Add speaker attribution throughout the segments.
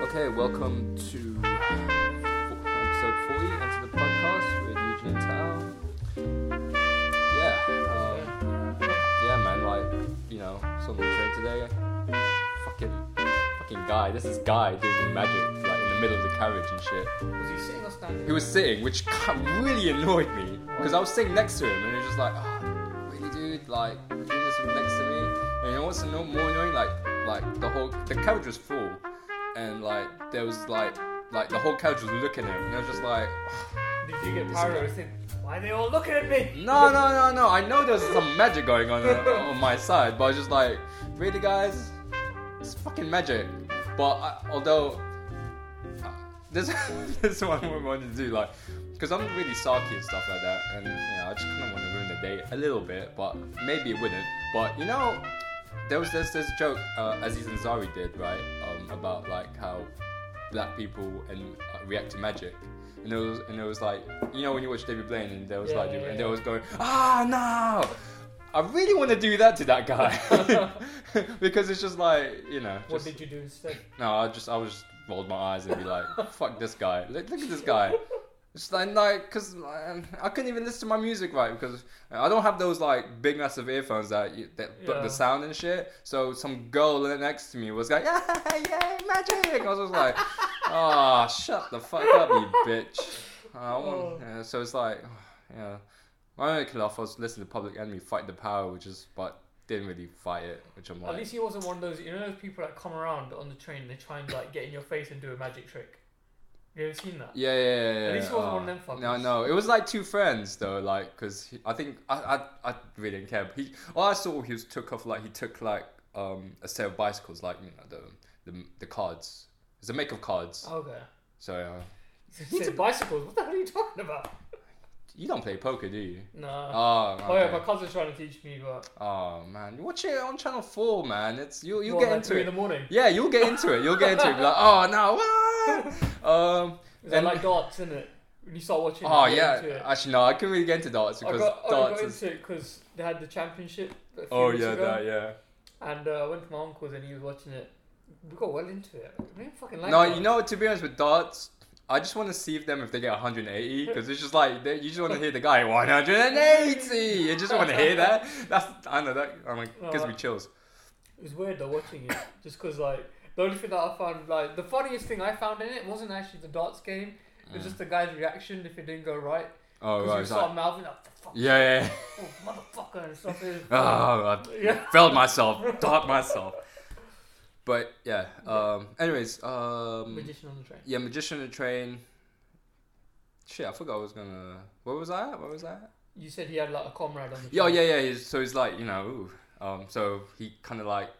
Speaker 1: Okay, welcome to fo- episode 40 of the podcast with Eugene and Tao. Yeah, um, yeah, man, like, you know, saw the train today. Fucking, fucking guy, this is guy doing the magic, like, in the middle of the carriage and shit.
Speaker 2: Was he sitting or standing?
Speaker 1: He was sitting, which kind of really annoyed me, because I was sitting next to him, and he was just like, oh, really, dude, like, you're doing this next to me. And you know what's anno- more annoying? Like, like, the whole, the carriage was full, and, like, there was, like, like, the whole carriage was looking at him, and I was just like, "Ah,
Speaker 2: Did you get Pyro and said, Why are they all looking at me?
Speaker 1: No, no, no, no. I know there's some magic going on on my side, but I was just like, really, guys, it's fucking magic. But I, although uh, this this one we wanted to do like, because I'm really sarky and stuff like that, and you know, I just kind of want to ruin the day a little bit, but maybe it wouldn't. But you know, there was this this joke uh, Aziz Ansari did right um, about like how black people and uh, react to magic. And it was and it was like you know when you watch David Blaine and there was
Speaker 2: Yeah,
Speaker 1: like
Speaker 2: yeah,
Speaker 1: and
Speaker 2: yeah.
Speaker 1: there was going ah no, I really want to do that to that guy because it's just like you know
Speaker 2: What
Speaker 1: just,
Speaker 2: did you do instead?
Speaker 1: no I just I was just rolled my eyes and be like fuck this guy look, look at this guy. It's like, like, cause um, I couldn't even listen to my music right because I don't have those like big massive earphones that you, that block
Speaker 2: Yeah.
Speaker 1: the sound and shit. So some girl next to me was like, yeah, yeah, magic. I was just like, ah, shut the fuck up, you bitch. I
Speaker 2: Oh.
Speaker 1: want, yeah, so it's like, yeah. My only kill off was listen to Public Enemy fight the power, which is but didn't really fight it, which I'm
Speaker 2: At
Speaker 1: like,
Speaker 2: least he wasn't one of those, you know, those people that come around on the train and they try and like get in your face and do a magic trick. You ever seen that?
Speaker 1: Yeah, yeah, yeah.
Speaker 2: At least it wasn't
Speaker 1: yeah. Oh.
Speaker 2: one of them fuckers.
Speaker 1: No, no, it was like two friends though, like because I think I, I I really didn't care. But he all I saw he was took off like he took like um a set of bicycles, like you know the the, the cards. It's a make of cards.
Speaker 2: Oh, Okay.
Speaker 1: So uh,
Speaker 2: He said bicycles. What the hell are you talking about?
Speaker 1: you don't play poker, do you?
Speaker 2: No.
Speaker 1: Oh,
Speaker 2: Oh yeah, my
Speaker 1: okay.
Speaker 2: cousin's trying to teach me, but
Speaker 1: oh man, you watch it on Channel Four, man. It's you you
Speaker 2: What,
Speaker 1: get
Speaker 2: like
Speaker 1: into
Speaker 2: three in
Speaker 1: it.
Speaker 2: the morning.
Speaker 1: Yeah, you'll get into it. You'll get into it. Be like, oh no, what? um.
Speaker 2: It's like,
Speaker 1: And-
Speaker 2: like darts, isn't it? When you start watching,
Speaker 1: Oh
Speaker 2: you get into
Speaker 1: yeah.
Speaker 2: it. Oh,
Speaker 1: Actually, no, I couldn't really get into darts
Speaker 2: I
Speaker 1: because
Speaker 2: got, I got
Speaker 1: darts is.
Speaker 2: into it because they had the championship. A few
Speaker 1: Oh
Speaker 2: weeks
Speaker 1: yeah,
Speaker 2: ago.
Speaker 1: that yeah.
Speaker 2: And uh, I went to my uncle's and he was watching it. We got well into it. We didn't fucking like
Speaker 1: No,
Speaker 2: it.
Speaker 1: you know, to be honest with darts, I just want to see if them if they get 180 because it's just like they, you just want to hear the guy 180. You just want to hear that. That's I know that. I'm like gives me chills.
Speaker 2: It was weird though watching it, just because like the only thing that I found like the funniest thing I found in it wasn't actually the darts game. It was just the guy's reaction if it didn't go right.
Speaker 1: Mm. Oh
Speaker 2: Because
Speaker 1: right,
Speaker 2: you
Speaker 1: it's
Speaker 2: start
Speaker 1: like-
Speaker 2: mouthing like, "Fuck,
Speaker 1: yeah, yeah. yeah.
Speaker 2: oh, motherfucker," and stuff. It was-
Speaker 1: Oh, I
Speaker 2: Yeah.
Speaker 1: failed myself, dart myself. But yeah. Um. Anyways. Um.
Speaker 2: Magician on the train.
Speaker 1: Yeah, magician and train. Shit, I forgot I was gonna. What was I? What was I? at?
Speaker 2: You said he had like a comrade on the train.
Speaker 1: Yeah, oh, yeah, yeah. He's, so he's like, you know, ooh. um. So he kind of like,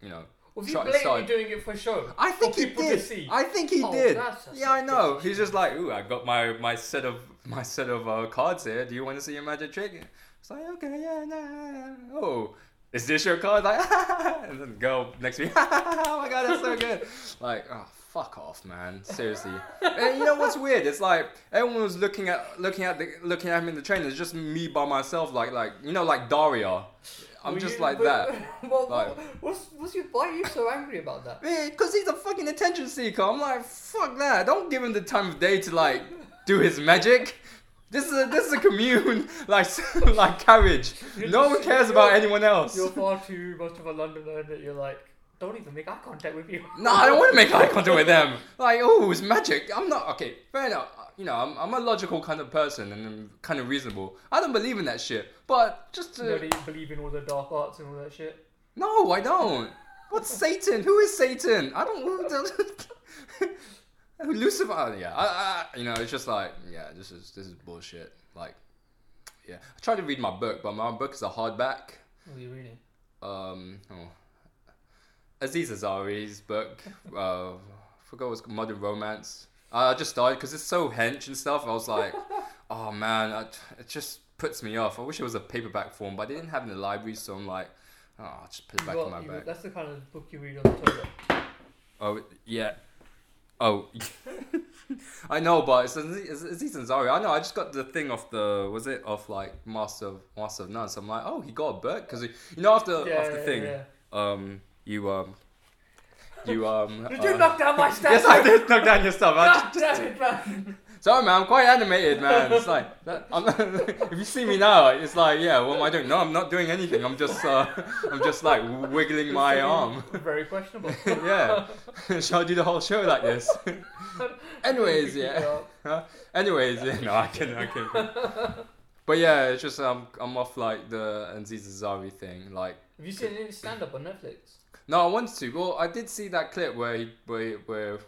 Speaker 1: you know,
Speaker 2: Was he
Speaker 1: Shot
Speaker 2: blatantly
Speaker 1: aside.
Speaker 2: doing it for show?
Speaker 1: I
Speaker 2: For
Speaker 1: think he
Speaker 2: people to
Speaker 1: did.
Speaker 2: see.
Speaker 1: I think he
Speaker 2: Oh,
Speaker 1: did.
Speaker 2: that's a
Speaker 1: Yeah, I know.
Speaker 2: suspicious
Speaker 1: He's just like, ooh, I got my my set of my set of uh, cards here. Do you want to see your magic trick? It's like, okay, yeah, no, no, no. Oh, is this your card? Like, and then the girl next to me, oh my god, that's so good. like, oh, fuck off, man. Seriously. and you know what's weird? It's like everyone was looking at looking at the looking at him in the train. It's just me by myself, like like you know, like Daria. I'm
Speaker 2: Were
Speaker 1: just
Speaker 2: you-
Speaker 1: like
Speaker 2: but-
Speaker 1: that.
Speaker 2: what,
Speaker 1: Like-
Speaker 2: what, what's, what's your, why are you so angry about that?
Speaker 1: because he's a fucking attention seeker. I'm like, fuck that. Don't give him the time of day to like do his magic. This is a, this is a commune like like carriage.
Speaker 2: You're
Speaker 1: No
Speaker 2: just-
Speaker 1: one cares about
Speaker 2: you're-
Speaker 1: anyone else.
Speaker 2: You're far too much of a Londoner that you're like, don't even make eye contact with you.
Speaker 1: No, I don't want to make eye contact with them. Like, oh, it's magic. I'm not okay. Fair enough. Uh, You know, I'm, I'm a logical kind of person and I'm kind of reasonable. I don't believe in that shit. But just
Speaker 2: You know,
Speaker 1: to,
Speaker 2: they believe in all the dark arts and all that shit.
Speaker 1: no, I don't. What's Satan? Who is Satan? I don't. Who does- Lucifer. uh, Yeah, I, I, you know, it's just like, yeah, this is this is bullshit. Like, yeah, I tried to read my book, but my book is a hardback.
Speaker 2: What are you reading?
Speaker 1: Um, oh. Aziz Azari's book. Uh, forgot what's called Modern Romance. I, I just started because it's so hench and stuff. I was like, oh man, I, it just puts me off. I wish it was a paperback form, but I didn't have it in the library, so I'm like, oh, I'll just put it
Speaker 2: You
Speaker 1: back
Speaker 2: got-
Speaker 1: in my
Speaker 2: you-
Speaker 1: bag.
Speaker 2: That's the kind of book you read on the toilet.
Speaker 1: Oh yeah. Oh, I know, but it's it's, it's Ethan Zari. I know. I just got the thing off the was it off like Master of Master of None. So I'm like, oh, he got a book because you know after
Speaker 2: Yeah,
Speaker 1: after
Speaker 2: yeah,
Speaker 1: thing,
Speaker 2: yeah.
Speaker 1: um, you um, You um.
Speaker 2: Did you
Speaker 1: uh,
Speaker 2: knock down my statue?
Speaker 1: Yes, I did knock down your stuff. I
Speaker 2: God
Speaker 1: just-
Speaker 2: damn it, man.
Speaker 1: Sorry, man. I'm quite animated, man. It's like that, I'm, if you see me now, it's like yeah. What am I doing? No, I'm not doing anything. I'm just uh, I'm just like wiggling my arm.
Speaker 2: Very questionable.
Speaker 1: yeah. Shall I do the whole show like this? Anyways, yeah. Huh? Anyways, yeah. No, I can, I can. But yeah, it's just um, I'm off like the Aziz Ansari thing. Like,
Speaker 2: Have you seen any stand up on Netflix?
Speaker 1: no, I wanted to. Well, I did see that clip where he, where where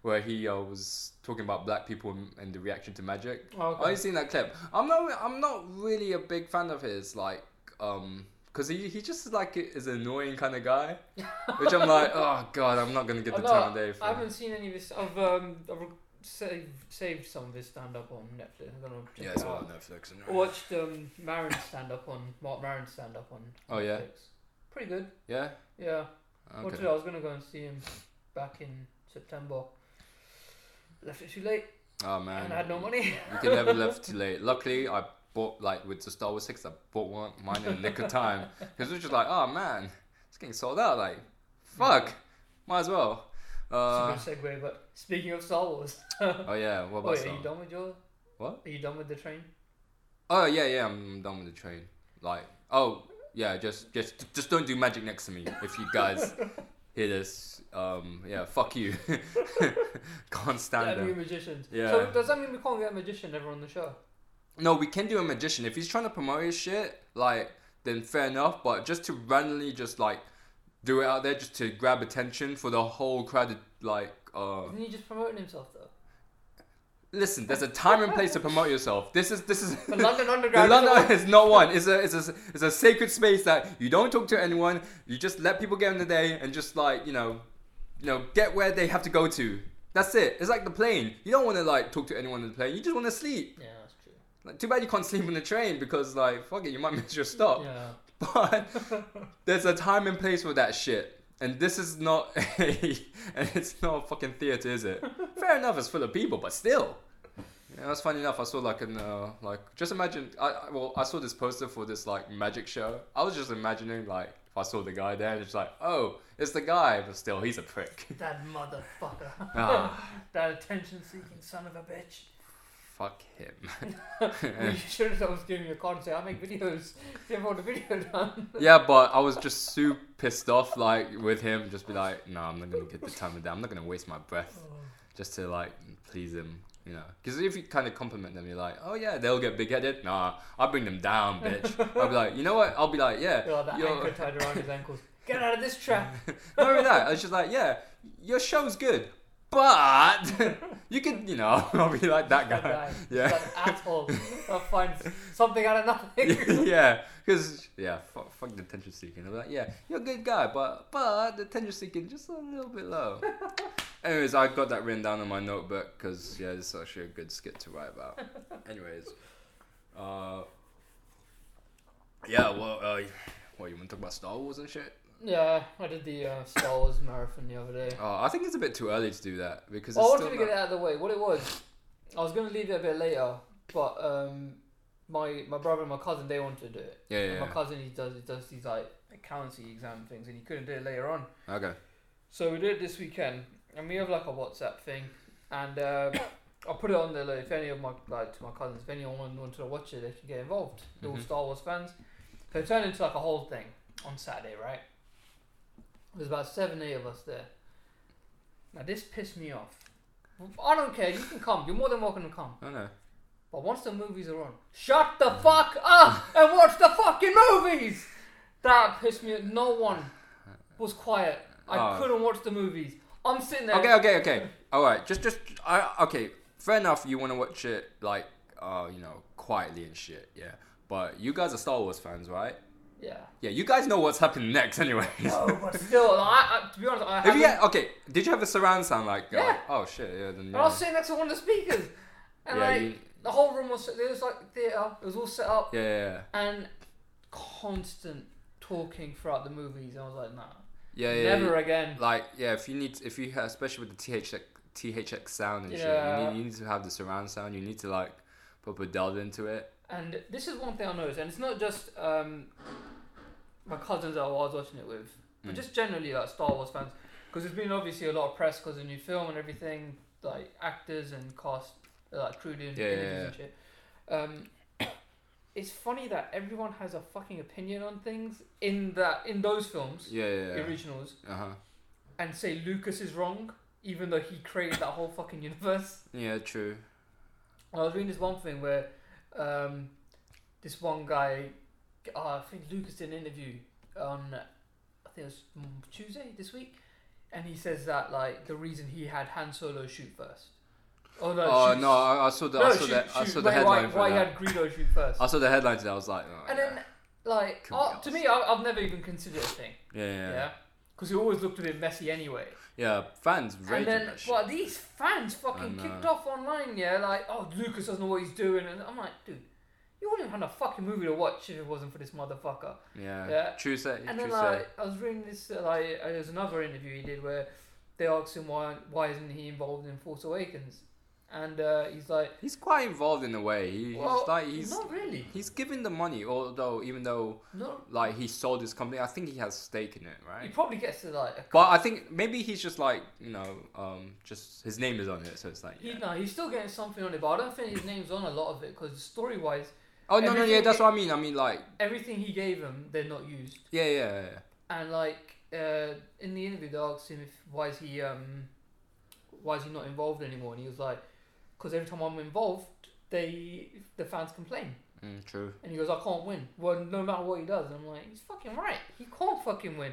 Speaker 1: where he uh, was talking about black people and, and the reaction to magic.
Speaker 2: Oh, okay.
Speaker 1: I've seen that clip. I'm not. I'm not really a big fan of his. Like, um, because he he just like is an annoying kind of guy, which I'm like, oh god, I'm not gonna get
Speaker 2: Oh,
Speaker 1: the
Speaker 2: no,
Speaker 1: time of day for.
Speaker 2: I haven't seen any of this. I've um, I've re- saved, saved some of his stand up on Netflix. I'm gonna check it out.
Speaker 1: Netflix.
Speaker 2: I watched um, Marin stand up on Mark Marin stand up on.
Speaker 1: Oh, yeah?
Speaker 2: Netflix. pretty good.
Speaker 1: Yeah.
Speaker 2: Yeah. What did
Speaker 1: Okay.
Speaker 2: I was gonna go and see him back in September. Left it too late
Speaker 1: Oh
Speaker 2: and,
Speaker 1: man.
Speaker 2: I had no money.
Speaker 1: You can never live too late. Luckily, I bought like with the Star Wars six, I bought one mine in the nick of time because it was just like, oh man, it's getting sold out. Like, fuck, might as well. Uh,
Speaker 2: it's a good segue, but speaking of Star Wars,
Speaker 1: oh yeah, what
Speaker 2: oh,
Speaker 1: about?
Speaker 2: yeah, are
Speaker 1: Star-
Speaker 2: you done with your?
Speaker 1: What?
Speaker 2: Are you done with the train?
Speaker 1: Oh yeah, yeah, I'm done with the train. Like, oh yeah, just just just don't do magic next to me if you guys hear this. Um, yeah, fuck you. Can't stand
Speaker 2: Yeah,
Speaker 1: them.
Speaker 2: new magicians. So
Speaker 1: Yeah.
Speaker 2: does that mean we can't get a magician ever on the show?
Speaker 1: No, we can do a magician. If he's trying to promote his shit, like, then fair enough. But just to randomly just like do it out there just to grab attention for the whole crowded like uh
Speaker 2: Isn't he just promoting himself though?
Speaker 1: listen, there's a time and place to promote yourself. This is this is
Speaker 2: The London
Speaker 1: The
Speaker 2: Underground.
Speaker 1: London is not one. It's a it's a it's a sacred space that you don't talk to anyone. You just let people get in the day and just like you know, you know, get where they have to go to. That's it. It's like the plane. You don't want to like talk to anyone in the plane. You just want to sleep.
Speaker 2: Yeah, that's true.
Speaker 1: Like, too bad you can't sleep on the train because like fuck it, you might miss your stop.
Speaker 2: Yeah.
Speaker 1: But there's a time and place for that shit. And this is not a, and it's not a fucking theater, is it? Fair enough, it's full of people, but still. Yeah, that's funny enough. I saw like an uh, like just imagine. I I- well, I saw this poster for this like magic show. I was just imagining like if I saw the guy there, and it's like, oh, it's the guy, but still, he's a prick.
Speaker 2: That motherfucker.
Speaker 1: Ah.
Speaker 2: that attention-seeking son of a bitch.
Speaker 1: Fuck him.
Speaker 2: You should have always given me a card and say, I make videos. Give everyone a video done.
Speaker 1: yeah, but I was just so pissed off, like with him, just be like, no, I'm not gonna get the time of day. I'm not gonna waste my breath just to like please him, you know. Because if you kind of compliment them, you're like, oh yeah, they'll get big headed. Nah, I'll bring them down, bitch. I'll be like, you know what? I'll be like, yeah,
Speaker 2: Got that
Speaker 1: you're-
Speaker 2: anchor tied around his ankles. Get out of this trap.
Speaker 1: not only that. I was just like, yeah, your show's good, but you could, you know, I'll be like that guy.
Speaker 2: That
Speaker 1: Yeah.
Speaker 2: That asshole. I'll find something out of nothing.
Speaker 1: yeah, because yeah, fuck, fuck the attention seeking. I'm like, yeah, you're a good guy, but but the attention seeking just a little bit low. Anyways, I got that written down in my notebook because yeah, this is actually a good skit to write about. Anyways, uh, yeah, well, uh, what you want to talk about Star Wars and shit?
Speaker 2: yeah, I did the uh, Star Wars marathon the other day.
Speaker 1: Uh, I think it's a bit too early to do that because
Speaker 2: Well, Oh, I
Speaker 1: it's
Speaker 2: wanted
Speaker 1: Oh, still
Speaker 2: to get it
Speaker 1: not-
Speaker 2: out of the way. What it was, I was going to leave it a bit later, but um, my my brother and my cousin they wanted to do it.
Speaker 1: yeah,
Speaker 2: And
Speaker 1: yeah,
Speaker 2: my cousin he does he does these like accountancy exam things, and he couldn't do it later on.
Speaker 1: yeah. okay,
Speaker 2: So we did it this weekend, and we have like a WhatsApp thing, and uh, I'll put it on there. Like, if any of my like to my cousins, if anyone want- wanted to watch it, they can get involved. They're all
Speaker 1: Mhm.
Speaker 2: Star Wars fans. So it turned into like a whole thing on Saturday, right? There's about seven, eight of us there. Now this pissed me off. I don't care. You can come. You're more than welcome to come.
Speaker 1: I know.
Speaker 2: But once the movies are on, shut the fuck up and watch the fucking movies. That pissed me. No one was quiet. I
Speaker 1: Oh.
Speaker 2: couldn't watch the movies. I'm sitting there.
Speaker 1: Okay, okay, okay. All right, just, just, I, okay. Fair enough. You want to watch it like, uh, you know, quietly and shit, yeah. But you guys are Star Wars fans, right?
Speaker 2: Yeah.
Speaker 1: Yeah, you guys know what's happening next, anyways.
Speaker 2: No, but still, I, I, to be honest, I
Speaker 1: if
Speaker 2: haven't.
Speaker 1: you had, okay, did you have a surround sound like? uh,
Speaker 2: Yeah.
Speaker 1: oh shit, yeah. Then,
Speaker 2: And I was
Speaker 1: yeah.
Speaker 2: sitting next to one of the speakers, and
Speaker 1: Yeah,
Speaker 2: like
Speaker 1: you-
Speaker 2: the whole room was there was like theater. It was all set up
Speaker 1: yeah, yeah,
Speaker 2: and constant talking throughout the movies. And I was like, nah,
Speaker 1: yeah, yeah, yeah,
Speaker 2: never
Speaker 1: yeah.
Speaker 2: again.
Speaker 1: Like, yeah, if you need, if you, have, especially with the THX, THX sound and shit,
Speaker 2: Yeah.
Speaker 1: you need, you need to have the surround sound. You need to like, proper delve into it.
Speaker 2: And this is one thing I noticed, and it's not just um, my cousins that I was watching it with. but
Speaker 1: Mm.
Speaker 2: just generally like Star Wars fans, because there's been obviously a lot of press because the new film and everything, like actors and cast, like crew doing
Speaker 1: Yeah, yeah,
Speaker 2: interviews and shit. Um, it's funny that everyone has a fucking opinion on things in that in those films,
Speaker 1: Yeah, yeah.
Speaker 2: the
Speaker 1: yeah.
Speaker 2: originals,
Speaker 1: Uh huh.
Speaker 2: and say Lucas is wrong, even though he created that whole fucking universe.
Speaker 1: Yeah, true.
Speaker 2: I was reading this one thing where um, this one guy, uh, I think Lucas did an interview on, I think it was mm, Tuesday this week, and he says that like the reason he had Han Solo shoot first. Oh no!
Speaker 1: oh
Speaker 2: shoot-
Speaker 1: no, I, I saw the,
Speaker 2: no,
Speaker 1: I saw
Speaker 2: shoot-
Speaker 1: the, I
Speaker 2: shoot,
Speaker 1: saw the
Speaker 2: wait,
Speaker 1: headline
Speaker 2: Why,
Speaker 1: for
Speaker 2: why he
Speaker 1: that.
Speaker 2: had Greedo shoot first?
Speaker 1: I saw the headline today. I was like, oh,
Speaker 2: and
Speaker 1: yeah.
Speaker 2: then like
Speaker 1: Could be
Speaker 2: uh, to
Speaker 1: us.
Speaker 2: me, I, I've never even considered a thing.
Speaker 1: yeah, yeah, yeah,
Speaker 2: Yeah. Because it always looked a bit messy anyway.
Speaker 1: Yeah, Fans
Speaker 2: And
Speaker 1: rated
Speaker 2: then,
Speaker 1: that shit. uh,
Speaker 2: well, these fans
Speaker 1: I
Speaker 2: fucking
Speaker 1: know.
Speaker 2: kicked off online, yeah, like, oh, Lucas doesn't know what he's doing. And I'm like, dude, you wouldn't have had a fucking movie to watch if it wasn't for this motherfucker.
Speaker 1: Yeah.
Speaker 2: yeah.
Speaker 1: True say. true
Speaker 2: And then,
Speaker 1: say.
Speaker 2: like, I was reading this, uh, like, uh, there's another interview he did where they asked him why, why isn't he involved in Force Awakens? And uh, he's like,
Speaker 1: He's quite involved in a way. He,
Speaker 2: well,
Speaker 1: he's like he's
Speaker 2: not really.
Speaker 1: he's given the money, although even though
Speaker 2: Not,
Speaker 1: like he sold his company, I think he has stake in it,
Speaker 2: he
Speaker 1: right?
Speaker 2: probably gets to, like, a,
Speaker 1: But I think maybe he's just like you know, um, just his name is on it, so it's like.
Speaker 2: he,
Speaker 1: Yeah.
Speaker 2: no, he's still getting something on it, but I don't think his name's on a lot of it because story-wise,
Speaker 1: Oh no no yeah,
Speaker 2: everything-
Speaker 1: that's what I mean. I mean like
Speaker 2: everything he gave them, they're not used.
Speaker 1: yeah yeah yeah.
Speaker 2: And like uh, in the interview, they asked him if why is he um, why is he not involved anymore, and he was like, because every time I'm involved, they the fans complain,
Speaker 1: yeah. Mm, true.
Speaker 2: and he goes, I can't win. Well, no matter what he does, and I'm like, he's fucking right. He can't fucking win.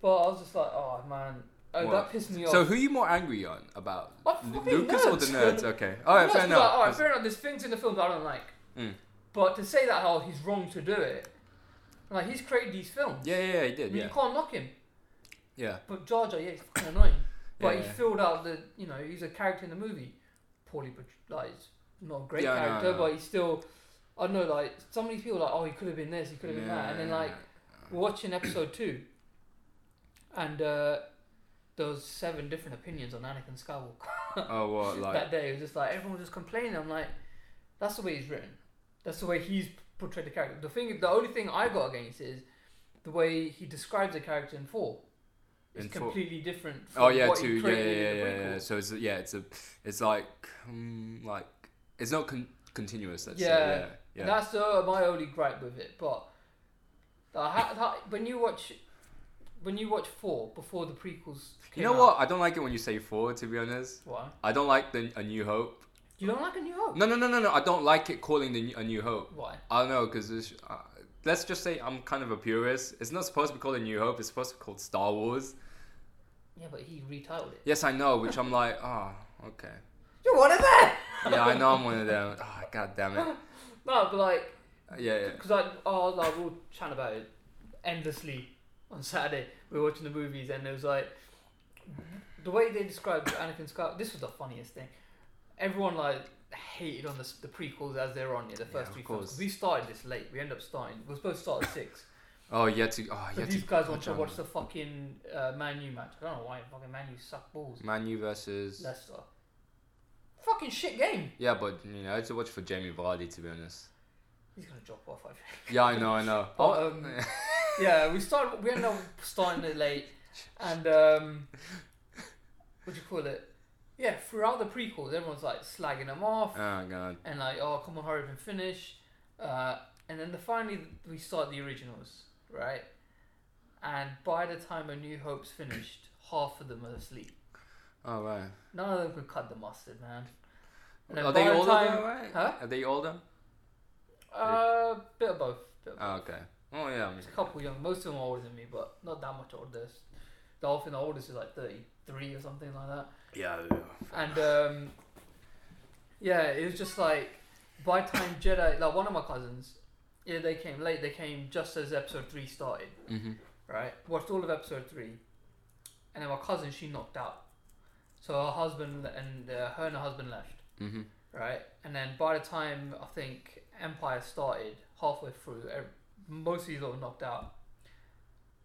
Speaker 2: But I was just like, oh man, oh,
Speaker 1: What?
Speaker 2: that pissed me off.
Speaker 1: So who you more angry on about
Speaker 2: I'm
Speaker 1: Lu-
Speaker 2: fucking
Speaker 1: Lucas or the
Speaker 2: nerds.
Speaker 1: nerds? Okay. All right, fair
Speaker 2: Plus, it's like,
Speaker 1: enough.
Speaker 2: all right, fair enough. There's things in the film that I don't like,
Speaker 1: Mm.
Speaker 2: but to say that how he's wrong to do it, like he's created these films.
Speaker 1: Yeah yeah yeah, he
Speaker 2: I
Speaker 1: did
Speaker 2: mean,
Speaker 1: yeah
Speaker 2: you can't knock him.
Speaker 1: yeah.
Speaker 2: But Jar Jar, yeah, he's fucking annoying. But
Speaker 1: Yeah,
Speaker 2: he
Speaker 1: yeah.
Speaker 2: filled out the, you know, he's a character in the movie. Poorly portrayed, like, he's not a great
Speaker 1: Yeah, no,
Speaker 2: character,
Speaker 1: no.
Speaker 2: but he's still, I don't know, like, some of these people are like, oh, he could have been this, he could have been that. And then, like, we're watching episode two, and uh, there was seven different opinions on Anakin Skywalker
Speaker 1: oh what like
Speaker 2: that day. It was just like, everyone was just complaining. I'm like, that's the way he's written. That's the way he's portrayed the character. The thing, the only thing I got against it is the way he describes the character in four. It's
Speaker 1: In four.
Speaker 2: completely different. From
Speaker 1: oh yeah
Speaker 2: what
Speaker 1: too
Speaker 2: he
Speaker 1: yeah yeah
Speaker 2: created
Speaker 1: yeah,
Speaker 2: in the
Speaker 1: yeah, yeah,
Speaker 2: prequel.
Speaker 1: So it's yeah it's a it's like mm, like it's not con- continuous. Let's
Speaker 2: Yeah.
Speaker 1: say. yeah yeah
Speaker 2: And that's uh, my only gripe with it. But I ha- ha- when you watch, when you watch four before the prequels,
Speaker 1: You
Speaker 2: came
Speaker 1: know
Speaker 2: out-
Speaker 1: what? I don't like it when you say four. To be honest,
Speaker 2: What?
Speaker 1: I don't like the A New Hope.
Speaker 2: You don't like a New Hope?
Speaker 1: No, no, no, no, no. I don't like it calling the New- A New Hope.
Speaker 2: Why?
Speaker 1: I don't know because uh, let's just say I'm kind of a purist. It's not supposed to be called A New Hope. It's supposed to be called Star Wars.
Speaker 2: Yeah, but he retitled it.
Speaker 1: Yes, I know. Which I'm like, oh, okay.
Speaker 2: You're one of them.
Speaker 1: Yeah, I know I'm one of them. Oh, God damn it.
Speaker 2: No, but like,
Speaker 1: Yeah, yeah.
Speaker 2: because I, oh, like, we'll chat about it endlessly on Saturday. We were watching the movies, and it was like the way they described Anakin Skywalker. This was the funniest thing. Everyone like hated on the, s- the prequels as they're on, yeah, the
Speaker 1: Yeah,
Speaker 2: first
Speaker 1: of
Speaker 2: three
Speaker 1: course.
Speaker 2: films. We started this late. We end up starting. We are supposed to start at six.
Speaker 1: Oh, you had to. Oh, you
Speaker 2: But
Speaker 1: had
Speaker 2: these
Speaker 1: to
Speaker 2: guys want to
Speaker 1: on
Speaker 2: watch the fucking uh, Man U match. I don't know why fucking Man U suck balls.
Speaker 1: Manu versus.
Speaker 2: Leicester. Fucking shit game.
Speaker 1: Yeah, but you know, I had to watch for Jamie Vardy. To be honest.
Speaker 2: He's gonna drop off. I think.
Speaker 1: Yeah, I know, I know. Oh,
Speaker 2: But, um, yeah, we started. We ended up starting it late, and um, what do you call it? Yeah, throughout the prequels, everyone's like slagging them off
Speaker 1: oh God.
Speaker 2: and like, oh, come on, hurry up and finish. Uh, and then the, finally, we start the originals, right? And by the time A New Hope's finished, half of them are asleep.
Speaker 1: Oh right.
Speaker 2: None of them could cut the mustard, man. And then
Speaker 1: Are
Speaker 2: by
Speaker 1: they
Speaker 2: the
Speaker 1: older?
Speaker 2: time-
Speaker 1: though, right?
Speaker 2: Huh?
Speaker 1: Are they older?
Speaker 2: Uh, bit of both. Bit of both.
Speaker 1: Oh, okay. Oh yeah. I mean-
Speaker 2: There's a couple young. Most of them are older than me, but not that much older. There's- The I think the oldest is like 33 or something like that.
Speaker 1: Yeah.
Speaker 2: And um, yeah, it was just like by the time Jedi, like one of my cousins, yeah, they came late. They came just as episode three started,
Speaker 1: Mm-hmm.
Speaker 2: right? Watched all of episode three, and then my cousin she knocked out. So her husband and uh, her and her husband left
Speaker 1: Mm-hmm.
Speaker 2: right? And then by the time I think Empire started, halfway through, ev- most of these lot were knocked out.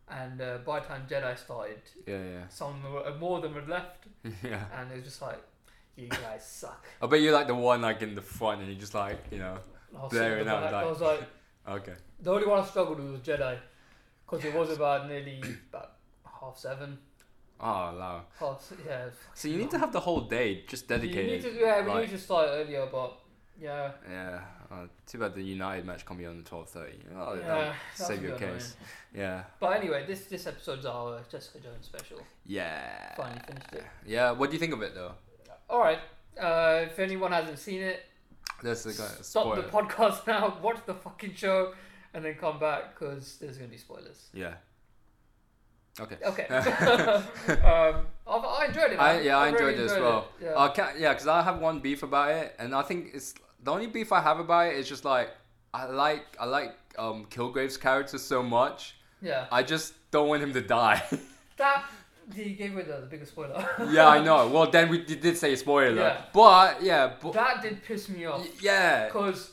Speaker 2: And uh, by the time Jedi started,
Speaker 1: Yeah,
Speaker 2: some of them were, uh, more of them had left,
Speaker 1: yeah, yeah.
Speaker 2: and it was just like, you guys suck.
Speaker 1: I bet you're like the one like in the front, and you're just like, you know,
Speaker 2: And I was,
Speaker 1: Blaring
Speaker 2: sitting there
Speaker 1: out,
Speaker 2: like- I
Speaker 1: like-
Speaker 2: was like,
Speaker 1: okay.
Speaker 2: the only one I struggled with was Jedi, because it was about nearly about half seven.
Speaker 1: Oh, wow.
Speaker 2: Half s- yeah.
Speaker 1: So you need to have the whole day just
Speaker 2: You need
Speaker 1: dedicated.
Speaker 2: to, yeah, we
Speaker 1: like-
Speaker 2: need to start earlier, but yeah.
Speaker 1: Yeah. Uh, too bad the United match can't be on the twelve thirty. Oh,
Speaker 2: yeah,
Speaker 1: that'll
Speaker 2: that's
Speaker 1: save
Speaker 2: a
Speaker 1: your
Speaker 2: bit annoying.
Speaker 1: case. Yeah.
Speaker 2: But anyway, this this episode's our Jessica Jones special.
Speaker 1: Yeah.
Speaker 2: Finally finished it.
Speaker 1: Yeah. What do you think of it though?
Speaker 2: All right. Uh, if anyone hasn't seen it,
Speaker 1: That's the guy.
Speaker 2: stop the
Speaker 1: spoiler.
Speaker 2: podcast now. Watch the fucking show, and then come back because there's gonna be spoilers.
Speaker 1: yeah. Okay.
Speaker 2: Okay. um, I, I enjoyed it.
Speaker 1: I, yeah, I enjoyed
Speaker 2: really
Speaker 1: it as well. Uh,
Speaker 2: it. Yeah.
Speaker 1: I can't, yeah, because I have one beef about it, and I think it's the only beef I have about it is just like I like I like um, Kilgrave's character so much.
Speaker 2: yeah.
Speaker 1: I just don't want him to die.
Speaker 2: That you gave away the, the biggest spoiler.
Speaker 1: yeah, I know. Well, then we did did say spoiler,
Speaker 2: Yeah.
Speaker 1: but yeah, but,
Speaker 2: that did piss me off
Speaker 1: y- yeah,
Speaker 2: because,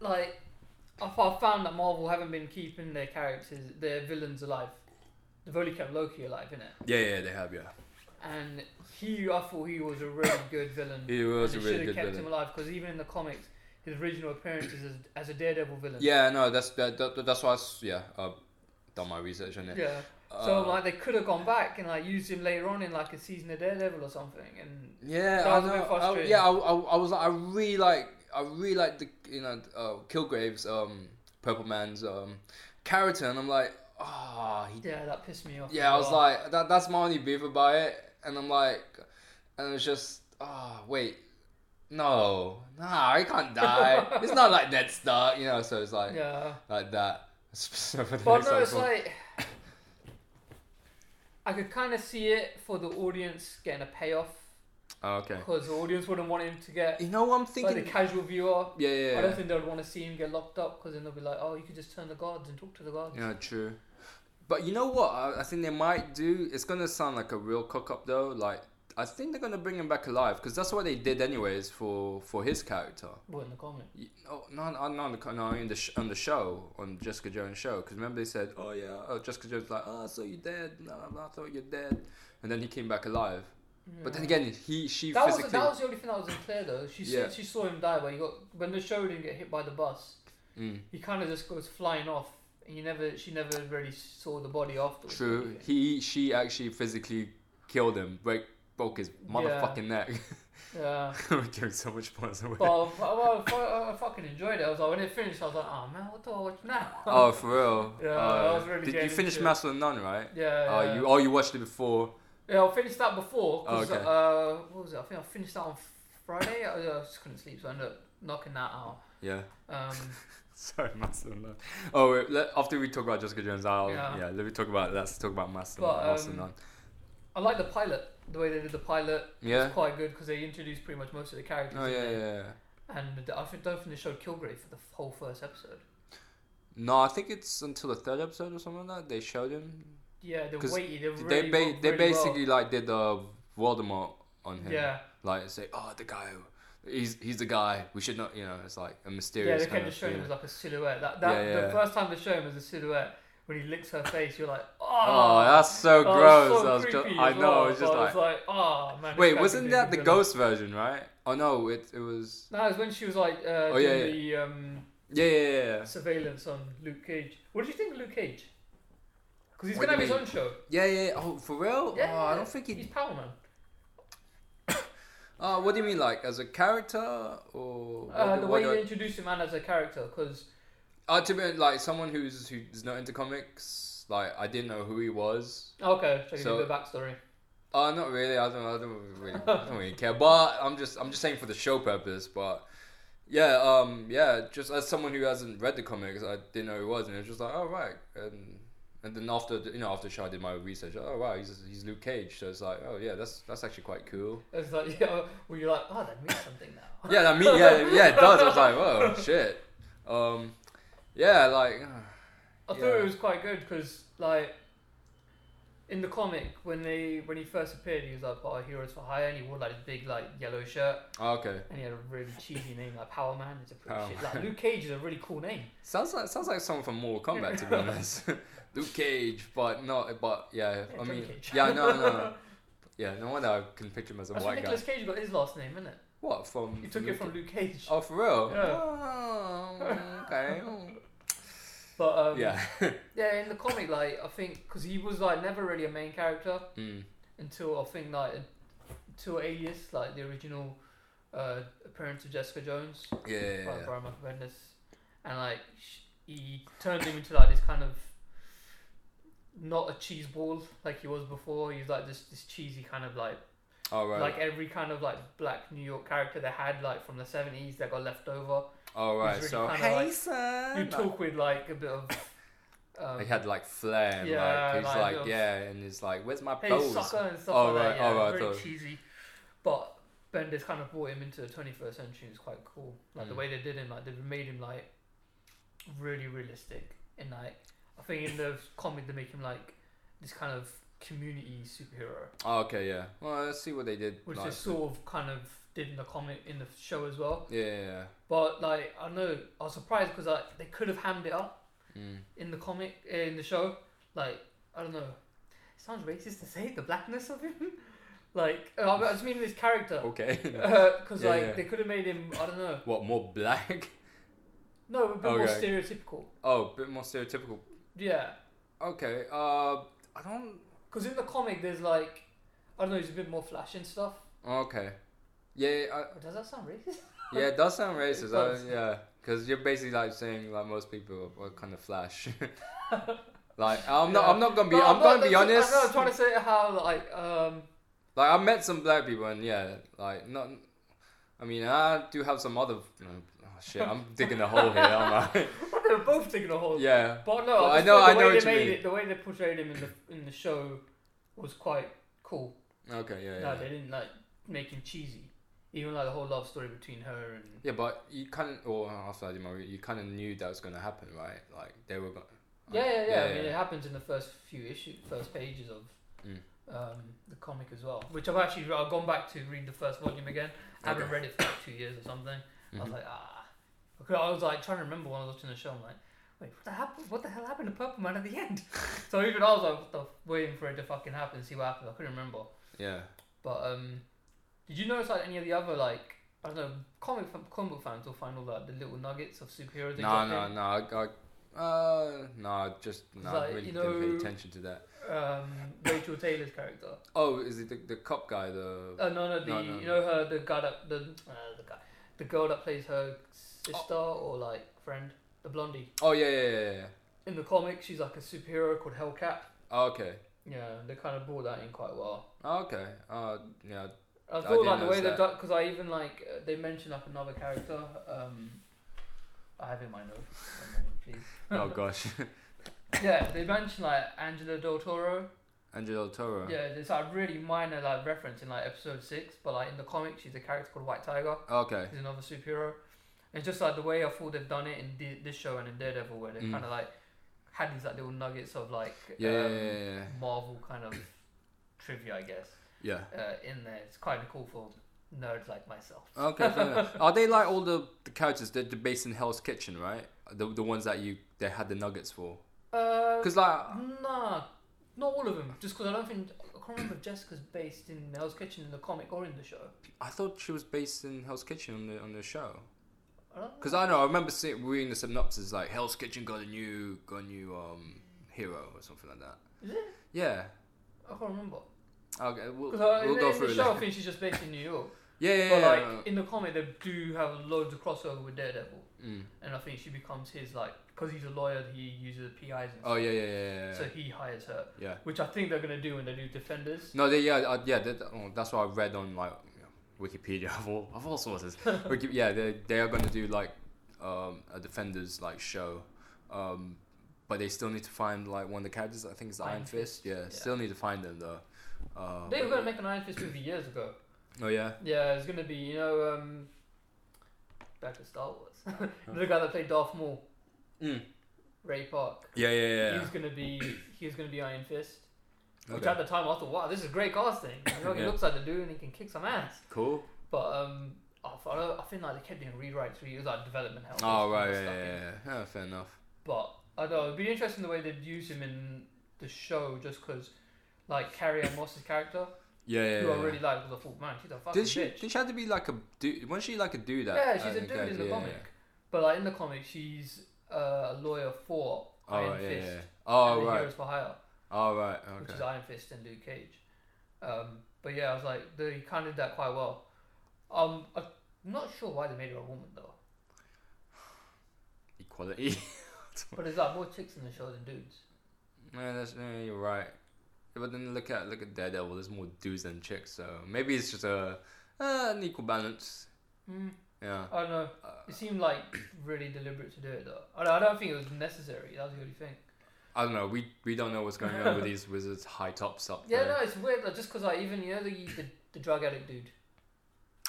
Speaker 2: like, I I found that Marvel haven't been keeping their characters, their villains alive. They've only kept Loki alive, innit?
Speaker 1: yeah, yeah, they have yeah.
Speaker 2: and he I thought he was a really good villain.
Speaker 1: He was
Speaker 2: and
Speaker 1: a
Speaker 2: they
Speaker 1: really good
Speaker 2: should have kept
Speaker 1: villain.
Speaker 2: him alive because even in the comics, his original appearance is as, as a daredevil villain.
Speaker 1: Yeah, no, that's that, that, that's why I s- yeah uh, done my research on it.
Speaker 2: Yeah. So
Speaker 1: Uh,
Speaker 2: like they could have gone back and like used him later on in like a season of Daredevil or something. And
Speaker 1: Yeah,
Speaker 2: That
Speaker 1: I
Speaker 2: was a bit
Speaker 1: know. I,
Speaker 2: frustrating.
Speaker 1: yeah, I, I, I was like, I really like, I really like the you know uh, Kilgrave's um Purple Man's um character, and I'm like, ah, he
Speaker 2: yeah, that pissed me off.
Speaker 1: yeah. I
Speaker 2: as
Speaker 1: was
Speaker 2: well.
Speaker 1: like, that that's my only beef about it, and I'm like, and it's just ah, wait, no, nah, he can't die. it's not like Ned Stark, you know. So it's like
Speaker 2: yeah.
Speaker 1: like that. So for the
Speaker 2: But
Speaker 1: next
Speaker 2: no, it's
Speaker 1: episode-
Speaker 2: like I could kind of see it for the audience getting a payoff
Speaker 1: oh, okay.
Speaker 2: because the audience wouldn't want him to get.
Speaker 1: You know what I'm
Speaker 2: Like the
Speaker 1: thinking?
Speaker 2: casual viewer,
Speaker 1: Yeah,
Speaker 2: I
Speaker 1: yeah,
Speaker 2: don't
Speaker 1: yeah.
Speaker 2: think they'd want to see him get locked up because then they'll be like, oh, you could just turn the guards and talk to the guards.
Speaker 1: Yeah, true. But you know what? I, I think they might do. It's gonna sound like a real cock up though. Like I think they're gonna bring him back alive because that's what they did anyways for for his character.
Speaker 2: Well, in the comment.
Speaker 1: You, no, no, no, no, no, no, in the sh- on the show on Jessica Jones show because remember they said, oh yeah, oh, Jessica Jones like, oh, I saw you dead. No, I thought you're dead, and then he came back alive. But then again, he she
Speaker 2: that was
Speaker 1: physically.
Speaker 2: that was the only thing that was unclear though. She
Speaker 1: Yeah.
Speaker 2: said she saw him die when he got when they showed him get hit by the bus.
Speaker 1: Mm,
Speaker 2: He kind of just goes flying off, and you never she never really saw the body afterwards.
Speaker 1: true. He she actually physically killed him. Break broke his motherfucking neck.
Speaker 2: Yeah,
Speaker 1: We're giving so much points away.
Speaker 2: but uh, well, well, I, I, I fucking enjoyed it. I was like, when it finished, I was like, oh man, what do I watch now?
Speaker 1: Oh, for real?
Speaker 2: Yeah,
Speaker 1: Oh.
Speaker 2: I was really
Speaker 1: Did you
Speaker 2: getting
Speaker 1: finish
Speaker 2: into it.
Speaker 1: Master and None, right?
Speaker 2: yeah,
Speaker 1: Oh,
Speaker 2: yeah.
Speaker 1: you oh you watched it before.
Speaker 2: yeah, I finished that before. 'cause,
Speaker 1: Oh, okay.
Speaker 2: uh, what was it? I think I finished that on Friday. I, I just couldn't sleep, so I ended up knocking that out.
Speaker 1: Yeah.
Speaker 2: Um,
Speaker 1: Sorry, Master and None. Oh, wait, let, after we talk about Jessica Jones, I'll yeah.
Speaker 2: Yeah.
Speaker 1: let me talk about let's talk about Master,
Speaker 2: But,
Speaker 1: Master
Speaker 2: um,
Speaker 1: and None.
Speaker 2: I like the pilot. The way they did the pilot
Speaker 1: Yeah.
Speaker 2: was quite good because they introduced pretty much most of the characters.
Speaker 1: Oh
Speaker 2: in
Speaker 1: yeah,
Speaker 2: there.
Speaker 1: yeah. yeah.
Speaker 2: And I think, don't think they showed Kilgrave for the whole first episode.
Speaker 1: No, I think it's until the third episode or something like that they showed him.
Speaker 2: Yeah, they
Speaker 1: 'Cause
Speaker 2: waited. They, really
Speaker 1: they ba-
Speaker 2: worked
Speaker 1: they
Speaker 2: really
Speaker 1: basically like did the Voldemort on him.
Speaker 2: well. yeah,
Speaker 1: Like say, oh the guy, who- he's he's the guy. We should not, you know, it's like a
Speaker 2: yeah.
Speaker 1: mysterious
Speaker 2: They
Speaker 1: kind
Speaker 2: kept
Speaker 1: of.
Speaker 2: just showing him
Speaker 1: yeah.
Speaker 2: as like a silhouette. That, that
Speaker 1: Yeah, yeah.
Speaker 2: the first time they show him as a silhouette when he licks her face, you're like,
Speaker 1: Oh,
Speaker 2: oh,
Speaker 1: that's so
Speaker 2: oh,
Speaker 1: gross.
Speaker 2: so
Speaker 1: I was just,
Speaker 2: creepy
Speaker 1: I
Speaker 2: as
Speaker 1: know.
Speaker 2: well.
Speaker 1: It's just
Speaker 2: But I
Speaker 1: like,
Speaker 2: was like, oh man. this guy
Speaker 1: Wait,
Speaker 2: could
Speaker 1: wasn't
Speaker 2: be a
Speaker 1: that the
Speaker 2: good villain.
Speaker 1: ghost version, right? Oh no, it it was.
Speaker 2: No, it was when she was like uh,
Speaker 1: Oh, yeah,
Speaker 2: doing the um,
Speaker 1: Yeah, yeah, yeah, yeah.
Speaker 2: surveillance on Luke Cage. What do you think of Luke Cage? Because he's
Speaker 1: What
Speaker 2: gonna have
Speaker 1: do
Speaker 2: his
Speaker 1: you
Speaker 2: own show.
Speaker 1: Yeah, yeah. yeah. Oh, for real?
Speaker 2: Yeah,
Speaker 1: oh, I don't think
Speaker 2: He's
Speaker 1: he.
Speaker 2: Power Man.
Speaker 1: Oh, what do you mean, like as a character or? what
Speaker 2: Uh,
Speaker 1: do-
Speaker 2: the
Speaker 1: what
Speaker 2: way
Speaker 1: do I-
Speaker 2: they introduced him and as a character, because
Speaker 1: Oh, to be like someone who's who's not into comics. Like I didn't know who he was.
Speaker 2: okay, so, I can
Speaker 1: So-
Speaker 2: do a bit of backstory.
Speaker 1: Oh, not really. I don't. I don't really. I don't really care. But I'm just. I'm just saying for the show purpose. But yeah, um, yeah. Just as someone who hasn't read the comics, I didn't know who he was, and it was just like, oh right. And and then after the- you know after the show, I did my research. Oh wow, he's he's Luke Cage. So it's like, oh yeah, that's that's actually quite cool.
Speaker 2: It's like, you know, well, you're like, oh, that means something now.
Speaker 1: Yeah, that mean yeah yeah it does. I was like, oh shit. Um, yeah, like
Speaker 2: I thought
Speaker 1: Yeah.
Speaker 2: it was quite good because, like, in the comic, when they when he first appeared, he was like part of Heroes for Hire, and he wore like this big like yellow shirt,
Speaker 1: oh, okay.
Speaker 2: and he had a really cheesy name like Power Man. It's a pretty
Speaker 1: Power
Speaker 2: shit.
Speaker 1: Man.
Speaker 2: Like Luke Cage is a really cool name.
Speaker 1: Sounds like sounds like someone from Mortal Kombat to be honest. Luke Cage, but not but yeah.
Speaker 2: Yeah,
Speaker 1: I
Speaker 2: Johnny
Speaker 1: mean
Speaker 2: Cage.
Speaker 1: yeah no no. Yeah, no wonder I can picture him as a
Speaker 2: That's where
Speaker 1: white guy.
Speaker 2: Nicolas Cage got his last name, isn't it?
Speaker 1: What from?
Speaker 2: He took it from Luke Cage.
Speaker 1: Oh, for real?
Speaker 2: Yeah.
Speaker 1: Oh, okay.
Speaker 2: But um, yeah.
Speaker 1: yeah.
Speaker 2: in the comic, like I think because he was like never really a main character
Speaker 1: mm.
Speaker 2: until I think like until Alias, like the original uh, appearance of Jessica Jones
Speaker 1: Yeah. yeah,
Speaker 2: by
Speaker 1: yeah.
Speaker 2: Brian Michael Bendis, and like sh- he turned him into like this kind of not a cheese ball like he was before. He was like this this cheesy kind of like
Speaker 1: All right.
Speaker 2: like every kind of like black New York character they had like from the seventies that got left over.
Speaker 1: All right.
Speaker 2: really
Speaker 1: so
Speaker 2: kinda
Speaker 1: hey,
Speaker 2: like-
Speaker 1: son.
Speaker 2: You talk with like a bit of. Um,
Speaker 1: He had like flair. And,
Speaker 2: Yeah,
Speaker 1: like he's
Speaker 2: like,
Speaker 1: like,
Speaker 2: um,
Speaker 1: yeah, and he's like, where's my
Speaker 2: Hey,
Speaker 1: pose?
Speaker 2: sucker and stuff
Speaker 1: Oh,
Speaker 2: like
Speaker 1: right,
Speaker 2: that. Yeah,
Speaker 1: oh, right,
Speaker 2: very
Speaker 1: sorry.
Speaker 2: cheesy. But Bendis kind of brought him into the 21st century. It's quite cool. Like the
Speaker 1: Mm.
Speaker 2: way they did him, like they made him like really realistic. And like I think in the comic they make him like this kind of community superhero,
Speaker 1: Oh, okay, yeah. Well, let's see what they did.
Speaker 2: which they
Speaker 1: like-
Speaker 2: sort of kind of did in the comic in the show as well.
Speaker 1: Yeah, yeah,
Speaker 2: But like I know I was surprised because like they could have hammed it up
Speaker 1: yeah. Mm.
Speaker 2: in the comic in the show. Like I don't know, it sounds racist to say the blackness of him. like uh, I just mean this character.
Speaker 1: Okay. Oh,
Speaker 2: because
Speaker 1: Yeah,
Speaker 2: like
Speaker 1: yeah.
Speaker 2: they could have made him I don't know
Speaker 1: what more black?
Speaker 2: no a bit more
Speaker 1: Okay.
Speaker 2: stereotypical
Speaker 1: Oh, a bit more stereotypical.
Speaker 2: yeah
Speaker 1: Okay. Uh, I don't.
Speaker 2: because in the comic there's like I don't know he's a bit more flash and stuff Oh,
Speaker 1: Okay. Yeah, I,
Speaker 2: does that sound racist
Speaker 1: yeah. It does sound racist.
Speaker 2: does.
Speaker 1: I, yeah, because you're basically like saying like most people are, are kind of flash. like I'm not.
Speaker 2: Yeah.
Speaker 1: I'm not gonna be.
Speaker 2: No,
Speaker 1: I'm,
Speaker 2: not-
Speaker 1: gonna be
Speaker 2: that's-
Speaker 1: honest.
Speaker 2: I know, I'm trying to say how like um
Speaker 1: Like I met some black people, and yeah, like not. I mean, I do have some other. Oh, shit, I'm digging a hole here, am I?
Speaker 2: they were both digging a hole
Speaker 1: yeah.
Speaker 2: But no,
Speaker 1: Well,
Speaker 2: I,
Speaker 1: I
Speaker 2: just
Speaker 1: know-
Speaker 2: thought the
Speaker 1: I
Speaker 2: way
Speaker 1: know what
Speaker 2: they
Speaker 1: you
Speaker 2: made
Speaker 1: mean.
Speaker 2: it, the way they portrayed him in the in the show, was quite cool.
Speaker 1: Okay. Yeah.
Speaker 2: No,
Speaker 1: Yeah.
Speaker 2: they didn't like make him cheesy. Even like the whole love story between her and
Speaker 1: Yeah, but you kind of, or after I did my, re- you kind of knew that was gonna happen, right? Like they were gonna.
Speaker 2: yeah, yeah, yeah. I
Speaker 1: yeah,
Speaker 2: mean, it
Speaker 1: yeah.
Speaker 2: happens in the first few issues, first pages of
Speaker 1: Mm.
Speaker 2: um, the comic as well. Which I've actually I've gone back to read the first volume again. I haven't
Speaker 1: Okay.
Speaker 2: read it for like two years or something. I was
Speaker 1: Mhm.
Speaker 2: like ah, because I was like trying to remember when I was watching the show. I'm like. Wait, what the, hap- what the hell happened to Purple Man at the end? so even I was like, what the f- waiting for it to fucking happen, see what happens. I couldn't remember.
Speaker 1: Yeah.
Speaker 2: But um, did you notice like any of the other like I don't know comic fan, comic book fans will find all that the little nuggets of superheroes. they
Speaker 1: No,
Speaker 2: drop
Speaker 1: no,
Speaker 2: in?
Speaker 1: no. I, I, uh, no. I just no.
Speaker 2: Like,
Speaker 1: I really
Speaker 2: you
Speaker 1: didn't
Speaker 2: know-
Speaker 1: pay attention to that.
Speaker 2: Um, Rachel Taylor's character.
Speaker 1: Oh, is it the, the cop guy? The
Speaker 2: Oh no, no, the
Speaker 1: No, no,
Speaker 2: you know her the guy that the uh, the guy the girl that plays her sister or like friend the blondie
Speaker 1: oh yeah, yeah, yeah. yeah.
Speaker 2: in the comic she's like a superhero called Hellcat.
Speaker 1: Oh, okay.
Speaker 2: Yeah, they kind of brought that in quite well.
Speaker 1: Oh, okay. Uh, yeah.
Speaker 2: I
Speaker 1: I
Speaker 2: thought
Speaker 1: didn't
Speaker 2: like the way
Speaker 1: notice
Speaker 2: they
Speaker 1: that.
Speaker 2: done because I even like uh, they mentioned like another character. Um, I have it in my notes. One moment, please.
Speaker 1: Oh gosh,
Speaker 2: Yeah, they mentioned like Angela Del Toro.
Speaker 1: Angelo Toro.
Speaker 2: Yeah, it's like really minor like reference in like episode six, but like in the comic, she's a character called White Tiger.
Speaker 1: Oh, Okay.
Speaker 2: She's another superhero. It's just like the way I thought they've done it in D- this show and in Daredevil, where they
Speaker 1: Mm.
Speaker 2: kind of like had these like little nuggets of like
Speaker 1: Yeah, yeah,
Speaker 2: um,
Speaker 1: yeah, yeah, yeah.
Speaker 2: Marvel kind of trivia, I guess,
Speaker 1: Yeah.
Speaker 2: uh, in there. It's kind of cool for nerds like myself.
Speaker 1: Okay. fair enough. Are they like all the, the characters that are based in Hell's Kitchen, right? The the ones that you they had the nuggets for.
Speaker 2: Uh,
Speaker 1: Cause like
Speaker 2: nah, not all of them. Just because I don't think I can't remember if Jessica's based in Hell's Kitchen in the comic or in the show.
Speaker 1: I thought she was based in Hell's Kitchen on the on the show.
Speaker 2: I don't
Speaker 1: Cause I know I remember seeing reading the synopsis like Hell's Kitchen got a new got a new um hero or something like that.
Speaker 2: Is it?
Speaker 1: Yeah.
Speaker 2: I can't remember.
Speaker 1: Okay. We'll,
Speaker 2: Because uh,
Speaker 1: we'll go
Speaker 2: in,
Speaker 1: through
Speaker 2: the
Speaker 1: it
Speaker 2: show, I
Speaker 1: later.
Speaker 2: think she's just based in New York.
Speaker 1: Yeah, yeah, yeah.
Speaker 2: but like
Speaker 1: yeah.
Speaker 2: in the comic, they do have loads of crossover with Daredevil,
Speaker 1: Mm.
Speaker 2: and I think she becomes his like because he's a lawyer, he uses PIs and stuff.
Speaker 1: Oh yeah, yeah, yeah, yeah.
Speaker 2: So
Speaker 1: yeah.
Speaker 2: he hires her,
Speaker 1: yeah.
Speaker 2: which I think they're gonna do when they do Defenders.
Speaker 1: No, they, yeah, uh, yeah. That, oh, that's what I read on like you know, Wikipedia of all of all sources. Wiki, yeah, they they are gonna do like um, a Defenders like show, um, but they still need to find like one of the characters. I think it's the Iron,
Speaker 2: Iron
Speaker 1: Fist.
Speaker 2: Fist,
Speaker 1: Yeah,
Speaker 2: yeah.
Speaker 1: still need to find them though. Uh,
Speaker 2: They were gonna make an Iron Fist movie years ago.
Speaker 1: oh yeah.
Speaker 2: Yeah, it's gonna be you know um, back to Star Wars, the guy that played Darth Maul,
Speaker 1: Mm.
Speaker 2: Ray Park.
Speaker 1: Yeah, yeah, yeah.
Speaker 2: He's gonna be he's gonna be Iron Fist. Which
Speaker 1: Okay.
Speaker 2: at the time I thought, wow, this is great casting. You know, he
Speaker 1: Yeah.
Speaker 2: looks like the dude and he can kick some ass.
Speaker 1: Cool.
Speaker 2: But um, I, thought, I, don't- I think like they kept doing rewrites. We it was like development help.
Speaker 1: Oh
Speaker 2: and
Speaker 1: right, yeah,
Speaker 2: stuff
Speaker 1: yeah,
Speaker 2: in
Speaker 1: yeah.
Speaker 2: it.
Speaker 1: yeah. Yeah, fair enough.
Speaker 2: But I don't know. It'd be interesting the way they'd use him in the show, just because like Carrie Ann Moss's character,
Speaker 1: Yeah, yeah.
Speaker 2: who I
Speaker 1: yeah.
Speaker 2: really like, was I thought, man, she's a fucking
Speaker 1: did she?
Speaker 2: bitch.
Speaker 1: Did she have to be like a dude? Wasn't she like a dude? at-
Speaker 2: yeah, she's
Speaker 1: at
Speaker 2: a dude
Speaker 1: character?
Speaker 2: in the
Speaker 1: Yeah,
Speaker 2: comic. But like in the comic, she's uh, a lawyer for Iron
Speaker 1: Oh yeah,
Speaker 2: Fist.
Speaker 1: yeah. Oh
Speaker 2: and the
Speaker 1: right.
Speaker 2: Heroes for Hire,
Speaker 1: Oh right.
Speaker 2: which
Speaker 1: Okay.
Speaker 2: is Iron Fist and Luke Cage. Um, but yeah, I was like, they kind of did that quite well. Um, I'm not sure why they made her a woman though.
Speaker 1: Equality.
Speaker 2: But there's like more chicks in the show than dudes.
Speaker 1: Man, that's yeah, you're right. But then look at look at Daredevil. There's more dudes than chicks, so maybe it's just a uh, an equal balance.
Speaker 2: Mm,
Speaker 1: Yeah. Uh,
Speaker 2: I don't know. It seemed like really deliberate to do it though. I don't, I don't think it was necessary. That was the only thing.
Speaker 1: I don't know. We we don't know what's going on with these wizards high tops up
Speaker 2: Yeah,
Speaker 1: there.
Speaker 2: no, it's weird. Like, just because I even you know the, the the drug addict dude.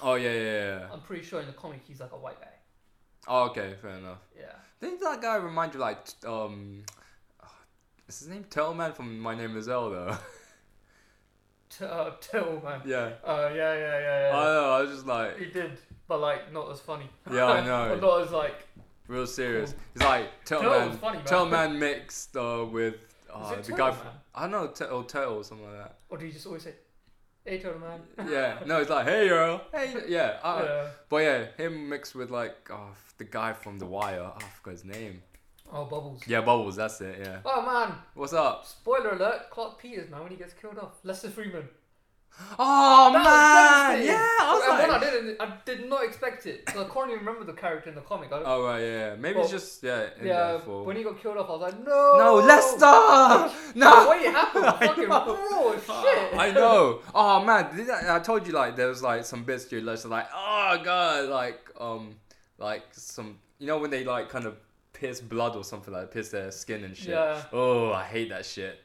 Speaker 1: Oh yeah, yeah, yeah. yeah.
Speaker 2: I'm pretty sure in the comic he's like a white guy.
Speaker 1: Oh, okay, fair enough.
Speaker 2: Yeah.
Speaker 1: Didn't that guy remind you like t- um, is his name Tailman from My Name Is Zelda?
Speaker 2: T- uh, Till man.
Speaker 1: yeah.
Speaker 2: Uh, yeah, yeah, yeah,
Speaker 1: I
Speaker 2: yeah.
Speaker 1: know. I was just like
Speaker 2: he did, but like not as funny.
Speaker 1: Yeah, I know.
Speaker 2: but not as like.
Speaker 1: real serious. It's like
Speaker 2: Turtle was
Speaker 1: Tailman.
Speaker 2: funny, man.
Speaker 1: Tailman mixed uh, with
Speaker 2: Is
Speaker 1: uh,
Speaker 2: it
Speaker 1: the guy.
Speaker 2: Turtle
Speaker 1: From,
Speaker 2: Man?
Speaker 1: I don't know, t- or Turtle or something like that.
Speaker 2: Or do you just always say, "Hey, turtle man"?
Speaker 1: yeah, no, it's like hey Earl, hey, yeah, uh,
Speaker 2: Um, yeah.
Speaker 1: but yeah, him mixed with like oh, f- the guy from The Wire, oh, I forgot his name.
Speaker 2: Oh, bubbles.
Speaker 1: Yeah, Bubbles, that's it. Yeah,
Speaker 2: Oh man!
Speaker 1: what's up?
Speaker 2: Spoiler alert: Clark Peters, man, when he gets killed off, Lester Freeman.
Speaker 1: Oh
Speaker 2: That was
Speaker 1: man,
Speaker 2: devastating.
Speaker 1: yeah,
Speaker 2: and
Speaker 1: I was
Speaker 2: when I
Speaker 1: like,
Speaker 2: did not I did not expect it. 'cause I can't even remember the character in the comic. I don't,
Speaker 1: oh right, yeah, maybe it's
Speaker 2: Well,
Speaker 1: just yeah, in
Speaker 2: yeah,
Speaker 1: there for
Speaker 2: when he got killed off, I was like, no,
Speaker 1: no Lester,
Speaker 2: The
Speaker 1: no.
Speaker 2: way it happened,
Speaker 1: I
Speaker 2: fucking
Speaker 1: know.
Speaker 2: raw as shit.
Speaker 1: I know. Oh man, did I, I told you like there was like some bits during Lester like oh god like um like some you know when they like kind of pierce blood or something like pierce their skin and shit.
Speaker 2: Yeah.
Speaker 1: Oh, I hate that shit.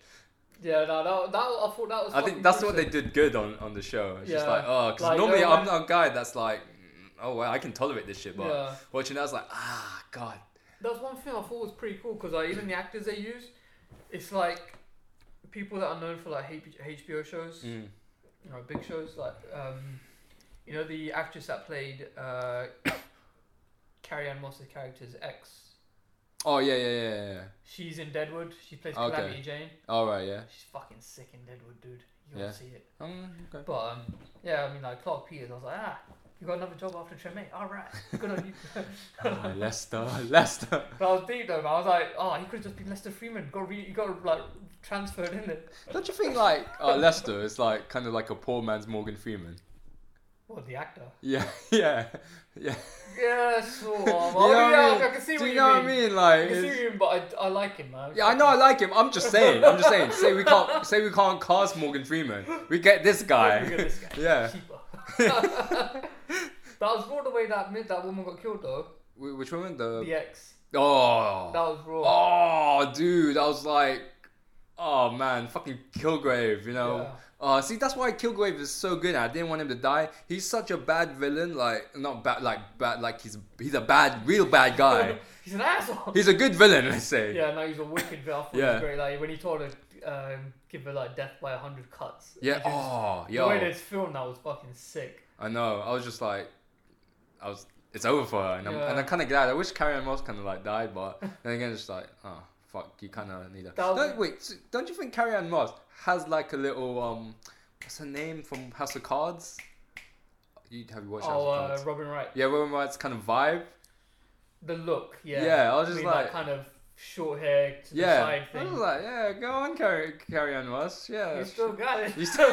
Speaker 2: Yeah, no, that, that I thought that was.
Speaker 1: I
Speaker 2: fucking
Speaker 1: think that's what
Speaker 2: gruesome.
Speaker 1: they did good on, on the show. It's just
Speaker 2: Yeah.
Speaker 1: like, oh, because
Speaker 2: Like,
Speaker 1: normally
Speaker 2: no
Speaker 1: I'm
Speaker 2: one-
Speaker 1: not a guy that's like, mm, oh, well, I can tolerate this shit, but
Speaker 2: Yeah.
Speaker 1: watching that, I was like, ah, God.
Speaker 2: That's one thing I thought was pretty cool because like even the actors they use, it's like people that are known for like H- HBO shows,
Speaker 1: Mm.
Speaker 2: you know, big shows. Like, um, you know, the actress that played uh, Carrie Ann Moss's character's ex.
Speaker 1: Oh, yeah, yeah, yeah, yeah, yeah.
Speaker 2: She's in Deadwood. She plays
Speaker 1: Okay.
Speaker 2: Calamity Jane.
Speaker 1: All right, yeah.
Speaker 2: She's fucking sick in Deadwood, dude. You gotta
Speaker 1: Yeah.
Speaker 2: see it.
Speaker 1: Um, okay.
Speaker 2: But um, yeah, I mean, like Clark Peters, I was like, ah, you got another job after Tremaine. All right, good on you.
Speaker 1: Ah, Lester, Lester.
Speaker 2: But I was deep though. man. I was like, oh, he could have just been Lester Freeman. Got re- he got like transferred in it.
Speaker 1: Don't you think, like, uh, Lester is, like, kind of like a poor man's Morgan Freeman?
Speaker 2: Well, the actor.
Speaker 1: Yeah, yeah, yeah.
Speaker 2: Yeah, sort of.
Speaker 1: You know
Speaker 2: oh,
Speaker 1: what I
Speaker 2: yeah,
Speaker 1: mean?
Speaker 2: I can see
Speaker 1: Do
Speaker 2: what
Speaker 1: you
Speaker 2: you
Speaker 1: know
Speaker 2: mean.
Speaker 1: what I mean? Like,
Speaker 2: I can see
Speaker 1: it's-
Speaker 2: what you mean, but I, I like him, man.
Speaker 1: Yeah, I know I like him. I'm just saying. I'm just saying. Say we can't. Say we can't cast Morgan Freeman. We get this guy.
Speaker 2: Look at this guy.
Speaker 1: Yeah.
Speaker 2: Cheaper. that was raw the way that mid that woman got killed though.
Speaker 1: Wh- Which woman? The
Speaker 2: The ex.
Speaker 1: Oh.
Speaker 2: That was raw.
Speaker 1: oh, dude, I was like, oh man, fucking Kilgrave, you know.
Speaker 2: Yeah.
Speaker 1: Uh, see, that's why Kilgrave is so good. I didn't want him to die. He's such a bad villain, like not bad, like bad, like he's he's a bad, real bad guy.
Speaker 2: He's an asshole.
Speaker 1: he's a good villain, let's say.
Speaker 2: yeah, no, he's a wicked villain. I thought He
Speaker 1: Yeah.
Speaker 2: was great. Like when he told her, um, give her like death by a hundred cuts.
Speaker 1: Yeah.
Speaker 2: It was-
Speaker 1: Oh,
Speaker 2: The way
Speaker 1: yo,
Speaker 2: this film that was fucking sick.
Speaker 1: I know. I was just like, I was. It's over for her, and I'm,
Speaker 2: Yeah.
Speaker 1: and I'm kind of glad. I wish Carrie Ann Moss kind of like died, but then again, it's like, oh fuck, you kind of need her.
Speaker 2: That was-
Speaker 1: Don't, wait, s- don't you think Carrie Ann Moss has like a little um, what's her name from House of Cards? You have you watched House
Speaker 2: Oh,
Speaker 1: of
Speaker 2: uh,
Speaker 1: Cards?
Speaker 2: Robin Wright.
Speaker 1: yeah, Robin Wright's kind of vibe.
Speaker 2: The look, yeah.
Speaker 1: Yeah, I was
Speaker 2: I
Speaker 1: just
Speaker 2: mean,
Speaker 1: like,
Speaker 2: that kind of short hair to the
Speaker 1: yeah,
Speaker 2: side
Speaker 1: I was
Speaker 2: thing.
Speaker 1: like, oh, yeah, go on, Carrie, Carrie Ann Moss, yeah.
Speaker 2: you still got it.
Speaker 1: You still-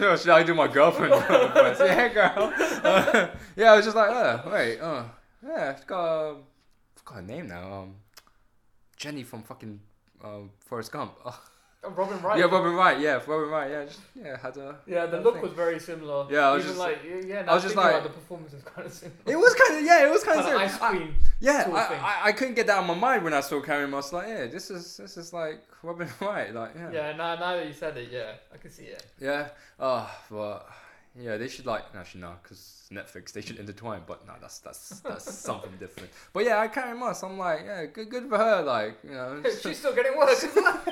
Speaker 1: No, should I do my girlfriend? voice? yeah, girl. Uh, yeah, I was just like, oh, wait, oh, yeah, it's got, a, I've got a name now. Um, Jenny from fucking um, Forrest Gump. Oh,
Speaker 2: Oh, Robin Wright.
Speaker 1: Yeah, Robin Wright. Yeah, Robin Wright. Yeah, just, yeah, had a.
Speaker 2: Yeah, the
Speaker 1: I
Speaker 2: look
Speaker 1: think-
Speaker 2: was very similar.
Speaker 1: Yeah, I was
Speaker 2: Even
Speaker 1: just-
Speaker 2: like, y- yeah,
Speaker 1: I was just
Speaker 2: thinking about
Speaker 1: like-
Speaker 2: the performance is kind of similar.
Speaker 1: It was kind of yeah. It was kind of
Speaker 2: Kinda
Speaker 1: serious.
Speaker 2: ice cream.
Speaker 1: yeah,
Speaker 2: sort of
Speaker 1: I,
Speaker 2: thing.
Speaker 1: I, I couldn't get that out of my mind when I saw Carrie Moss. Like, yeah, this is this is like Robin Wright. Like, yeah,
Speaker 2: yeah, now, now that you said it, yeah, I can see it.
Speaker 1: yeah. Oh, but yeah, they should like actually no, because Netflix they should intertwine. But no, that's that's that's something different. But yeah, I Carrie Moss. I'm like, yeah, good good for her. Like, you know.
Speaker 2: She's still getting work.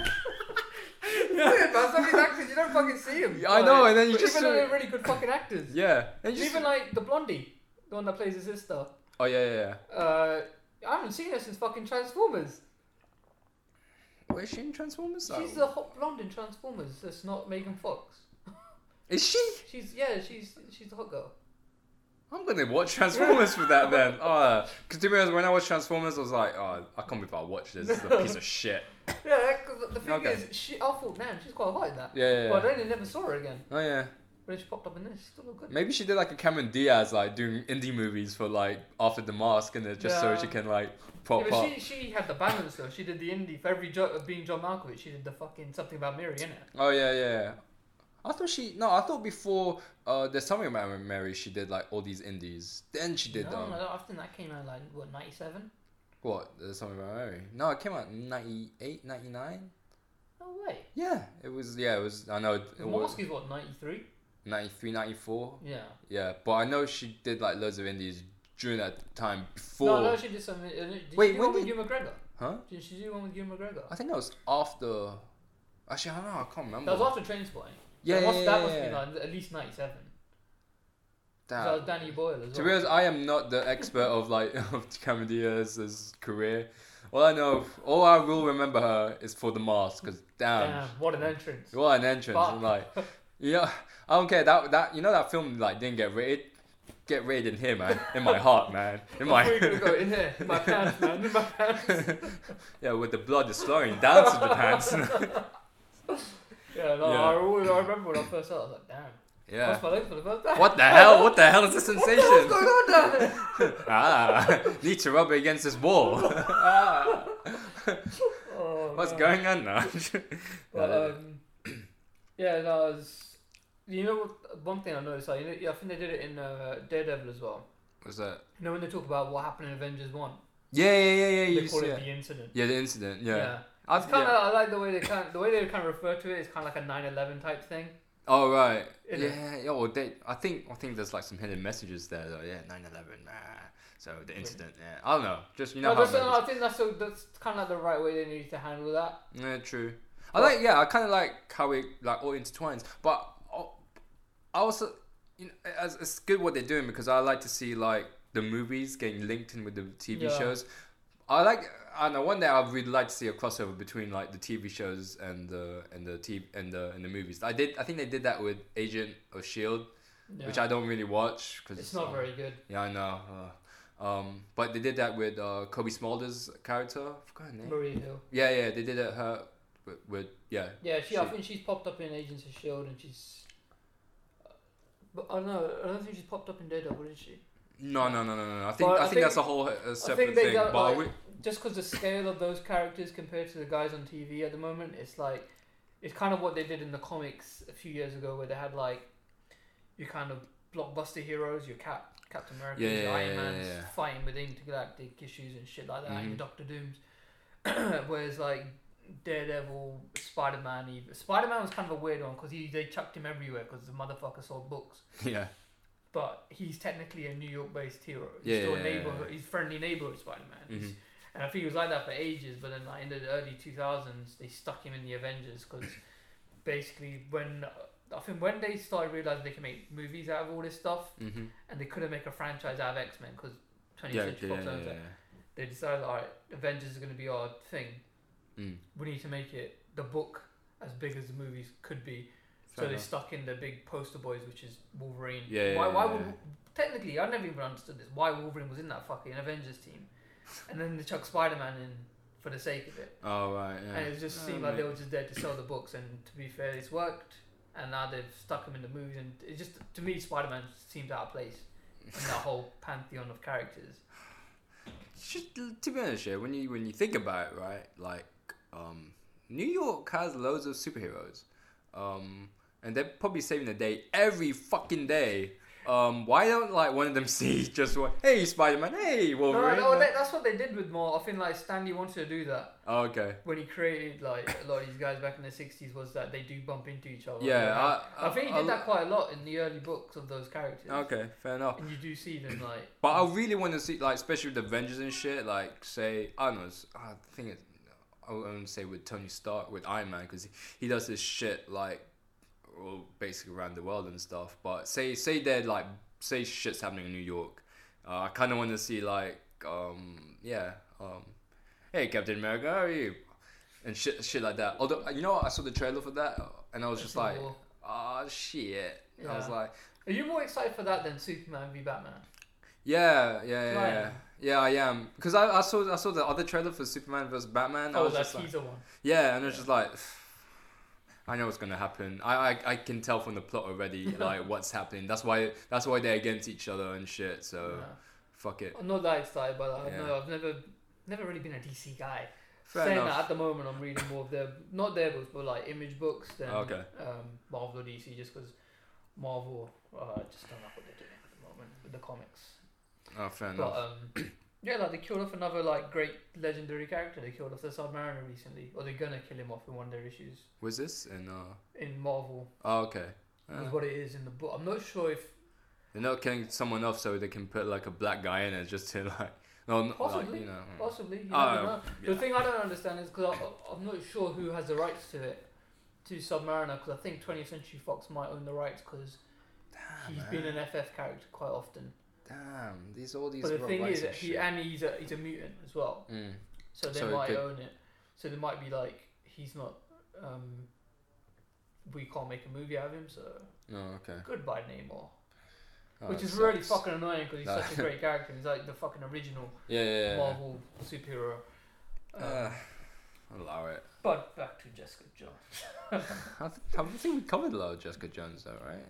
Speaker 2: It's weird, man. Some of these actors, you don't fucking see them.
Speaker 1: Yeah, I know, and then you just sort
Speaker 2: even though
Speaker 1: of-
Speaker 2: they're really good fucking actors.
Speaker 1: yeah, and you just-
Speaker 2: Even like the blondie, the one that plays his sister.
Speaker 1: oh yeah, yeah, yeah.
Speaker 2: Uh, I haven't seen her since fucking Transformers.
Speaker 1: Wait, is she in Transformers? Oh.
Speaker 2: She's the hot blonde in Transformers. That's not Megan Fox.
Speaker 1: Is she?
Speaker 2: She's yeah, she's she's the hot girl.
Speaker 1: I'm gonna watch Transformers for that then. Because to be honest, when I watched Transformers, I was like, oh, I can't believe I watched this. It's a piece of shit.
Speaker 2: Yeah, because the thing
Speaker 1: Okay.
Speaker 2: is, she, I thought, man, she's quite hot in that.
Speaker 1: Yeah, yeah, yeah.
Speaker 2: But I only never saw her again.
Speaker 1: Oh yeah.
Speaker 2: But then she popped up in this. She still looked good.
Speaker 1: Maybe she did like a Cameron Diaz, like doing indie movies for like after the mask, and then just so
Speaker 2: Yeah.
Speaker 1: she can like
Speaker 2: Yeah,
Speaker 1: pop
Speaker 2: but
Speaker 1: up.
Speaker 2: she, she had the balance though. She did the indie for every job of being John Malkovich. She did the fucking something about Mary in it.
Speaker 1: Oh yeah, yeah. yeah. I thought she no. I thought before uh, there's something about Mary. She did like all these indies. Then she did
Speaker 2: no,
Speaker 1: um,
Speaker 2: no, I think that came out like what ninety seven.
Speaker 1: what? There's something about Mary. No, it came out in 98, 99?
Speaker 2: No way.
Speaker 1: Yeah, it was. Yeah, it was. I know it,
Speaker 2: The
Speaker 1: it was
Speaker 2: Mask is what ninety three.
Speaker 1: 93, 94.
Speaker 2: Yeah.
Speaker 1: Yeah, but I know she did like loads of indies during that time before.
Speaker 2: No, no, she did some. uh, Did
Speaker 1: Wait,
Speaker 2: she
Speaker 1: when
Speaker 2: do one with
Speaker 1: did-
Speaker 2: Hugh McGregor?
Speaker 1: Huh?
Speaker 2: Did she do one with Hugh McGregor?
Speaker 1: I think that was after. Actually, I don't know. I can't remember.
Speaker 2: That was after Trainspotting.
Speaker 1: yeah,
Speaker 2: that
Speaker 1: yeah,
Speaker 2: must,
Speaker 1: yeah,
Speaker 2: that must
Speaker 1: yeah,
Speaker 2: be
Speaker 1: yeah.
Speaker 2: like at least ninety seven.
Speaker 1: Damn.
Speaker 2: That was Danny Boyle as
Speaker 1: To
Speaker 2: well.
Speaker 1: be honest, I am not the expert of like of Cameron Diaz's career. All I know, all I will remember her is for the mask. Cause damn,
Speaker 2: Damn, what an entrance!
Speaker 1: what an entrance! I'm like, yeah, I don't care that that you know that film like didn't get rated, get rated in here, man, in my heart, man, in
Speaker 2: We're gonna
Speaker 1: my
Speaker 2: go in there. In my pants, man. In my pants.
Speaker 1: yeah, with the blood is flowing down to the pants.
Speaker 2: Yeah, no,
Speaker 1: Yeah.
Speaker 2: I, always, I remember when I first saw it, I was like, damn. I
Speaker 1: yeah,
Speaker 2: was my leg for the first time.
Speaker 1: what the hell? What the hell is this
Speaker 2: What's
Speaker 1: sensation?
Speaker 2: going on down
Speaker 1: Oh,
Speaker 2: there?
Speaker 1: ah, need to rub it against this wall. ah,
Speaker 2: Oh,
Speaker 1: what's
Speaker 2: no.
Speaker 1: going on now?
Speaker 2: But, um, yeah, no, it was, you know, what- one thing I noticed, like, you know, yeah, I think they did it in uh, Daredevil as well.
Speaker 1: What's that?
Speaker 2: You know, when they talk about what happened in Avengers 1,
Speaker 1: Yeah, yeah, yeah, yeah.
Speaker 2: they
Speaker 1: you
Speaker 2: call
Speaker 1: see
Speaker 2: it
Speaker 1: it.
Speaker 2: the incident.
Speaker 1: Yeah, the incident. Yeah. I
Speaker 2: It's kind of, I like the way they kind of, the way they kind of refer to it is kind of like a 9 11 type thing.
Speaker 1: Oh right.
Speaker 2: Isn't it?
Speaker 1: yeah. Yeah. Well, they, I think I think there's like some hidden messages there. Though. Yeah. 9/11. Nah. So the incident. Yeah. I don't know. Just you know
Speaker 2: No,
Speaker 1: how.
Speaker 2: that's, no,
Speaker 1: Americans-
Speaker 2: I think that's, the- that's kind of the right way they need to handle that.
Speaker 1: Yeah. True. I like. Yeah. I kind of like how it like all intertwines. But oh, I also, you know, it's, it's good what they're doing because I like to see like the movies getting linked in with the TV
Speaker 2: Yeah.
Speaker 1: shows. I like. I don't know one day I'd really like to see a crossover between like the TV shows and the and the TV and the and the movies. I did. I think they did that with Agent of Shield.
Speaker 2: Yeah.
Speaker 1: E which I don't really watch because
Speaker 2: it's not very good.
Speaker 1: Yeah, I know. Uh, um, but they did that with uh, Kobe Smulders' character. I forgot her name.
Speaker 2: Marie Hill.
Speaker 1: Yeah, yeah, they did it her with, with yeah.
Speaker 2: Yeah, she. I
Speaker 1: She-
Speaker 2: think she's popped up in Agents of Shield, E and she's. uh, But I don't know. I don't think she's popped up in Daredevil, did she?
Speaker 1: No, no, no, no, no. no. I think
Speaker 2: But
Speaker 1: I,
Speaker 2: I
Speaker 1: think,
Speaker 2: think-
Speaker 1: that's a whole uh, separate
Speaker 2: they
Speaker 1: thing.
Speaker 2: got,
Speaker 1: but
Speaker 2: like-
Speaker 1: we,
Speaker 2: Just because the scale of those characters compared to the guys on TV at the moment, it's like, it's kind of what they did in the comics a few years ago, where they had like, your kind of blockbuster heroes, your Cap, Captain America,
Speaker 1: Yeah,
Speaker 2: your
Speaker 1: yeah,
Speaker 2: Iron
Speaker 1: yeah,
Speaker 2: Man's
Speaker 1: yeah, yeah.
Speaker 2: fighting with intergalactic issues and shit like that, and
Speaker 1: Mhm.
Speaker 2: your Doctor Dooms. Whereas like Daredevil, Spider Man, even Spider Man was kind of a weird one because he they chucked him everywhere because the motherfucker sold books.
Speaker 1: yeah,
Speaker 2: but he's technically a New York based hero. He's
Speaker 1: Yeah,
Speaker 2: still
Speaker 1: yeah,
Speaker 2: a
Speaker 1: yeah,
Speaker 2: neighborhood. He's friendly neighborhood Spider Man.
Speaker 1: Mhm.
Speaker 2: And I think he was like that for ages. But then, like in the early two thousands, they stuck him in the Avengers because basically when I think when they started realizing they can make movies out of all this stuff
Speaker 1: mm-hmm.
Speaker 2: and they couldn't make a franchise out of X Men because twentieth
Speaker 1: yeah, yeah,
Speaker 2: century
Speaker 1: yeah,
Speaker 2: Fox
Speaker 1: yeah,
Speaker 2: owns it.
Speaker 1: yeah.
Speaker 2: They decided, all right, Avengers is going to be our thing.
Speaker 1: Mm.
Speaker 2: We need to make it the book as big as the movies could be.
Speaker 1: Fair
Speaker 2: so they
Speaker 1: enough.
Speaker 2: stuck in the big poster boys, which is Wolverine.
Speaker 1: Yeah,
Speaker 2: Why?
Speaker 1: yeah,
Speaker 2: why
Speaker 1: yeah,
Speaker 2: would
Speaker 1: yeah.
Speaker 2: technically I never even understood this. Why Wolverine was in that fucking Avengers team, and then they chucked Spider Man in for the sake of it,
Speaker 1: Oh right, yeah.
Speaker 2: and it just
Speaker 1: Oh,
Speaker 2: seemed like they
Speaker 1: mate.
Speaker 2: were just there to sell the books. And to be fair, it's worked, and now they've stuck him in the movies. And it just to me, Spider Man seemed out of place in that whole pantheon of characters.
Speaker 1: Just, to be honest, yeah, when you when you think about it, right, like um, New York has loads of superheroes, um, and they're probably saving the day every fucking day. Um, why don't like one of them see just one? Hey, Spider Man! Hey,
Speaker 2: No,
Speaker 1: Wolverine!
Speaker 2: no, that, that's what they did with more. I think like Stanley wanted to do that
Speaker 1: oh, okay,
Speaker 2: when he created like a lot of these guys back in the sixties was that they do bump into each other. They
Speaker 1: yeah,
Speaker 2: have-
Speaker 1: I,
Speaker 2: I think he did
Speaker 1: I-
Speaker 2: that quite a lot in the early books of those characters.
Speaker 1: Um, Okay, fair enough.
Speaker 2: And you do see them like.
Speaker 1: But I really want to see, like, especially with Avengers and shit, like, say, I don't know, it's- I think it's, I would say with Tony Stark, with Iron Man, because he, he does this shit, like, well, basically around the world and stuff. But say, say they're, like, say shit's happening in New York. Uh, I kind of want to see, like, um, yeah, um, hey, Captain America, how are you? And shit, shit like that. Although, you know, what? I saw the trailer for that, and I was just like,
Speaker 2: Civil War.
Speaker 1: ah, shit. I was
Speaker 2: Yeah.
Speaker 1: like,
Speaker 2: Are you more excited for that than Superman v Batman?
Speaker 1: Yeah, yeah, yeah,
Speaker 2: Right.
Speaker 1: yeah. Yeah, I am because I, I saw I saw the other trailer for Superman vs Batman. I
Speaker 2: oh,
Speaker 1: was
Speaker 2: that
Speaker 1: just like,
Speaker 2: teaser one.
Speaker 1: yeah, and I was just like, I know what's gonna happen. I, I I can tell from the plot already, like what's happening. That's why that's why they're against each other and shit. So
Speaker 2: Yeah.
Speaker 1: fuck it.
Speaker 2: I'm not that excited by that.
Speaker 1: Yeah.
Speaker 2: No, I've never, never really been a DC guy.
Speaker 1: Fair
Speaker 2: Saying
Speaker 1: enough.
Speaker 2: that at the moment, I'm reading more of their not their books, but like image books than
Speaker 1: Okay.
Speaker 2: um, Marvel or DC, just because Marvel uh, just don't know what they're doing at the moment with the comics.
Speaker 1: Oh, fair
Speaker 2: But
Speaker 1: enough.
Speaker 2: um, yeah, like they killed off another like great legendary character. They killed off the Submariner recently, or they're gonna kill him off in one of their issues
Speaker 1: Was this in? Uh,
Speaker 2: in Marvel.
Speaker 1: oh, okay. Uh,
Speaker 2: Is what it is in the book. I'm not sure if
Speaker 1: they're not killing someone off so they can put like a black guy in it just to like, no, n-
Speaker 2: Possibly.
Speaker 1: like you know.
Speaker 2: Possibly. You
Speaker 1: Oh,
Speaker 2: never know.
Speaker 1: yeah.
Speaker 2: The thing I don't understand is because I'm not sure who has the rights to it, to Submariner, because I think 20th Century Fox might own the rights because
Speaker 1: Ah,
Speaker 2: he's been an FF character quite often.
Speaker 1: Damn, these all these.
Speaker 2: but the
Speaker 1: rock
Speaker 2: thing
Speaker 1: rights
Speaker 2: is, that
Speaker 1: and
Speaker 2: he
Speaker 1: shit.
Speaker 2: and he's a, he's a mutant as well,
Speaker 1: Mm.
Speaker 2: so they
Speaker 1: So it
Speaker 2: might
Speaker 1: could-
Speaker 2: own it. So they might be like, he's not. Um, we can't make a movie out of him, so
Speaker 1: No, Oh, okay.
Speaker 2: goodbye Namor,
Speaker 1: Oh,
Speaker 2: which
Speaker 1: that
Speaker 2: is really
Speaker 1: sucks.
Speaker 2: fucking annoying because he's
Speaker 1: No.
Speaker 2: such a great character. He's like the fucking original
Speaker 1: Yeah, yeah, yeah.
Speaker 2: Marvel superhero. Um,
Speaker 1: Uh, allow it.
Speaker 2: But back to Jessica Jones.
Speaker 1: I, th- I think we covered a lot of Jessica Jones, though, right?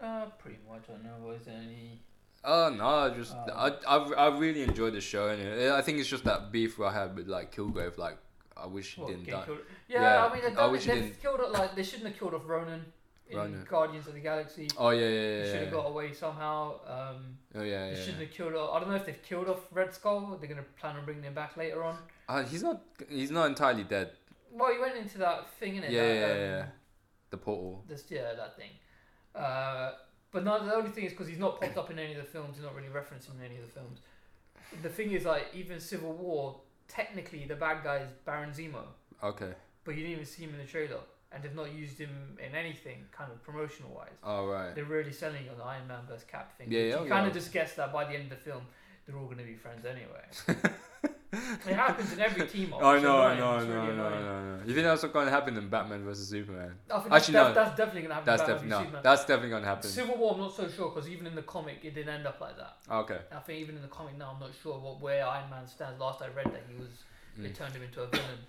Speaker 2: Uh, pretty much. I don't know. Was there any?
Speaker 1: Oh no, just
Speaker 2: Um,
Speaker 1: I, I, I really enjoyed the show, and it- I think it's just that beef I had with like Kilgrave. Like, I wish he
Speaker 2: What,
Speaker 1: didn't
Speaker 2: gay
Speaker 1: die.
Speaker 2: killed- Yeah,
Speaker 1: Yeah,
Speaker 2: I mean,
Speaker 1: I
Speaker 2: they've, done,
Speaker 1: wish you
Speaker 2: they've
Speaker 1: didn't-
Speaker 2: killed it like they shouldn't have killed off Ronan in
Speaker 1: Ronan.
Speaker 2: Guardians of the Galaxy.
Speaker 1: Oh yeah, yeah,
Speaker 2: They
Speaker 1: yeah.
Speaker 2: should
Speaker 1: yeah.
Speaker 2: have got away somehow. Um,
Speaker 1: Oh yeah,
Speaker 2: they
Speaker 1: yeah.
Speaker 2: shouldn't
Speaker 1: yeah.
Speaker 2: have killed. Off, I don't know if they've killed off Red Skull. They're gonna plan on bringing him back later on.
Speaker 1: Uh, he's not. He's not entirely dead.
Speaker 2: Well, he went into that thing in
Speaker 1: Yeah,
Speaker 2: it.
Speaker 1: yeah,
Speaker 2: that,
Speaker 1: yeah,
Speaker 2: um,
Speaker 1: yeah. The portal.
Speaker 2: This yeah, that thing. Uh, but no, the only thing is because he's not popped up in any of the films. He's not really referenced in any of the films. The thing is, like, even Civil War, technically the bad guy is Baron Zemo.
Speaker 1: Okay.
Speaker 2: but you didn't even see him in the trailer, and they've not used him in anything kind of promotional wise.
Speaker 1: All right.
Speaker 2: They're really selling on the Iron Man vs Cap thing.
Speaker 1: Yeah,
Speaker 2: which
Speaker 1: yeah, oh,
Speaker 2: you
Speaker 1: yeah.
Speaker 2: kind of just guessed that by the end of the film, they're all going to be friends anyway. it happens in every team up.
Speaker 1: I
Speaker 2: It's
Speaker 1: know, I
Speaker 2: annoying,
Speaker 1: know, I
Speaker 2: it's
Speaker 1: know, I
Speaker 2: really
Speaker 1: know, I
Speaker 2: annoying.
Speaker 1: know, I know. You think that's what's gonna happen in Batman versus Superman?
Speaker 2: I think
Speaker 1: Actually,
Speaker 2: that's,
Speaker 1: no.
Speaker 2: that's definitely going to happen.
Speaker 1: That's
Speaker 2: in Batman
Speaker 1: definitely
Speaker 2: v
Speaker 1: no.
Speaker 2: Superman.
Speaker 1: That's definitely gonna happen.
Speaker 2: Civil War, I'm not so sure because even in the comic, it didn't end up like that.
Speaker 1: okay.
Speaker 2: I think even in the comic now, I'm not sure what where Iron Man stands. Last I read that he was, they
Speaker 1: Mm.
Speaker 2: turned him into a villain.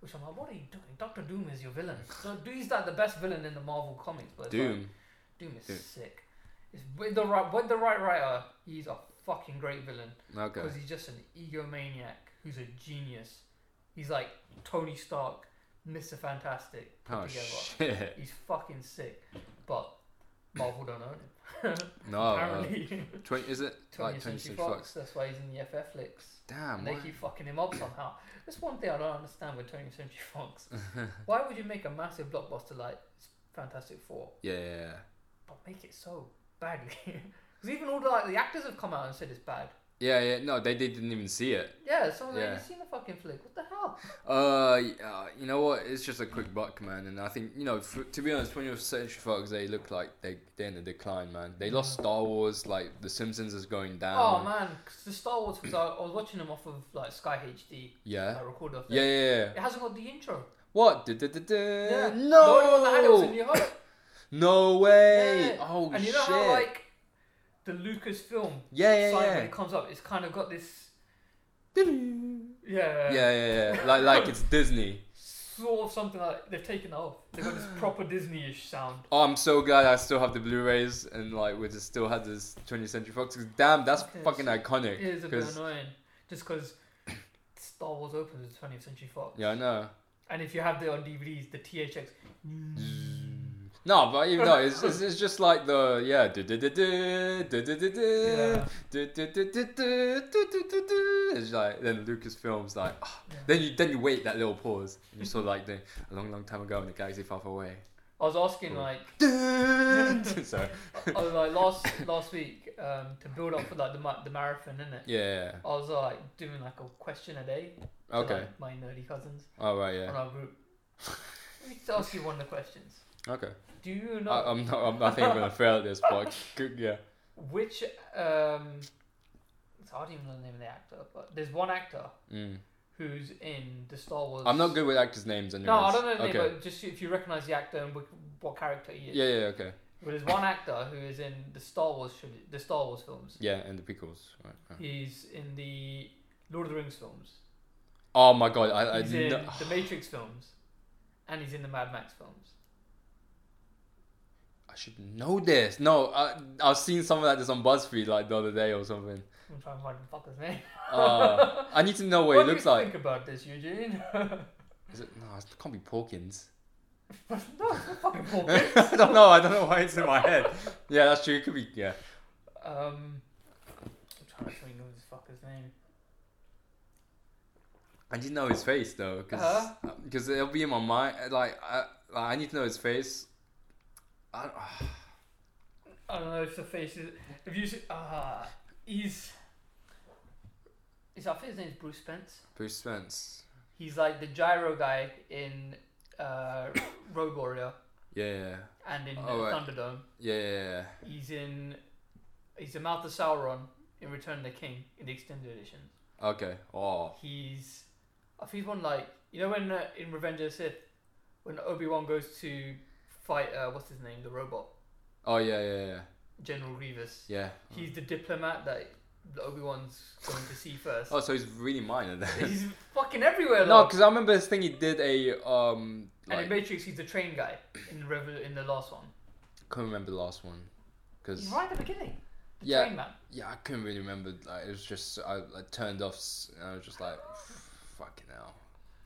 Speaker 2: Which I'm like, what are you doing? Doctor Doom is your villain. So Doom's like the best villain in the Marvel comics, but it's like,
Speaker 1: Doom.
Speaker 2: Doom is
Speaker 1: Doom.
Speaker 2: sick. It's with the right with the right writer, he's a fucking great villain
Speaker 1: Okay.
Speaker 2: because he's just an egomaniac who's a genius. He's like Tony Stark, Mister Fantastic. put
Speaker 1: Oh
Speaker 2: together.
Speaker 1: shit.
Speaker 2: He's fucking sick, but Marvel don't own him.
Speaker 1: No. Uh,
Speaker 2: Apparently.
Speaker 1: 20, is it
Speaker 2: 20th
Speaker 1: like 20th
Speaker 2: Century
Speaker 1: Century
Speaker 2: Fox.
Speaker 1: Fox?
Speaker 2: That's why he's in the FF flicks.
Speaker 1: Damn.
Speaker 2: and they
Speaker 1: why-
Speaker 2: keep fucking him up somehow. That's one thing I don't understand with 20th Century Fox. why would you make a massive blockbuster like Fantastic Four,
Speaker 1: Yeah, yeah, yeah.
Speaker 2: but make it so badly? Because even all the, like, the actors have come out and said it's bad.
Speaker 1: Yeah, yeah. No, they, they didn't even see it.
Speaker 2: Yeah, someone's like,
Speaker 1: Yeah.
Speaker 2: have you seen the fucking flick? What the hell?
Speaker 1: Uh, y- uh, you know what? It's just a
Speaker 2: Mm.
Speaker 1: quick buck, man. And I think you know, f to be honest, 20th Century Fox, they look like they they're in a decline, man. They lost Star Wars. Like The Simpsons is going down.
Speaker 2: Mm. oh man, 'cause the Star Wars, because I, I was watching them off of like Sky HD,
Speaker 1: Yeah.
Speaker 2: I recorded off
Speaker 1: Yeah,
Speaker 2: there.
Speaker 1: yeah, yeah.
Speaker 2: It hasn't got the intro.
Speaker 1: What? Da, da, da, da.
Speaker 2: The only one that had it was a
Speaker 1: No.
Speaker 2: New Hope.
Speaker 1: No way.
Speaker 2: Yeah.
Speaker 1: Oh
Speaker 2: and you
Speaker 1: shit.
Speaker 2: know how like the Lucasfilm
Speaker 1: Yeah, yeah,
Speaker 2: sign
Speaker 1: yeah.
Speaker 2: when it comes up, it's kind of got this
Speaker 1: yeah,
Speaker 2: yeah,
Speaker 1: yeah, yeah. Like like it's Disney.
Speaker 2: sort of something like they've taken that off. They've got this proper Disney-ish sound.
Speaker 1: Oh, I'm so glad I still have the Blu-rays and like we just still had this 20th Century Fox. 'cause damn, that's
Speaker 2: Okay,
Speaker 1: fucking
Speaker 2: so
Speaker 1: iconic.
Speaker 2: It is a bit
Speaker 1: 'cause-
Speaker 2: annoying, just because Star Wars opens with 20th Century Fox,
Speaker 1: yeah, I know.
Speaker 2: and if you have the on DVDs, the THX.
Speaker 1: No, but even though it's, it's it's just like the yeah du- du- du- du- du- du- du- du-
Speaker 2: Yeah.
Speaker 1: du- du- du- du- du- du- du- du- du. it's like then Lucasfilm's like ah.
Speaker 2: Yeah.
Speaker 1: then you then you wait that little pause and you sort of like the a long long time ago in the galaxy far far away.
Speaker 2: I was asking
Speaker 1: Cool.
Speaker 2: like,
Speaker 1: Dun! Sorry.
Speaker 2: I was like last last week um, to build up for like the ma- the marathon, innit?
Speaker 1: Yeah.
Speaker 2: I was like doing like a question a day to
Speaker 1: Okay.
Speaker 2: like, my nerdy cousins
Speaker 1: All right.
Speaker 2: on
Speaker 1: Yeah.
Speaker 2: our group. Let me just ask you one of the questions.
Speaker 1: Okay.
Speaker 2: Do you know
Speaker 1: I, I'm not. I'm, I think I'm gonna fail at this, but good- yeah.
Speaker 2: which um? so I don't even know the name of the actor, but there's one actor
Speaker 1: Mm.
Speaker 2: who's in the Star Wars.
Speaker 1: I'm not good with actors' names. Anyways.
Speaker 2: No, I don't know the
Speaker 1: okay.
Speaker 2: name, but just if you recognize the actor and wh- what character he is.
Speaker 1: Yeah. Yeah. Okay.
Speaker 2: But there's one actor who is in the Star Wars tril- the Star Wars films.
Speaker 1: Yeah, and the prequels. Right, right.
Speaker 2: He's in the Lord of the Rings films.
Speaker 1: Oh my god, I, I
Speaker 2: He's in
Speaker 1: kno-
Speaker 2: the Matrix films, and he's in the Mad Max films.
Speaker 1: I should know this. No, I, I've seen some of that just on BuzzFeed like the other day or something.
Speaker 2: I'm trying to find the fucker's name.
Speaker 1: Uh, I need to know what, he
Speaker 2: what do
Speaker 1: looks
Speaker 2: you
Speaker 1: like.
Speaker 2: think about this, Eugene?
Speaker 1: Is it, no, it can't be Porkins.
Speaker 2: no, it's not fucking Paul Rudd.
Speaker 1: I don't know. I don't know why it's in my head. Yeah, that's true. It could be. Yeah.
Speaker 2: Um, I'm trying to think of this fucker's name.
Speaker 1: I need to know his face though, because
Speaker 2: Uh-huh.
Speaker 1: it'll be in my mind. Like I, like, I need to know his face. I, ah,
Speaker 2: I don't know if the face is. If you see, ah, he's. Is I think his name's Bruce Spence.
Speaker 1: Bruce Spence.
Speaker 2: He's like the gyro guy in uh, Rogue Warrior
Speaker 1: Yeah, yeah,
Speaker 2: and in uh,
Speaker 1: Oh, right.
Speaker 2: Thunderdome.
Speaker 1: yeah, yeah, yeah.
Speaker 2: He's in. He's the Mouth of Sauron in Return of the King in the extended edition.
Speaker 1: yeah. Okay. Oh,
Speaker 2: He's. I think he's one like you know when uh, in Revenge of the Sith, when Obi Wan goes to fight uh, what's his name the robot
Speaker 1: oh yeah, yeah, yeah,
Speaker 2: General Grievous.
Speaker 1: yeah.
Speaker 2: He's the diplomat that Obi Wan's going to see first.
Speaker 1: Oh, so he's really minor then.
Speaker 2: He's fucking everywhere.
Speaker 1: no,
Speaker 2: though.
Speaker 1: because I remember this thing he did a um.
Speaker 2: and
Speaker 1: Like,
Speaker 2: in Matrix, he's the train guy in the revel- in the last one.
Speaker 1: couldn't remember the last one,
Speaker 2: He's
Speaker 1: because
Speaker 2: right at the beginning. The
Speaker 1: Yeah.
Speaker 2: train man.
Speaker 1: yeah, I couldn't really remember. Like it was just I, I turned off. s- And I was just like, fucking hell,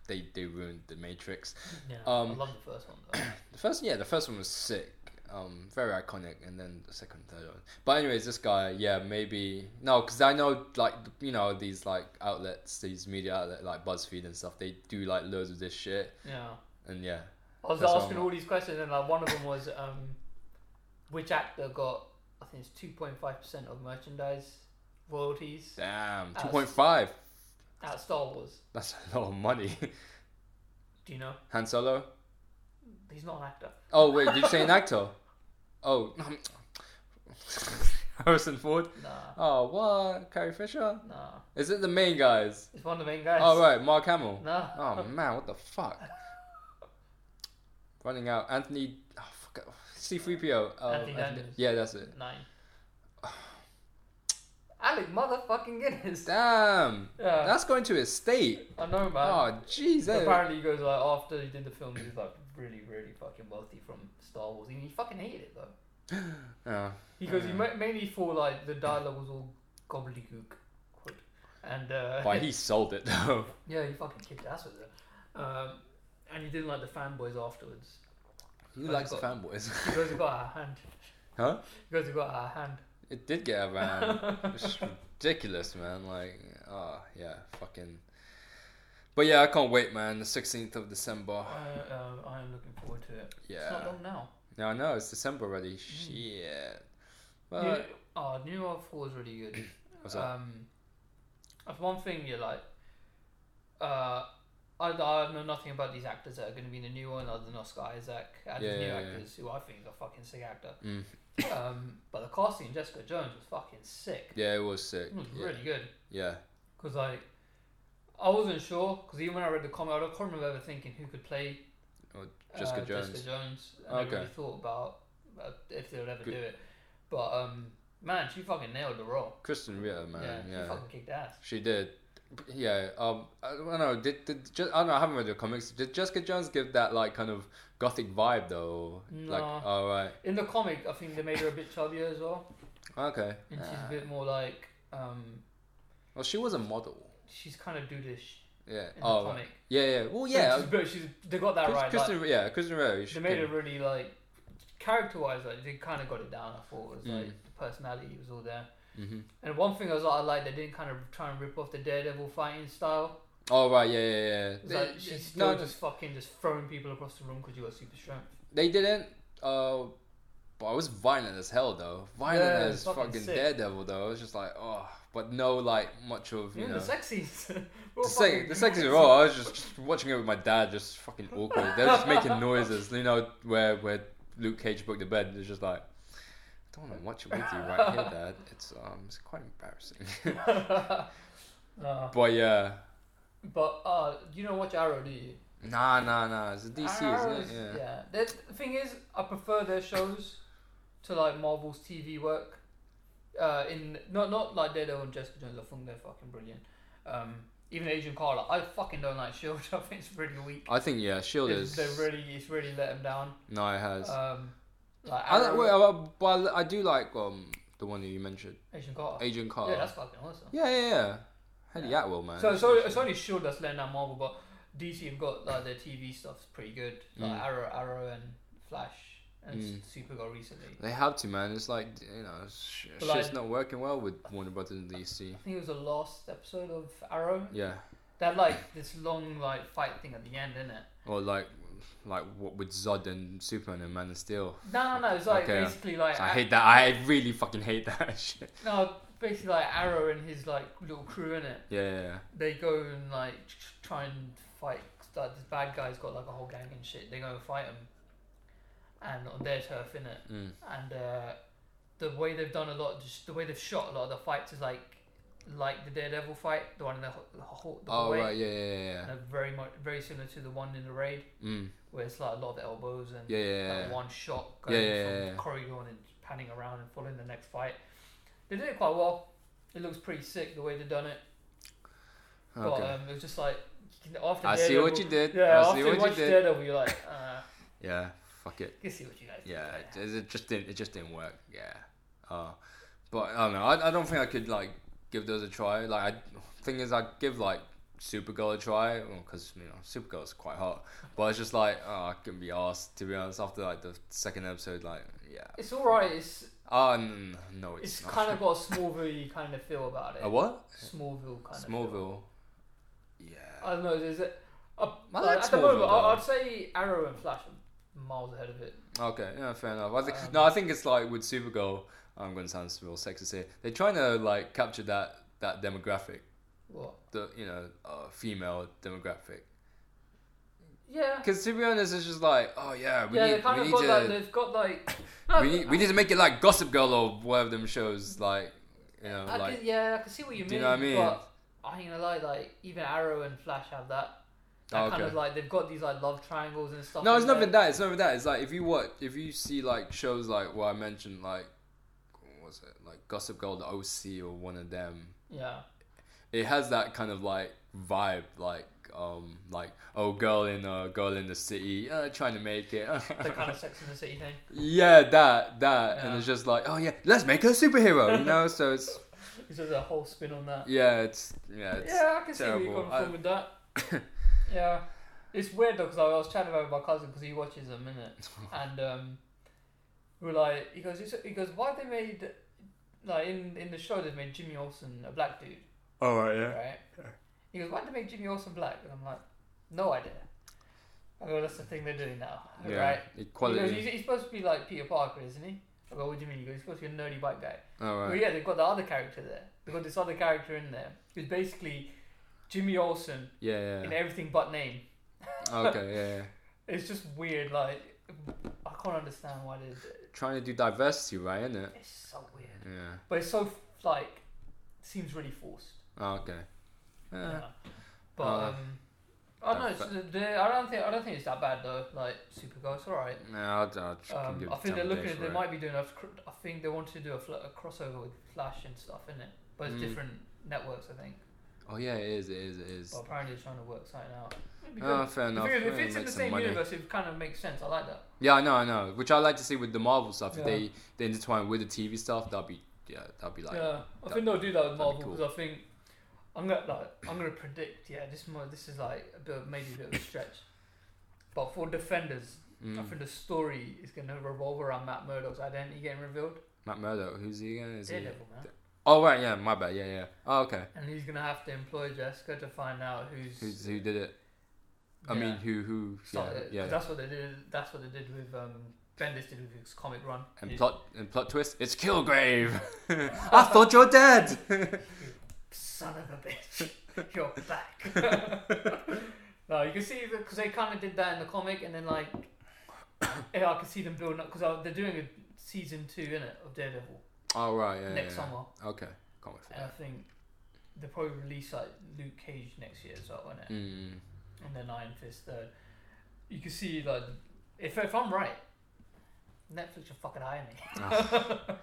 Speaker 1: they they ruined the Matrix.
Speaker 2: Yeah, I
Speaker 1: Um,
Speaker 2: love the first one. Though.
Speaker 1: The first, yeah, the first one was sick, um, very iconic, and then the second, third one. But anyways, this guy, yeah, maybe no, because I know like you know these like outlets, these media outlets like BuzzFeed and stuff. They do like loads of this shit,
Speaker 2: yeah.
Speaker 1: and yeah,
Speaker 2: I was
Speaker 1: That's all
Speaker 2: asking
Speaker 1: I'm-
Speaker 2: all these questions, and like one of them was um, which actor got I think it's two point five percent of merchandise royalties
Speaker 1: damn,
Speaker 2: That's-
Speaker 1: two point five.
Speaker 2: at Star Wars.
Speaker 1: That's a lot of money.
Speaker 2: Do you know?
Speaker 1: Han Solo.
Speaker 2: He's not an actor.
Speaker 1: Oh wait, did you say an actor? Oh, Harrison Ford.
Speaker 2: Nah,
Speaker 1: Oh what? Carrie Fisher.
Speaker 2: nah.
Speaker 1: Is it the main guys?
Speaker 2: It's one of the main guys.
Speaker 1: Oh right, Mark Hamill.
Speaker 2: Nah.
Speaker 1: Oh man, what the fuck? Running out. Anthony. Oh, fuck. C3PO. Oh,
Speaker 2: Anthony Daniels.
Speaker 1: Yeah, that's it.
Speaker 2: Nine. Alec motherfucking Guinness.
Speaker 1: Damn.
Speaker 2: Yeah.
Speaker 1: That's going to estate.
Speaker 2: I know, man.
Speaker 1: Oh, jeez. that-
Speaker 2: Apparently, he goes like after he did the film, he was like really, really fucking wealthy from Star Wars, and he fucking hated it though.
Speaker 1: Yeah.
Speaker 2: Because he ma- mainly for like the dialogue was all gobbledygook, quote. and uh,
Speaker 1: Why he sold it though.
Speaker 2: yeah, he fucking kicked ass with it. Um, and he didn't like the fanboys afterwards.
Speaker 1: Who likes the fanboys?
Speaker 2: He goes, "We got our hand."
Speaker 1: Huh?
Speaker 2: He goes, "We got our hand."
Speaker 1: It did get around. it's ridiculous, man. Like, oh yeah, fucking. But yeah, I can't wait, man. The sixteenth of December.
Speaker 2: I, um, I am looking forward to it. It's
Speaker 1: Yeah.
Speaker 2: not long Mm. now.
Speaker 1: No, I know it's December already. Shit. But
Speaker 2: New, oh, New York Four is really good.
Speaker 1: What's that?
Speaker 2: um, that's one thing you like. Uh, I, I know nothing about these actors that are going to be in the new one other than Oscar Isaac and these
Speaker 1: Yeah,
Speaker 2: new
Speaker 1: yeah, yeah.
Speaker 2: actors who I think is a fucking sick actor.
Speaker 1: Mm.
Speaker 2: um, but the casting in Jessica Jones was fucking sick.
Speaker 1: yeah, it was sick.
Speaker 2: It was
Speaker 1: Yeah.
Speaker 2: Mm, really good
Speaker 1: yeah.
Speaker 2: because like I wasn't sure because even when I read the comic, I don't- can't remember ever thinking who could play
Speaker 1: Or Oh, Jessica
Speaker 2: uh,
Speaker 1: Jones.
Speaker 2: Jessica Jones. And I
Speaker 1: Okay.
Speaker 2: really thought about uh, if they would ever
Speaker 1: Good.
Speaker 2: do it, but um, man, she fucking nailed the role.
Speaker 1: Kristen Ritter, man.
Speaker 2: yeah,
Speaker 1: Yeah,
Speaker 2: she fucking kicked ass.
Speaker 1: she did. Yeah, um, I don't know. Did, did just, I don't know. I haven't read the comics. Did Jessica Jones give that like kind of gothic vibe though? Like,
Speaker 2: No.
Speaker 1: all right,
Speaker 2: In the comic, I think they made her a bit chubbier as well,
Speaker 1: okay.
Speaker 2: and she's
Speaker 1: Ah.
Speaker 2: a bit more like um,
Speaker 1: Well, she was a model.
Speaker 2: she's kind of dudeish
Speaker 1: Yeah.
Speaker 2: in
Speaker 1: oh,
Speaker 2: the
Speaker 1: right.
Speaker 2: comic.
Speaker 1: yeah, yeah. Well,
Speaker 2: she's,
Speaker 1: yeah.
Speaker 2: but she's they got that
Speaker 1: Chris-
Speaker 2: right.
Speaker 1: Kristen,
Speaker 2: Like,
Speaker 1: yeah, Kristen Ritter.
Speaker 2: they made her really like character-wise, like they kind of got it down. I thought it was like
Speaker 1: Mm.
Speaker 2: the personality was all there.
Speaker 1: Mm-hmm.
Speaker 2: And one thing I was like, I like they didn't kind of try and rip off the Daredevil fighting style.
Speaker 1: Oh right, yeah, yeah, yeah.
Speaker 2: It's
Speaker 1: They,
Speaker 2: like she's
Speaker 1: it's-
Speaker 2: still
Speaker 1: no,
Speaker 2: just fucking just throwing people across the room because you got super strength.
Speaker 1: they didn't. Uh, but it was violent as hell though. Violent
Speaker 2: Yeah,
Speaker 1: as
Speaker 2: fucking
Speaker 1: fucking,
Speaker 2: sick.
Speaker 1: Daredevil though. It was just like, oh, but no, like much of you
Speaker 2: Even
Speaker 1: know.
Speaker 2: the sex scenes.
Speaker 1: The, sex, the sex is raw. I was just, just watching it with my dad, just fucking awkward. They're just making noises, you know, where where Luke Cage broke the bed. It's just like, I don't want to watch it with you right here, Dad. It's um, it's quite embarrassing.
Speaker 2: Uh,
Speaker 1: but yeah,
Speaker 2: but uh, you don't watch Arrow, do you?
Speaker 1: nah, nah, nah. It's a DC,
Speaker 2: Arrow
Speaker 1: isn't it? Yeah.
Speaker 2: yeah. The the thing is, I prefer their shows to like Marvel's TV work. Uh, in not not like Daredevil and Jessica Jones. I think they're fucking brilliant. Um, even Agent Carla, I fucking don't like Shield. I think it's really weak.
Speaker 1: I think yeah, Shield is
Speaker 2: It's, they really, it's really let them down.
Speaker 1: no, it has.
Speaker 2: Um, like
Speaker 1: I like,
Speaker 2: Arrow,
Speaker 1: wait, uh, but I do like um the one that you mentioned,
Speaker 2: Agent Carter.
Speaker 1: Agent Carter.
Speaker 2: Yeah, that's fucking awesome.
Speaker 1: yeah, yeah, yeah. Hedy Atwell, man.
Speaker 2: So, so it's only Shield that's letting down Marvel, but DC have got like their TV stuff's pretty good, like
Speaker 1: Mm.
Speaker 2: Arrow, Arrow, and Flash, and
Speaker 1: Mm.
Speaker 2: S- Supergirl recently.
Speaker 1: They have to, man. It's like you know, sh-
Speaker 2: But, like-
Speaker 1: shit's not working well with Warner Brothers and DC.
Speaker 2: I think it was the last episode of Arrow.
Speaker 1: Yeah,
Speaker 2: That like this long like fight thing at the end, isn't it?
Speaker 1: or like, like what with Zod and Superman and Man of Steel.
Speaker 2: No, no, no. It's like
Speaker 1: Okay.
Speaker 2: basically like
Speaker 1: I
Speaker 2: Ar-
Speaker 1: hate that. I really fucking hate that shit.
Speaker 2: no, basically like Arrow and his like little crew in it.
Speaker 1: Yeah, yeah, yeah.
Speaker 2: They go and like tr- tr- try and fight. Like, this bad guy's got like a whole gang and shit. They go and fight him, and on their turf, in it.
Speaker 1: Mm.
Speaker 2: and uh, the way they've done a lot, just the way they've shot a lot of the fights is like like the Daredevil fight, the one in the, ho- the, ho- the
Speaker 1: Oh
Speaker 2: hallway,
Speaker 1: right, yeah, yeah, yeah,
Speaker 2: and very much very similar to the one in the raid,
Speaker 1: yeah. Mm.
Speaker 2: where it's like a lot of elbows and
Speaker 1: Yeah, yeah,
Speaker 2: like
Speaker 1: yeah.
Speaker 2: one shot going
Speaker 1: Yeah, yeah,
Speaker 2: from
Speaker 1: yeah,
Speaker 2: the
Speaker 1: yeah.
Speaker 2: corridor and then panning around and following the next fight. They did it quite well. It looks pretty sick the way they've done it.
Speaker 1: Okay.
Speaker 2: But um, it was just like you can- after
Speaker 1: I see what
Speaker 2: Daredevil-
Speaker 1: you did.
Speaker 2: uh, Yeah,
Speaker 1: I
Speaker 2: after
Speaker 1: see
Speaker 2: you
Speaker 1: what
Speaker 2: watch
Speaker 1: you did.
Speaker 2: Daredevil, you're like, uh,
Speaker 1: Yeah, fuck it.
Speaker 2: you can see what you guys did
Speaker 1: Yeah, it,
Speaker 2: there.
Speaker 1: it just didn't. It just didn't work. Yeah. Uh, but I don't know. I, I don't think I could like give those a try. Like, I, thing is, I give like Supergirl a try because you know Supergirl's quite hot. But it's just like oh, I can be asked to be honest. After like the second episode, like yeah.
Speaker 2: It's alright. It's
Speaker 1: Oh n- no, it's,
Speaker 2: It's
Speaker 1: not.
Speaker 2: kind of got a Smallville kind of feel about it.
Speaker 1: a what?
Speaker 2: Smallville kind of. Feel.
Speaker 1: Smallville. Yeah.
Speaker 2: I don't know. There's a. a
Speaker 1: I
Speaker 2: like,
Speaker 1: like
Speaker 2: at the moment,
Speaker 1: Smallville,
Speaker 2: I,
Speaker 1: though.
Speaker 2: I'd say Arrow and Flash are miles ahead of it.
Speaker 1: Okay, yeah, fair enough. I think
Speaker 2: Oh. Um,
Speaker 1: no, I think it's like with Supergirl. I'm going to sound real sexist here. They're trying to like capture that that demographic.
Speaker 2: What?
Speaker 1: the you know uh, female demographic.
Speaker 2: Yeah.
Speaker 1: Because to be honest, it's just like, oh yeah, we
Speaker 2: yeah, they
Speaker 1: need,
Speaker 2: kind
Speaker 1: we
Speaker 2: of
Speaker 1: need
Speaker 2: got
Speaker 1: to,
Speaker 2: like they've got like. No,
Speaker 1: we need, we need to make it like Gossip Girl or whatever them shows like, you know,
Speaker 2: I
Speaker 1: like
Speaker 2: can, yeah, I can see what you mean.
Speaker 1: Do you know what I mean?
Speaker 2: But I ain't gonna lie, like even Arrow and Flash have that. That
Speaker 1: Oh,
Speaker 2: kind
Speaker 1: okay.
Speaker 2: of like they've got these like love triangles and stuff.
Speaker 1: no, it's
Speaker 2: in there.
Speaker 1: not even that. It's not even that. It's like if you watch, if you see like shows like what I mentioned, like what was it like Gossip Girl, the OC or one of them,
Speaker 2: Yeah.
Speaker 1: it has that kind of like vibe, like um, like oh girl in uh, girl in the city, uh, trying to make it.
Speaker 2: The kind of Sex in the City thing.
Speaker 1: Yeah, that that, and
Speaker 2: Yeah.
Speaker 1: it's just like, oh yeah, let's make her a superhero, you know. So it's
Speaker 2: There's a whole spin on that.
Speaker 1: yeah, it's yeah, it's
Speaker 2: yeah, I can see where
Speaker 1: terrible.
Speaker 2: you're coming
Speaker 1: I-
Speaker 2: from with that. yeah, it's weird though because I was chatting about it with my cousin because he watches them in it, and um, we were like, he goes, "It's- he goes, why they made like in in the show they made Jimmy Olsen a black dude,
Speaker 1: all right, yeah.
Speaker 2: right? He goes, why did they make Jimmy Olsen black? And I'm like, no idea. I go, that's the thing they're doing now,
Speaker 1: Yeah,
Speaker 2: right? He goes, he's,
Speaker 1: equality.
Speaker 2: he's supposed to be like Peter Parker, isn't he? I go, what do you mean? He goes, he's supposed to be a nerdy white guy.
Speaker 1: All
Speaker 2: Well,
Speaker 1: right.
Speaker 2: yeah, they've got the other character there. They've got this other character in there who's basically Jimmy Olsen
Speaker 1: Yeah,
Speaker 2: in
Speaker 1: yeah.
Speaker 2: everything but name.
Speaker 1: Okay, yeah, yeah.
Speaker 2: It's just weird. Like, I can't understand why they did it.
Speaker 1: Trying to do diversity, right? Isn't it?
Speaker 2: It's so weird.
Speaker 1: Yeah.
Speaker 2: But it's so like seems really forced.
Speaker 1: Oh, okay. Yeah.
Speaker 2: Yeah. But
Speaker 1: Uh,
Speaker 2: um, I don't know.
Speaker 1: that's
Speaker 2: It's, the, the, I don't think I don't think it's that bad though. Like Supergirl's alright.
Speaker 1: No, I, I just can
Speaker 2: Um,
Speaker 1: give
Speaker 2: I think they're looking. at They
Speaker 1: it.
Speaker 2: might be doing. A, cr- I think they want to do a, fl- a crossover with Flash and stuff in it, but it's
Speaker 1: Mm.
Speaker 2: different networks. I think.
Speaker 1: Oh yeah, it is. It is. It is.
Speaker 2: But apparently they're trying to work something out. It'd be
Speaker 1: Oh,
Speaker 2: good.
Speaker 1: fair enough.
Speaker 2: Oh, if, it-
Speaker 1: Yeah,
Speaker 2: if it's in
Speaker 1: make
Speaker 2: the
Speaker 1: some
Speaker 2: same
Speaker 1: money.
Speaker 2: universe, it kind of makes sense. I like that.
Speaker 1: Yeah, I know, I know. Which I like to see with the Marvel stuff.
Speaker 2: Yeah.
Speaker 1: If they they intertwine with the TV stuff, that'd be yeah, that'd be like
Speaker 2: yeah, I
Speaker 1: that-
Speaker 2: think they'll do that
Speaker 1: that'd be
Speaker 2: with Marvel because I think I'm gonna like I'm gonna predict. Yeah, this mo- this is like a bit of, maybe a bit of a stretch, but for Defenders, I
Speaker 1: mm.
Speaker 2: think the story is gonna revolve around Matt Murdock's identity getting revealed.
Speaker 1: Matt Murdock. Who's he again? Is he?
Speaker 2: Daredevil, man,
Speaker 1: Oh right, yeah. My bad. Yeah, yeah. Oh okay.
Speaker 2: and he's gonna have to employ Jessica to find out who's.
Speaker 1: Who's, who did it? I
Speaker 2: yeah, uh,
Speaker 1: mean, who who? Yeah,
Speaker 2: started it, 'cause
Speaker 1: yeah.
Speaker 2: That's what they did. That's what they did with um, Bendis did with his comic run.
Speaker 1: And
Speaker 2: He-
Speaker 1: plot and plot twist. It's Kilgrave. I thought you're dead.
Speaker 2: son of a bitch, you're back. no, you can see because they kind of did that in the comic, and then like, yeah, I can see them building up because they're doing a season two in it of Daredevil
Speaker 1: All Oh, right. Yeah.
Speaker 2: next Uh,
Speaker 1: yeah,
Speaker 2: summer,
Speaker 1: yeah. Okay. Can't wait for
Speaker 2: and I
Speaker 1: that.
Speaker 2: think they'll probably release like Luke Cage next year as well, innit?
Speaker 1: Mm.
Speaker 2: And then Iron Fist third. You can see like, if if I'm right, Netflix should fucking hire me.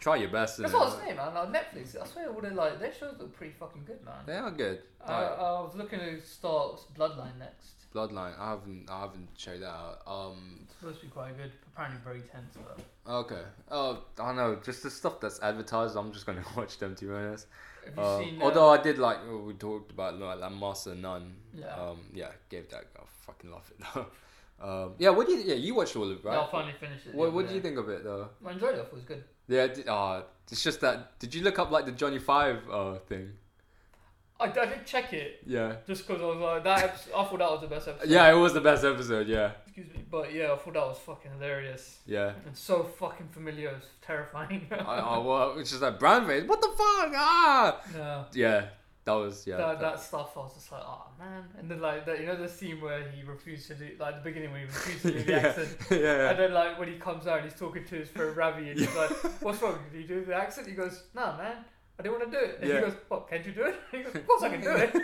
Speaker 1: Try your best. uh,
Speaker 2: That's
Speaker 1: and-
Speaker 2: what I was saying, man. Like, Netflix, I swear, it wouldn't like their shows look pretty fucking good, man.
Speaker 1: They are good.
Speaker 2: I,
Speaker 1: Like,
Speaker 2: I was looking to start Bloodline next.
Speaker 1: Bloodline. I haven't. I haven't checked that out. Um.
Speaker 2: It's supposed to be quite good. Apparently, very tense, but
Speaker 1: Okay. Oh, I don't know. Just the stuff that's advertised. I'm just gonna watch them to be honest.
Speaker 2: have you
Speaker 1: Um,
Speaker 2: seen? uh,
Speaker 1: although I did like oh, we talked about like, like Master Nun.
Speaker 2: Yeah.
Speaker 1: Um. Yeah. Gave that. I fucking love it though. Um. Yeah. What do you? Yeah. You watched all of it,
Speaker 2: no,
Speaker 1: right?
Speaker 2: I finally finished it. the
Speaker 1: What
Speaker 2: other
Speaker 1: What do you
Speaker 2: day.
Speaker 1: think of it though?
Speaker 2: I enjoyed it. I thought It was good.
Speaker 1: Yeah. Did, uh, it's just that. Did you look up like the Johnny Five uh thing?
Speaker 2: I, I did check it
Speaker 1: Yeah.
Speaker 2: just because I was like that. Episode, I thought that was the best episode.
Speaker 1: Yeah. It was the best episode. Yeah.
Speaker 2: Excuse me, but yeah, I thought that was fucking hilarious.
Speaker 1: Yeah.
Speaker 2: And so fucking familiar, it's terrifying.
Speaker 1: I, I, well, it's just like brown face. What the fuck? Ah.
Speaker 2: no.
Speaker 1: Yeah, that was yeah.
Speaker 2: that,
Speaker 1: That,
Speaker 2: that stuff, I was just like, oh man. And then, like, that, you know, the scene where he refused to do, like, the beginning when he refused to do the
Speaker 1: Yeah.
Speaker 2: accent.
Speaker 1: yeah,
Speaker 2: And then, like, when he comes out and he's talking to his friend Ravi, and he's like, what's wrong? Did you do the accent? He goes, no, man, I didn't want to do it. And
Speaker 1: Yeah.
Speaker 2: he goes, what, can't you do it? He goes, of course I can do it.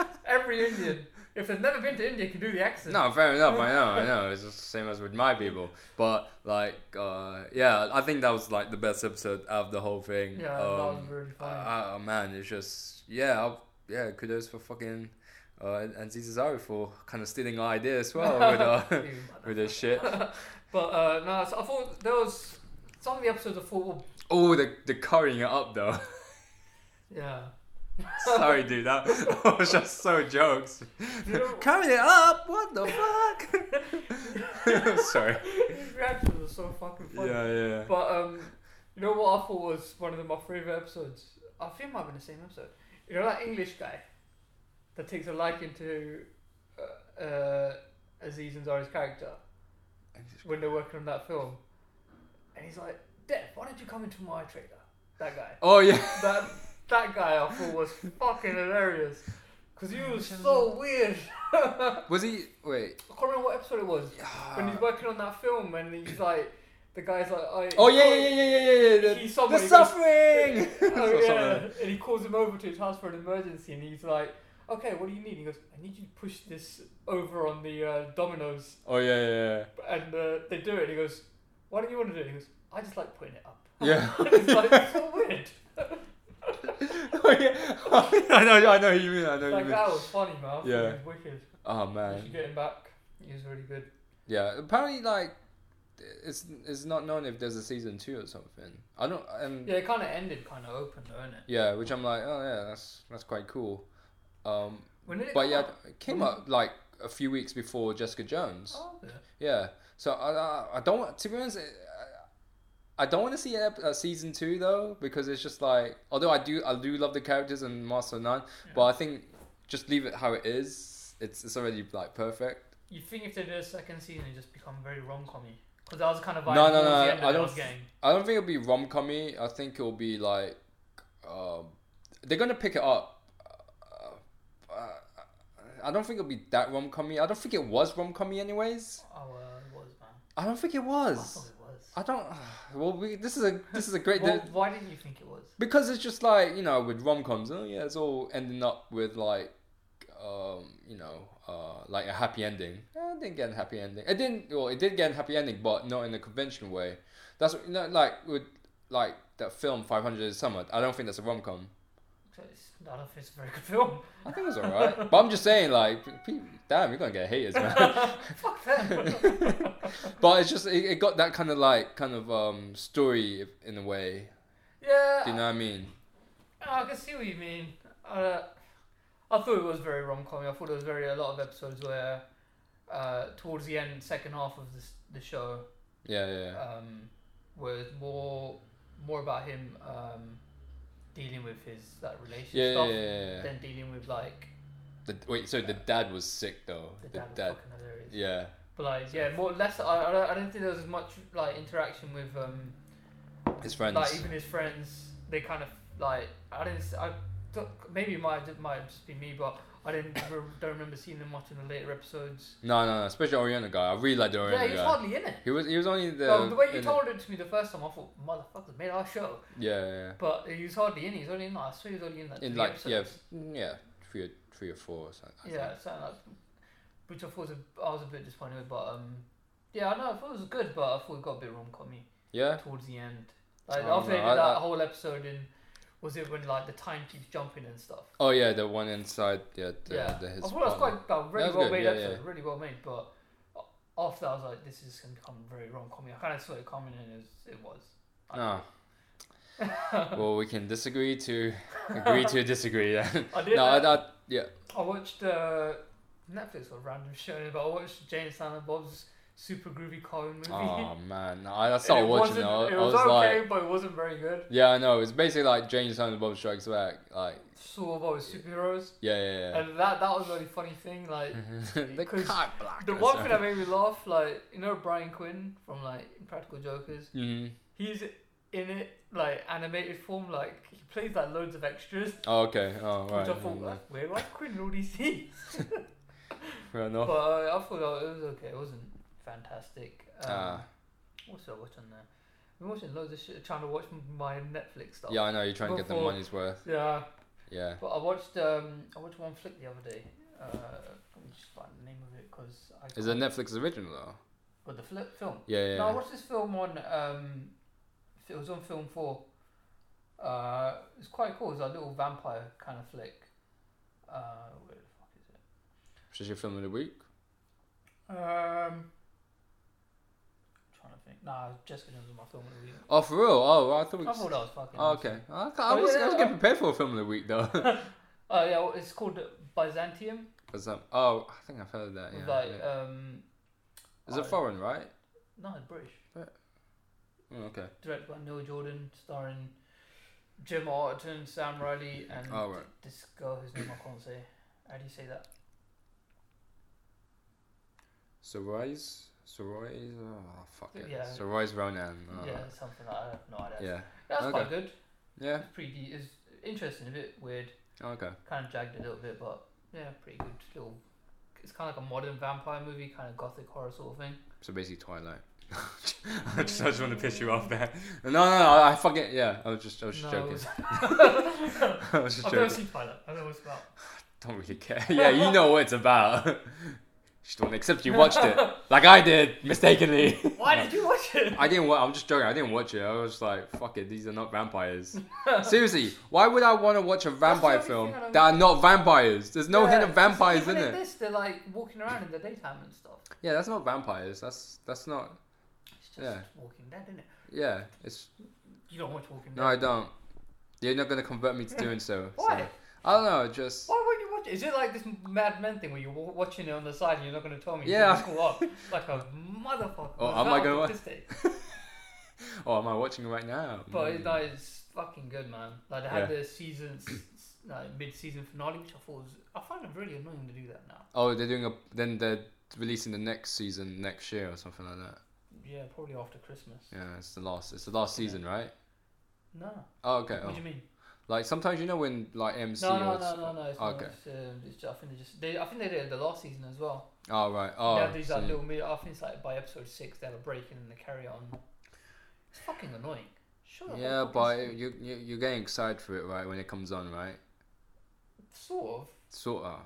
Speaker 2: Every Indian, if they've never been to India, can do the accent.
Speaker 1: No, fair enough. I know, I know. It's just the same as with my people. But like, uh, yeah, I think that was like the best episode of the whole thing.
Speaker 2: Yeah,
Speaker 1: um,
Speaker 2: that was really funny.
Speaker 1: uh, uh, man, it's just yeah, i yeah. Kudos for fucking uh, and Cesaro for kind of stealing our idea as well with uh,
Speaker 2: You
Speaker 1: with this shit.
Speaker 2: But uh, no, so I thought there was some of the episodes I thought, well,
Speaker 1: Oh, the the currying it up though.
Speaker 2: yeah.
Speaker 1: Sorry, dude. That was just so jokes.
Speaker 2: You know,
Speaker 1: Curry it up. What the fuck? Sorry.
Speaker 2: his reactions were so fucking
Speaker 1: Yeah,
Speaker 2: funny.
Speaker 1: yeah.
Speaker 2: But um, you know what I thought was one of the, my favorite episodes. I think it might have been the same episode. You know that English guy that takes a liking to uh, uh, Aziz Ansari's character when they're working on that film, and he's like, "Dev, why don't you come into my trailer?" That guy.
Speaker 1: Oh yeah.
Speaker 2: that that guy I thought was fucking hilarious. Cause he was so weird. I
Speaker 1: Was he? Wait.
Speaker 2: can't remember what episode it was. When he's working on that film and he's like, the guy's like, oh,
Speaker 1: Uh. oh yeah, yeah, yeah, yeah, yeah, yeah. The,
Speaker 2: He's
Speaker 1: the
Speaker 2: somebody who's-
Speaker 1: suffering. Or
Speaker 2: Oh
Speaker 1: something
Speaker 2: yeah,
Speaker 1: like
Speaker 2: and he calls him over to his house for an emergency, and he's like, "Okay, what do you need?" He goes, "I need you to push this over on the uh, dominoes,"
Speaker 1: Oh yeah, yeah,
Speaker 2: and uh, they do it. And he goes, "Why don't you want to do it?" He goes, "I just like putting it up."
Speaker 1: Yeah.
Speaker 2: it's like it's so weird.
Speaker 1: yeah. oh yeah. I know, I know who you mean. I know who you
Speaker 2: Like
Speaker 1: mean.
Speaker 2: that was funny, man. I thought
Speaker 1: Yeah.
Speaker 2: he was wicked.
Speaker 1: Oh
Speaker 2: You should
Speaker 1: man.
Speaker 2: get him back. He was really good.
Speaker 1: Yeah. Apparently, like, it's it's not known if there's a season two or something. I don't. Um,
Speaker 2: Yeah, it kind of ended kind of open, though, didn't it?
Speaker 1: yeah. Which I'm like, oh yeah, that's that's quite cool. Um,
Speaker 2: When did it?
Speaker 1: but
Speaker 2: come
Speaker 1: yeah,
Speaker 2: out?
Speaker 1: it came up like a few weeks before Jessica Jones.
Speaker 2: Oh, yeah.
Speaker 1: Yeah. So I I, I don't want to be honest. I, I don't want to see a, a season two though because it's just like although I do I do love the characters in Master None, but I think just leave it how it is. It's it's already like perfect.
Speaker 2: You think if they did a second season, it'd just become very rom commy? Because that was kind of vibe
Speaker 1: No, no,
Speaker 2: towards
Speaker 1: no,
Speaker 2: the end
Speaker 1: I
Speaker 2: of
Speaker 1: don't
Speaker 2: God's
Speaker 1: th-
Speaker 2: game.
Speaker 1: I don't think it'll be rom commy. I think it'll be like um, they're gonna pick it up. Uh, uh, I don't think it'll be that rom commy. I don't think it was rom commy anyways.
Speaker 2: Oh, uh, it was, man.
Speaker 1: I don't think it
Speaker 2: I thought
Speaker 1: was.
Speaker 2: it was.
Speaker 1: I don't. Well, we, this is a this is a great.
Speaker 2: Well, why didn't you think it was?
Speaker 1: Because it's just like, you know, with rom coms, oh yeah, it's all ending up with like, um, you know, uh, like a happy ending. Eh, it didn't get a happy ending. It didn't, well, it did get a happy ending, but not in the conventional way. That's, you know, like with, like that film 500 Days of Summer, I don't think that's a rom com.
Speaker 2: It's- I don't think it's a very good film.
Speaker 1: I think it's alright. but I'm just saying, like, pe- pe- damn, you're gonna get haters, man.
Speaker 2: Fuck them.
Speaker 1: but it's just, it, it got that kind of like, kind of um story in a way.
Speaker 2: yeah,
Speaker 1: Do you know what I mean?
Speaker 2: I, I can see what you mean. Uh, I thought it was very rom com. I thought it was very a lot of episodes where, uh, towards the end, second half of this, the show,
Speaker 1: Yeah, yeah.
Speaker 2: um, was more more about him um, dealing with his that relationship
Speaker 1: Yeah, yeah,
Speaker 2: stuff
Speaker 1: yeah, yeah, yeah.
Speaker 2: than dealing with like
Speaker 1: The, wait, so the dad was sick though.
Speaker 2: the
Speaker 1: The
Speaker 2: dad. was
Speaker 1: dad.
Speaker 2: fucking hilarious.
Speaker 1: Yeah.
Speaker 2: But like, yeah, more less. I, I don't- I don't think there was as much like interaction with um,
Speaker 1: His friends.
Speaker 2: like even his friends. They kind of like I didn't. s- I don't- maybe it might it might just be me, but I didn't re- don't remember seeing them much in the later episodes.
Speaker 1: no, no, no. Especially Oriana guy. I Oh, really like the
Speaker 2: yeah,
Speaker 1: Oriana
Speaker 2: he's
Speaker 1: guy.
Speaker 2: hardly in it.
Speaker 1: He was. He was only the.
Speaker 2: Well, the way you
Speaker 1: in-
Speaker 2: told it to me the first time, I thought, motherfuckers made our show.
Speaker 1: Yeah, yeah.
Speaker 2: But he was hardly in it. He's only in, like, I swear he's only in that.
Speaker 1: yeah. In
Speaker 2: three
Speaker 1: like yeah,
Speaker 2: episodes.
Speaker 1: f- yeah, three or three or four. Or something, I
Speaker 2: Yeah,
Speaker 1: think.
Speaker 2: something like, which I thought was a, I was a bit disappointed with, but um, Yeah, I know. I thought it was good, but I thought we got a bit rom commy
Speaker 1: Yeah.
Speaker 2: towards the end. Like
Speaker 1: Oh,
Speaker 2: after they
Speaker 1: no,
Speaker 2: did
Speaker 1: I-
Speaker 2: that
Speaker 1: I-
Speaker 2: whole episode in, was it when like the time keeps jumping and stuff?
Speaker 1: Oh yeah, the one inside. Yeah. The,
Speaker 2: yeah,
Speaker 1: The, his
Speaker 2: I thought it was
Speaker 1: partner.
Speaker 2: quite like, really
Speaker 1: That was
Speaker 2: well
Speaker 1: good,
Speaker 2: made
Speaker 1: yeah,
Speaker 2: episode, really well made. But a- after that, I was like, this is gonna become very rom commy. I kind of saw it coming, and it was. It was.
Speaker 1: Ah. well, we can disagree to agree to disagree. then.
Speaker 2: I did.
Speaker 1: no,
Speaker 2: uh,
Speaker 1: I thought yeah.
Speaker 2: I watched uh, Netflix or random show, but I watched Jane and Silent Bob's super groovy Cohen movie.
Speaker 1: Oh man, no, I I
Speaker 2: And
Speaker 1: started
Speaker 2: it
Speaker 1: watching.
Speaker 2: wasn't-
Speaker 1: I,
Speaker 2: It
Speaker 1: I was
Speaker 2: was okay,
Speaker 1: like,
Speaker 2: but it wasn't very good.
Speaker 1: yeah, I know. It's basically like James Silent Bob Strikes Back. Like,
Speaker 2: Sort of with superheroes,
Speaker 1: yeah, yeah, Mm-hmm. yeah.
Speaker 2: and that that was a really funny thing. Like
Speaker 1: the
Speaker 2: because
Speaker 1: cock block.
Speaker 2: the one thing that made me laugh, like you know Brian Quinn from like Practical Jokers,
Speaker 1: hmm
Speaker 2: he's in it like animated form, like he plays like loads of extras,
Speaker 1: Oh, okay. Oh, right.
Speaker 2: which I thought,
Speaker 1: Mm,
Speaker 2: like, where was Quinn in all these scenes?
Speaker 1: Fair
Speaker 2: But
Speaker 1: enough.
Speaker 2: uh, I thought uh, it was okay. It wasn't fantastic. Um,
Speaker 1: Ah.
Speaker 2: Also, what's on there? I've been watching loads of shit, trying to watch m- my Netflix stuff.
Speaker 1: Yeah, I know. You're trying to get the
Speaker 2: Before-
Speaker 1: money's worth.
Speaker 2: Yeah,
Speaker 1: Yeah.
Speaker 2: but I watched um, I watched one flick the other day. Uh, let me just find the name of it because I.
Speaker 1: Is it
Speaker 2: can't-
Speaker 1: Netflix original though?
Speaker 2: But the flip film.
Speaker 1: Yeah, yeah.
Speaker 2: No, I
Speaker 1: yeah.
Speaker 2: watched this film on. Um, it was on film four. Uh, it's quite cool. It's a little vampire kind of flick. Uh, where the fuck is it?
Speaker 1: Should you film of the week?
Speaker 2: Um, trying to think. Nah, Jessica Jones was my film of the week.
Speaker 1: Oh, for real? Oh, I thought. We
Speaker 2: I thought that was fucking.
Speaker 1: Oh,
Speaker 2: awesome.
Speaker 1: okay. I, I
Speaker 2: Oh,
Speaker 1: was,
Speaker 2: yeah,
Speaker 1: I was
Speaker 2: yeah,
Speaker 1: getting prepared for a film of the week though.
Speaker 2: Uh, yeah, well, it's called Byzantium.
Speaker 1: 'Cause, um, oh, I think I've heard of that.
Speaker 2: with,
Speaker 1: Yeah.
Speaker 2: like,
Speaker 1: yeah.
Speaker 2: um,
Speaker 1: Is it
Speaker 2: I-
Speaker 1: foreign, right?
Speaker 2: no, it's British.
Speaker 1: Oh, okay.
Speaker 2: Directed by Neil Jordan, starring Jim Arterton, Sam Riley, and
Speaker 1: Oh, right.
Speaker 2: this girl whose name I can't say. How do you say that?
Speaker 1: Soroy's. Soroy's. Oh, fuck it.
Speaker 2: Yeah.
Speaker 1: Soroy's Ronan. Oh.
Speaker 2: Yeah, something like that. I have no idea.
Speaker 1: Yeah.
Speaker 2: That's quite
Speaker 1: Okay.
Speaker 2: good.
Speaker 1: Yeah.
Speaker 2: It's pretty. de- It's interesting, a bit weird,
Speaker 1: Okay.
Speaker 2: kind of jagged a little bit, but yeah, pretty good. Little. It's kind of like a modern vampire movie, kind of gothic horror sort of thing.
Speaker 1: So basically, Twilight. I just, I just want to piss you off there. No, no, no. I fucking yeah. I was just, I was just
Speaker 2: No,
Speaker 1: joking.
Speaker 2: it's-
Speaker 1: I was just
Speaker 2: I've never
Speaker 1: joking.
Speaker 2: seen Pilot. I don't know what it's about.
Speaker 1: Don't really care. Yeah, you know what it's about. just don't accept you watched it, like I did mistakenly.
Speaker 2: Why
Speaker 1: No.
Speaker 2: did you watch it?
Speaker 1: I didn't. wa- I'm just joking. I didn't watch it. I was just like, fuck it. These are not vampires. Seriously, why would I want to watch a vampire
Speaker 2: only
Speaker 1: film
Speaker 2: thing I don't
Speaker 1: that are not vampires? There's no hint
Speaker 2: Yeah,
Speaker 1: of vampires
Speaker 2: even
Speaker 1: in it.
Speaker 2: This, they're like walking around in the daytime and stuff.
Speaker 1: Yeah, that's not vampires. That's that's not.
Speaker 2: It's just
Speaker 1: Yeah.
Speaker 2: Walking Dead, isn't it?
Speaker 1: Yeah, it's
Speaker 2: You don't watch Walking Dead.
Speaker 1: no, I don't. You're not gonna convert me to doing so.
Speaker 2: Why?
Speaker 1: so. I don't know. Just
Speaker 2: Why would you watch it? Is it like this Mad Men thing where you're wa- watching it on the side and you're not going to tell me?
Speaker 1: Yeah.
Speaker 2: You go up like a motherfucker.
Speaker 1: Oh,
Speaker 2: It's
Speaker 1: am I
Speaker 2: not
Speaker 1: gonna wa-
Speaker 2: autistic.
Speaker 1: oh, am I watching it right now?
Speaker 2: But
Speaker 1: Mm.
Speaker 2: it's, like, it's fucking good, man. Like they had
Speaker 1: Yeah.
Speaker 2: the season, like mid-season finale, which I thought was. I find it really annoying to do that now.
Speaker 1: oh, they're doing a then they're releasing the next season next year or something like that.
Speaker 2: Yeah, probably after Christmas.
Speaker 1: Yeah, it's the last. It's the last
Speaker 2: Yeah.
Speaker 1: season, right?
Speaker 2: No.
Speaker 1: Oh, okay.
Speaker 2: What
Speaker 1: Oh.
Speaker 2: do you mean?
Speaker 1: Like sometimes you know when like MC
Speaker 2: No,
Speaker 1: or
Speaker 2: no,
Speaker 1: it's-
Speaker 2: no, no, no. It's
Speaker 1: okay.
Speaker 2: Not, it's, um, it's just, I think they just. They, I think they did it the last season as well.
Speaker 1: Oh right. Oh.
Speaker 2: yeah, these like
Speaker 1: so-
Speaker 2: little mid. I think it's like by episode six they have a break and then they carry on. It's fucking annoying. Sure.
Speaker 1: yeah, but you, you you're getting excited for it, right? When it comes on, right?
Speaker 2: sort of.
Speaker 1: Sort of.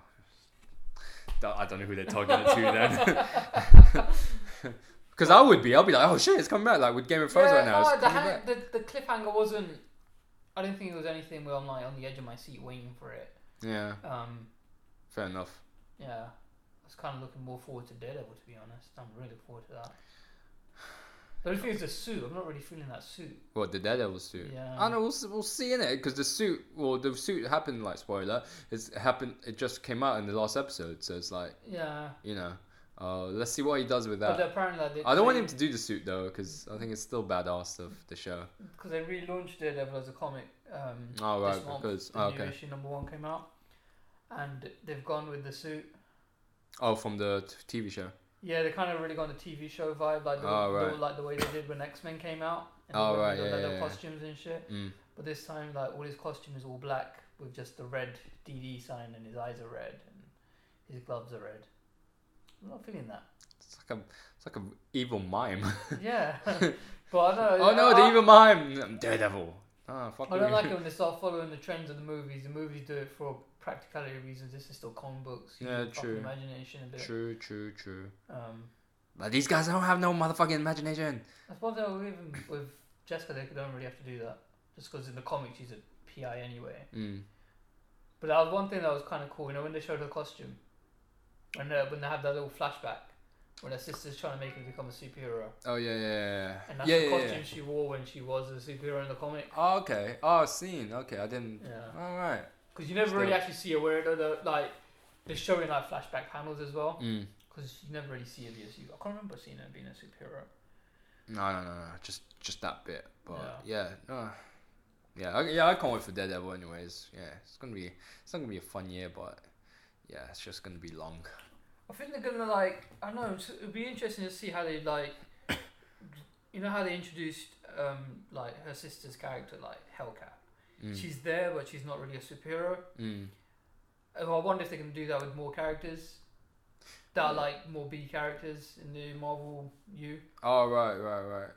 Speaker 1: Don't- I don't know who they're targeting to then. Because I would be. I'll be like, oh shit, it's coming back. Like with Game of Thrones right now.
Speaker 2: no,
Speaker 1: It's
Speaker 2: the,
Speaker 1: coming back.
Speaker 2: hang- the, the cliffhanger wasn't. I don't think it was anything where I'm like on the edge of my seat waiting for it.
Speaker 1: Yeah,
Speaker 2: Um,
Speaker 1: fair enough.
Speaker 2: yeah, I was kind of looking more forward to Daredevil to be honest. I'm really looking forward to that. The only thing is the suit. I'm not really feeling that suit.
Speaker 1: What the Daredevil suit?
Speaker 2: Yeah.
Speaker 1: I know we'll s- we'll see in it because the suit well the suit happened like spoiler it's happened it just came out in the last episode so it's like
Speaker 2: Yeah,
Speaker 1: you know uh, let's see what he does with
Speaker 2: but uh,
Speaker 1: that
Speaker 2: apparently like, they,
Speaker 1: I don't want
Speaker 2: they-
Speaker 1: him to do the suit though because I think it's still badass of the show
Speaker 2: because they relaunched Daredevil as a comic. Um,
Speaker 1: oh right
Speaker 2: this month,
Speaker 1: because
Speaker 2: the
Speaker 1: oh,
Speaker 2: new
Speaker 1: okay
Speaker 2: issue number one came out, and they've gone with the suit.
Speaker 1: oh from the t- TV show
Speaker 2: Yeah, they kind of really gone the TV show vibe, like the,
Speaker 1: Oh,
Speaker 2: the-
Speaker 1: right.
Speaker 2: like the way they did when X Men came out. And
Speaker 1: Oh,
Speaker 2: they went
Speaker 1: right,
Speaker 2: with the
Speaker 1: yeah,
Speaker 2: leather
Speaker 1: yeah, yeah.
Speaker 2: costumes and shit.
Speaker 1: mm.
Speaker 2: But this time, like all his costume is all black with just the red DD sign, and his eyes are red, and his gloves are red. I'm not feeling that.
Speaker 1: it's like a it's like an evil mime
Speaker 2: yeah, but I know.
Speaker 1: oh no the
Speaker 2: I,
Speaker 1: evil mime I'm Daredevil oh fuck
Speaker 2: I don't
Speaker 1: you.
Speaker 2: like it when they start following the trends of the movies. The movies do it for practicality reasons. This is still comic books. You
Speaker 1: Yeah,
Speaker 2: need fucking
Speaker 1: true.
Speaker 2: Imagination a bit.
Speaker 1: true true true
Speaker 2: Um,
Speaker 1: Like these guys don't have no motherfucking imagination.
Speaker 2: I suppose though, even with Jessica, they don't really have to do that, just because in the comics she's a PI anyway.
Speaker 1: Mm.
Speaker 2: But that was one thing that was kind of cool. You know, when they showed her costume, when they, when they have that little flashback, when her sister's trying to make her become a superhero,
Speaker 1: Oh yeah, yeah, yeah.
Speaker 2: and that's
Speaker 1: yeah,
Speaker 2: the
Speaker 1: yeah,
Speaker 2: costume
Speaker 1: yeah.
Speaker 2: she wore when she was a superhero in the comic.
Speaker 1: Oh, okay. Oh, scene. Okay, I didn't.
Speaker 2: Yeah,
Speaker 1: All right.
Speaker 2: because you never really
Speaker 1: Still.
Speaker 2: actually see her wear it. Though, though, like they're showing like flashback panels as well,
Speaker 1: Mm.
Speaker 2: because you never really see her be a superhero. I can't remember seeing her being a superhero.
Speaker 1: No, no, no, no. Just, just that bit. But yeah, no. Yeah, I, yeah. I can't wait for Daredevil. Anyways, yeah, it's gonna be, it's not gonna be a fun year, but yeah, it's just gonna be long.
Speaker 2: I think they're gonna like I don't know. it's- It'd be interesting to see how they like. You know how they introduced um like her sister's character like Hellcat.
Speaker 1: Mm.
Speaker 2: She's there, but she's not really a superhero.
Speaker 1: Mm.
Speaker 2: Oh, I wonder if they can do that with more characters. That are like more B characters in the Marvel U.
Speaker 1: Oh right, right, right.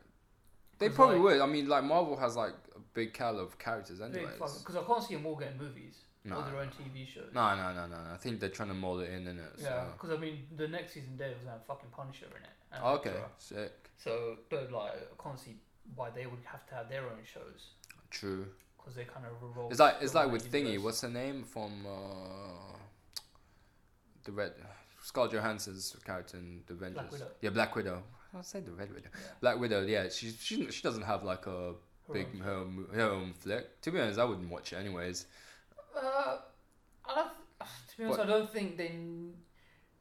Speaker 1: They
Speaker 2: 'Cause,
Speaker 1: probably
Speaker 2: like-
Speaker 1: would. I mean, like Marvel has like a big caliber of characters, anyways.
Speaker 2: Because I can't see them all getting movies
Speaker 1: No,
Speaker 2: or their own TV shows.
Speaker 1: No, no, no, no, no. I think they're trying to mold it in, innit? So.
Speaker 2: Yeah, because I mean, the next season Daredevil was gonna have fucking Punisher in it. and
Speaker 1: Okay,
Speaker 2: Elektra.
Speaker 1: sick.
Speaker 2: So, but like, I can't see why they would have to have their own shows.
Speaker 1: True.
Speaker 2: because they kind of revolve.
Speaker 1: It's like it's
Speaker 2: around
Speaker 1: like with
Speaker 2: that
Speaker 1: Thingy.
Speaker 2: universe.
Speaker 1: What's her name from uh, the Red Scarlett Johansson's character in The Avengers?
Speaker 2: Widow.
Speaker 1: Yeah, Black Widow. I say the Red Widow.
Speaker 2: Yeah.
Speaker 1: Black Widow. Yeah, she she she doesn't have like a
Speaker 2: Her
Speaker 1: big
Speaker 2: own-
Speaker 1: her own, her own flick. To be honest, I wouldn't watch it anyways.
Speaker 2: Uh, I don't. To be honest, I don't think they.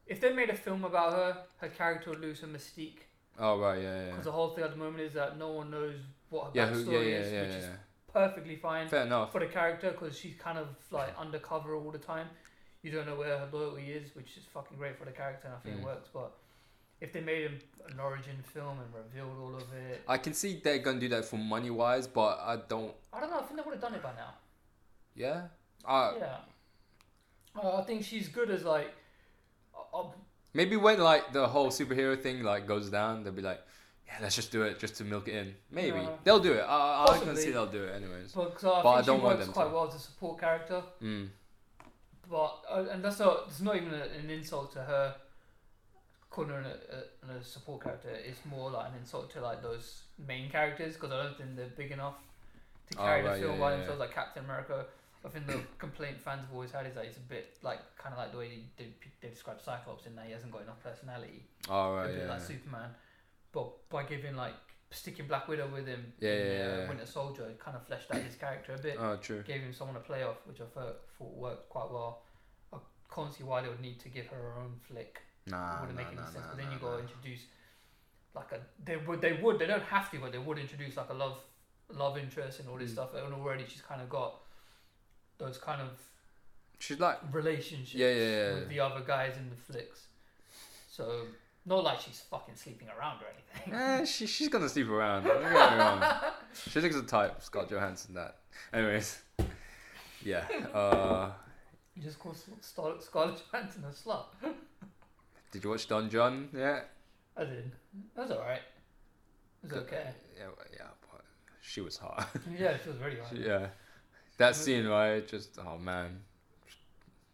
Speaker 2: If they made a film about her, her character would lose her mystique.
Speaker 1: Oh right, yeah, yeah,
Speaker 2: Because the whole thing at the moment is that no one knows what her
Speaker 1: yeah,
Speaker 2: backstory
Speaker 1: who, yeah, yeah,
Speaker 2: is,
Speaker 1: yeah,
Speaker 2: which
Speaker 1: yeah,
Speaker 2: is perfectly fine
Speaker 1: yeah. Fair enough.
Speaker 2: for the character because she's kind of like undercover all the time. You don't know where her loyalty is, which is fucking great for the character, and I think
Speaker 1: Mm.
Speaker 2: it works. But if they made an an origin film and revealed all of it,
Speaker 1: I can see they're gonna do that for money wise, but I don't.
Speaker 2: I don't know. I think they would have done it by now.
Speaker 1: Yeah. Uh,
Speaker 2: yeah. Uh, I think she's good as like. Uh, uh,
Speaker 1: Maybe when like the whole superhero thing like goes down, they'll be like, yeah, let's just do it just to milk it in. Maybe
Speaker 2: Yeah.
Speaker 1: they'll do it. I, I can
Speaker 2: Possibly.
Speaker 1: see they'll do it anyways.
Speaker 2: but 'cause I
Speaker 1: But I
Speaker 2: think
Speaker 1: don't
Speaker 2: she
Speaker 1: want
Speaker 2: works
Speaker 1: them
Speaker 2: quite
Speaker 1: to.
Speaker 2: well as a support character.
Speaker 1: Mm.
Speaker 2: But uh, and that's not it's not even a, an insult to her. Calling her a, a, a support character It's more like an insult to like those main characters because I don't think they're big enough to
Speaker 1: Oh,
Speaker 2: carry
Speaker 1: right,
Speaker 2: the film
Speaker 1: yeah,
Speaker 2: by
Speaker 1: yeah,
Speaker 2: themselves. Like Captain America, I think the complaint fans have always had is that it's a bit like kind of like the way they, they, they describe Cyclops in that he hasn't got enough personality.
Speaker 1: All
Speaker 2: a
Speaker 1: right.
Speaker 2: bit
Speaker 1: Yeah.
Speaker 2: like Superman, but by giving like sticking Black Widow with him,
Speaker 1: Yeah,
Speaker 2: in,
Speaker 1: yeah,
Speaker 2: uh,
Speaker 1: yeah.
Speaker 2: Winter Soldier, it kind of fleshed out his character a bit,
Speaker 1: Oh, true.
Speaker 2: gave him someone to play off, which I thought, thought worked quite well. I can't see why they would need to give her her own flick.
Speaker 1: Nah,
Speaker 2: it
Speaker 1: Ah, nah,
Speaker 2: wouldn't make any
Speaker 1: nah,
Speaker 2: sense.
Speaker 1: nah,
Speaker 2: but then
Speaker 1: nah,
Speaker 2: you got to
Speaker 1: nah.
Speaker 2: introduce like a they would they would they don't have to, but they would introduce like a love love interest and all this
Speaker 1: Mm.
Speaker 2: stuff. And already she's kind of got those kind of
Speaker 1: She's like,
Speaker 2: relationships
Speaker 1: Yeah, yeah, yeah.
Speaker 2: with the other guys in the flicks. So not like she's fucking sleeping around or anything.
Speaker 1: eh, she, she's gonna sleep around. Don't get me wrong. She thinks a type Scott Johansson that. Anyways, yeah. Uh,
Speaker 2: You just call Sc- Star- Scarlett Johansson a slut.
Speaker 1: did you watch Don John? Yeah.
Speaker 2: I did. That was alright. It was
Speaker 1: Good.
Speaker 2: okay.
Speaker 1: Yeah, well, yeah. But she was hot.
Speaker 2: Yeah, she was really hot.
Speaker 1: yeah. That
Speaker 2: Mhm.
Speaker 1: scene, right? Just oh man,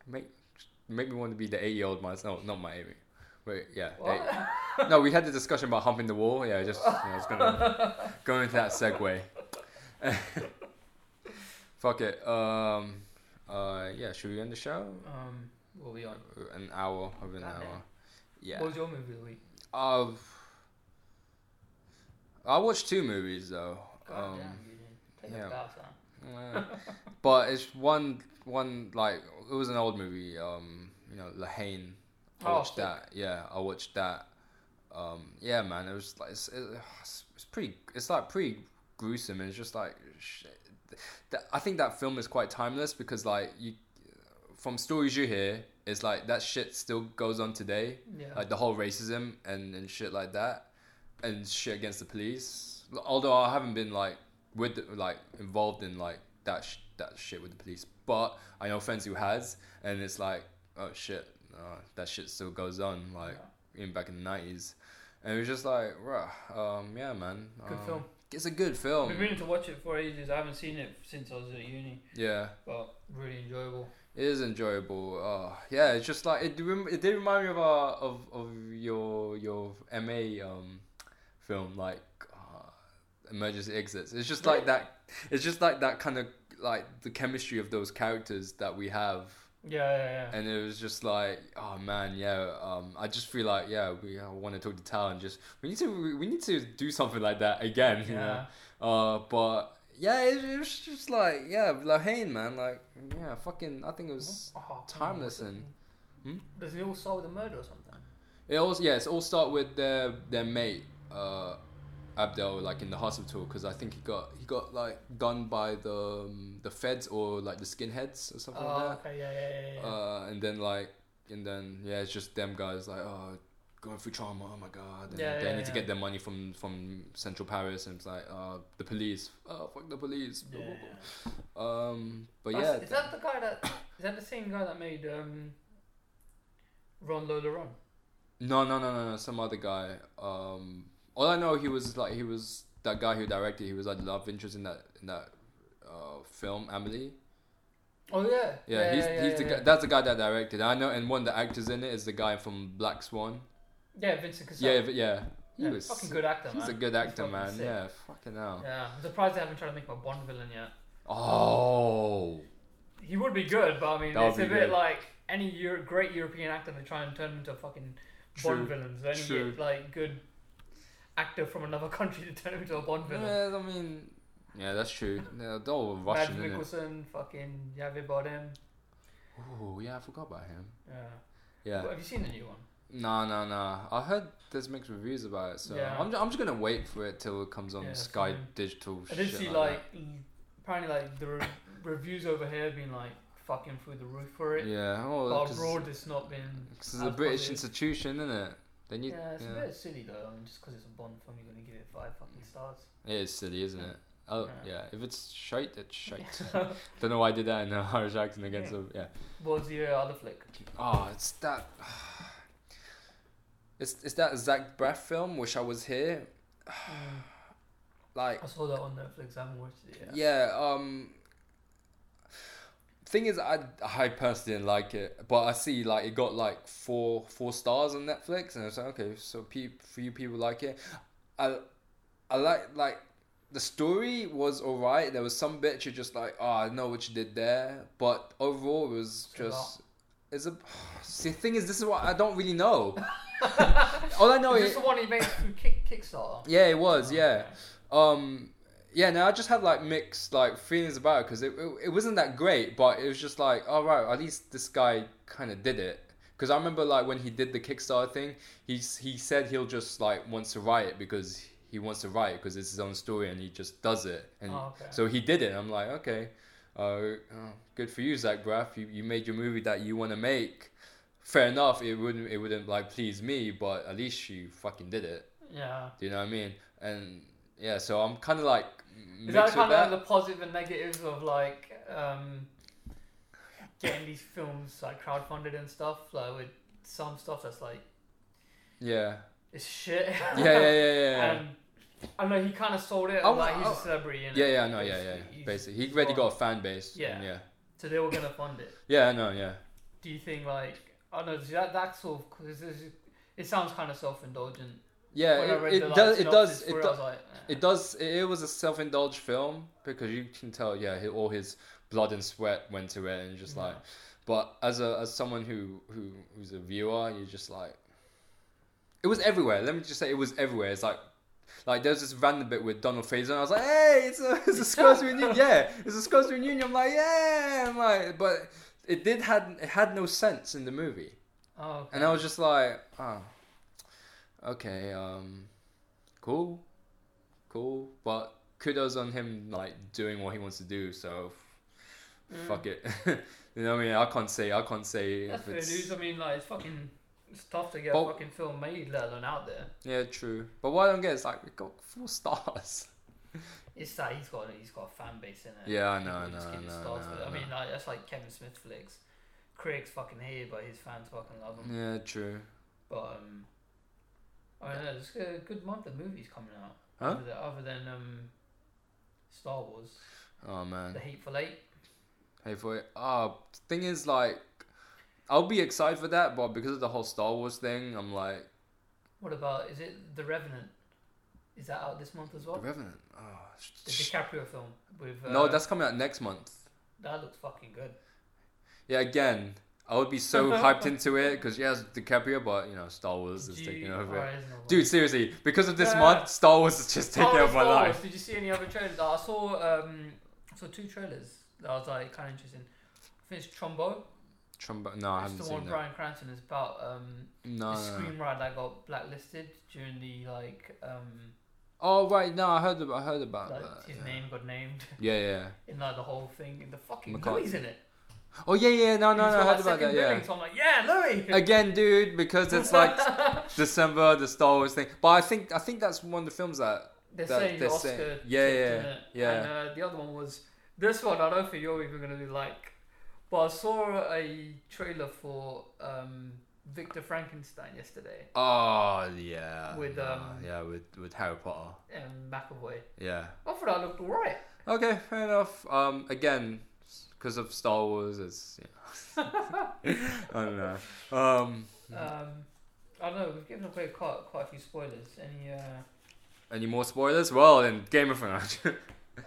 Speaker 1: make make me want to be the eight year old myself. Not my Amy. Wait, yeah.
Speaker 2: What?
Speaker 1: eight- No, we had the discussion about humping the wall. Yeah, just yeah, I was gonna go into that segue. Fuck it. Um. Uh. Yeah. Should we end the show?
Speaker 2: Um, what were we on?
Speaker 1: An hour of an
Speaker 2: Goddamn.
Speaker 1: hour. Yeah.
Speaker 2: What was your movie of the week?
Speaker 1: I've. I watched two movies though.
Speaker 2: God
Speaker 1: um,
Speaker 2: damn, you didn't take
Speaker 1: yeah.
Speaker 2: the glass out.
Speaker 1: Yeah. but it's one one like it was an old movie. Um, you know, Lahane. I
Speaker 2: Oh,
Speaker 1: watched
Speaker 2: sick.
Speaker 1: that. Yeah, I watched that. Um, yeah, man, it was like it's, it's, it's pretty. It's like pretty gruesome, and it's just like shit. Th- I think that film is quite timeless because like you, from stories you hear, it's like that shit still goes on today
Speaker 2: Yeah.
Speaker 1: like the whole racism and, and shit like that and shit against the police although i haven't been like with the, like involved in like that sh- that shit with the police but i know friends who has and it's like oh shit uh, that shit still goes on like even back in the 90s and it was just like bruh, um yeah man
Speaker 2: Good
Speaker 1: um,
Speaker 2: film.
Speaker 1: it's a good
Speaker 2: I've
Speaker 1: film
Speaker 2: been meaning to watch it for ages. I haven't seen it since I was at uni,
Speaker 1: yeah
Speaker 2: but really enjoyable.
Speaker 1: It is enjoyable. Uh, yeah, it's just like it. rem- It did remind me of uh, of of your your MA um film like uh, Emergency Exits. It's just like that. It's just like that kind of like the chemistry of those characters that we have,
Speaker 2: Yeah, yeah, yeah.
Speaker 1: and it was just like, oh man, yeah. Um, I just feel like yeah, we want to talk to Tal and just we need to we- we need to do something like that again. You know?
Speaker 2: yeah.
Speaker 1: Uh, but yeah, it, it was just like yeah, Lahane, man, like yeah, fucking. I think it was
Speaker 2: Oh,
Speaker 1: timeless
Speaker 2: does it-
Speaker 1: and- Hmm?
Speaker 2: Does it all start with a murder or something?
Speaker 1: it also yeah, it's all start with their their mate, uh, Abdel, like in the hospital because I think he got he got like gunned by the um, the feds or like the skinheads or something like
Speaker 2: Oh,
Speaker 1: that.
Speaker 2: okay, yeah, yeah, yeah, yeah.
Speaker 1: Uh, and then like, and then yeah, it's just them guys like oh, going through trauma. Oh my god, and
Speaker 2: Yeah,
Speaker 1: they
Speaker 2: yeah,
Speaker 1: need to
Speaker 2: yeah.
Speaker 1: get their money from from central Paris, and it's like uh, the police. Oh fuck the police.
Speaker 2: yeah, yeah.
Speaker 1: Um, but
Speaker 2: That's-
Speaker 1: yeah,
Speaker 2: is that the guy that is that the same guy that made um, Ron Lola Ron?
Speaker 1: no, no, no, no, no, some other guy. Um, all I know he was like he was that guy who directed. He was like love interest in that in that uh film Amelie.
Speaker 2: Oh yeah,
Speaker 1: Yeah, he's
Speaker 2: yeah,
Speaker 1: he's
Speaker 2: yeah,
Speaker 1: the
Speaker 2: yeah.
Speaker 1: guy, that's the guy that directed. I know, and one of the actors in it is the guy from Black Swan.
Speaker 2: Yeah, Vincent Cassel.
Speaker 1: yeah, but yeah, he
Speaker 2: uh, yeah,
Speaker 1: was
Speaker 2: fucking good actor.
Speaker 1: He's
Speaker 2: man.
Speaker 1: a good actor,
Speaker 2: fucking
Speaker 1: man.
Speaker 2: sick.
Speaker 1: Yeah, fucking hell.
Speaker 2: Yeah, I'm surprised they haven't tried to make him a Bond villain yet.
Speaker 1: Oh,
Speaker 2: He would be good, but I mean,
Speaker 1: That would
Speaker 2: it's a
Speaker 1: be
Speaker 2: bit
Speaker 1: good.
Speaker 2: like any Euro- great European actor they try and turn him into a fucking
Speaker 1: True,
Speaker 2: Bond villain. So any
Speaker 1: true.
Speaker 2: like good actor from another country to turn him into a Bond villain.
Speaker 1: yeah. I mean, yeah, that's true. Yeah, they're all
Speaker 2: Mads
Speaker 1: Russian, innit?
Speaker 2: Mikkelsen, fucking Javier Bardem.
Speaker 1: Oh, yeah, I forgot about him.
Speaker 2: Yeah.
Speaker 1: Yeah.
Speaker 2: Well, Have you seen the new one?
Speaker 1: No, no, no. I heard there's mixed reviews about it, so
Speaker 2: Yeah.
Speaker 1: I'm, ju- I'm just gonna wait for it till it comes on
Speaker 2: Yeah,
Speaker 1: Sky
Speaker 2: same.
Speaker 1: Digital.
Speaker 2: I did
Speaker 1: shit
Speaker 2: see
Speaker 1: like,
Speaker 2: like l- apparently like the re- reviews over here have been like fucking through the roof for
Speaker 1: that.
Speaker 2: it.
Speaker 1: yeah,
Speaker 2: but
Speaker 1: oh,
Speaker 2: abroad it's not been.
Speaker 1: because it's a
Speaker 2: as
Speaker 1: British
Speaker 2: positive.
Speaker 1: institution, isn't it? They need,
Speaker 2: yeah, it's
Speaker 1: yeah. Mm.
Speaker 2: a bit silly though. I mean, just because it's a Bond film, you're gonna give it five fucking stars.
Speaker 1: It is silly, isn't it? Oh
Speaker 2: Yeah.
Speaker 1: yeah, if it's shite, it's shite. Don't know why I did that in an Irish accent against them. Yeah.
Speaker 2: What's the uh, other flick?
Speaker 1: Oh, it's that. It's it's that Zach Braff film. Wish I was here.
Speaker 2: Mm.
Speaker 1: Like
Speaker 2: I saw that on Netflix. I haven't watched it yet.
Speaker 1: Yeah. Um. Thing is, I I personally didn't like it, but I see like it got like four four stars on Netflix, and I was like, okay, so pe- few people like it. I I like like the story was alright. There was some bits you're just like, oh, I know what you did there, but overall it was
Speaker 2: It's a
Speaker 1: just. It's a see. The thing is, this is what I don't really know. All I know
Speaker 2: Is
Speaker 1: is
Speaker 2: this the one he made through Kick, Kickstarter?
Speaker 1: yeah, it was
Speaker 2: Oh,
Speaker 1: yeah. Um, yeah, no, I just had like mixed like feelings about it because it, it it wasn't that great, but it was just like, all right, at least this guy kind of did it. Because I remember like when he did the Kickstarter thing, he s- he said he'll just like wants to write it because he wants to write because it's his own story and he just does it. And
Speaker 2: Oh, okay.
Speaker 1: so he did it. I'm like, okay, uh, oh, good for you, Zach Braff. You you made your movie that you want to make. Fair enough. It wouldn't it wouldn't like please me, but at least you fucking did it.
Speaker 2: Yeah.
Speaker 1: Do you know what I mean? And yeah, so I'm kind of like m-
Speaker 2: Is that
Speaker 1: mixed with
Speaker 2: kind of
Speaker 1: that.
Speaker 2: the positive and negatives of like um, getting these films like crowdfunded and stuff? Like with some stuff that's like
Speaker 1: Yeah,
Speaker 2: it's shit.
Speaker 1: yeah, yeah, yeah, yeah. yeah.
Speaker 2: And I don't know. He kind of sold it.
Speaker 1: Oh,
Speaker 2: like he's
Speaker 1: oh.
Speaker 2: a celebrity. innit?
Speaker 1: yeah, yeah, no, yeah,
Speaker 2: He's-
Speaker 1: yeah.
Speaker 2: he's-
Speaker 1: Basically, he already got a fan base.
Speaker 2: Yeah.
Speaker 1: and yeah,
Speaker 2: So they were gonna fund it.
Speaker 1: yeah, I know, yeah.
Speaker 2: Do you think like I don't know? That that's sort of cause it's, it sounds kind of self-indulgent. When I
Speaker 1: Yeah,
Speaker 2: read
Speaker 1: it,
Speaker 2: the,
Speaker 1: it,
Speaker 2: like,
Speaker 1: does, it does,
Speaker 2: synopsis for
Speaker 1: it
Speaker 2: I
Speaker 1: does,
Speaker 2: was like, eh.
Speaker 1: it does. It, it was a self-indulged film because you can tell, yeah, he- all his blood and sweat went to it, and just
Speaker 2: Yeah.
Speaker 1: like, but as a as someone who who who's a viewer, you're just like, it was everywhere. Let me just say, it was everywhere. It's like. Like there's this random bit with Donald Fraser, and I was like, "Hey, it's a it's a Scots reunion, yeah, it's a Scots reunion." I'm like, "Yeah," I'm like, but it did had it had no sense in the movie.
Speaker 2: Oh, okay.
Speaker 1: And I was just like, oh, okay, um, cool, cool. But kudos on him, like, doing what he wants to do, so f-
Speaker 2: Mm.
Speaker 1: fuck it. you know what I mean? I can't say, I can't say
Speaker 2: That's
Speaker 1: if
Speaker 2: fair
Speaker 1: it's.
Speaker 2: dudes. I mean, like, it's fucking. It's tough to get
Speaker 1: But-
Speaker 2: a fucking film made, let alone out there.
Speaker 1: Yeah, true. But what I don't get is, like, we got four stars.
Speaker 2: It's that he's got he's got a fan base in it.
Speaker 1: Yeah, I know,
Speaker 2: People
Speaker 1: I know,
Speaker 2: just
Speaker 1: I
Speaker 2: give him
Speaker 1: know,
Speaker 2: stars
Speaker 1: I
Speaker 2: for
Speaker 1: know, I
Speaker 2: it. I
Speaker 1: know.
Speaker 2: mean, like, that's like Kevin Smith flicks. Critics fucking hate it, but his fans fucking love him.
Speaker 1: Yeah, true.
Speaker 2: But um, I don't know. It's a good month of movies coming out.
Speaker 1: Huh?
Speaker 2: Other than, other than um, Star Wars,
Speaker 1: Oh,
Speaker 2: The
Speaker 1: man.
Speaker 2: Hateful Eight.
Speaker 1: pay for it. Ah, thing is, like, I'll be excited for that, but because of the whole Star Wars thing, I'm like,
Speaker 2: What about is it The Revenant? Is that out this month as
Speaker 1: The
Speaker 2: well?
Speaker 1: Revenant. Oh, sh-
Speaker 2: The
Speaker 1: sh-
Speaker 2: DiCaprio film with uh,
Speaker 1: no, that's coming out next month.
Speaker 2: that looks fucking good.
Speaker 1: Yeah, again, I would be so hyped into it because yeah, it's DiCaprio, but you know, Star Wars is
Speaker 2: Gee,
Speaker 1: taking over.
Speaker 2: alright, isn't it?
Speaker 1: Dude, seriously, because of this
Speaker 2: Yeah.
Speaker 1: month, Star Wars is just taking
Speaker 2: Oh,
Speaker 1: over my
Speaker 2: Star Wars.
Speaker 1: life.
Speaker 2: Did you see any other trailers? I saw um, I saw two trailers that I was like kind of interesting. I think it's Trumbo.
Speaker 1: Trumbo, no, I
Speaker 2: it's
Speaker 1: haven't
Speaker 2: the
Speaker 1: seen
Speaker 2: one
Speaker 1: that. Uh,
Speaker 2: Brian Cranston is about um,
Speaker 1: No,
Speaker 2: the
Speaker 1: no, no.
Speaker 2: screenwriter that got blacklisted during the like um,
Speaker 1: Oh right, no, I heard about, I heard about
Speaker 2: like
Speaker 1: that.
Speaker 2: his
Speaker 1: Uh, yeah.
Speaker 2: name got named
Speaker 1: Yeah, yeah.
Speaker 2: in like the whole thing in the fucking
Speaker 1: McCart-
Speaker 2: Louis in it.
Speaker 1: Oh yeah, yeah. No,
Speaker 2: He
Speaker 1: no,
Speaker 2: was
Speaker 1: no. I heard
Speaker 2: on that
Speaker 1: about that.
Speaker 2: second
Speaker 1: Yeah.
Speaker 2: billing, So I'm like, yeah, Louis.
Speaker 1: Again, dude, because it's like December, the Star Wars thing. But I think I think that's one of the films that
Speaker 2: They're
Speaker 1: That-
Speaker 2: saying
Speaker 1: they're
Speaker 2: Oscar.
Speaker 1: saying-
Speaker 2: tipped
Speaker 1: yeah, yeah,
Speaker 2: in it.
Speaker 1: yeah.
Speaker 2: And uh, the other one was this one. I don't think you're even gonna be like, but I saw a trailer for um, Victor Frankenstein yesterday
Speaker 1: Oh yeah.
Speaker 2: With,
Speaker 1: nah,
Speaker 2: um,
Speaker 1: yeah, with with Harry Potter.
Speaker 2: and McAvoy.
Speaker 1: Yeah.
Speaker 2: I thought I looked alright.
Speaker 1: Okay, fair enough. Um, again, because of Star Wars, it's you know, I don't know. Um,
Speaker 2: Um, I don't know. We've given away quite quite a few spoilers. Any uh,
Speaker 1: any more spoilers? Well, then Game of Thrones.
Speaker 2: um,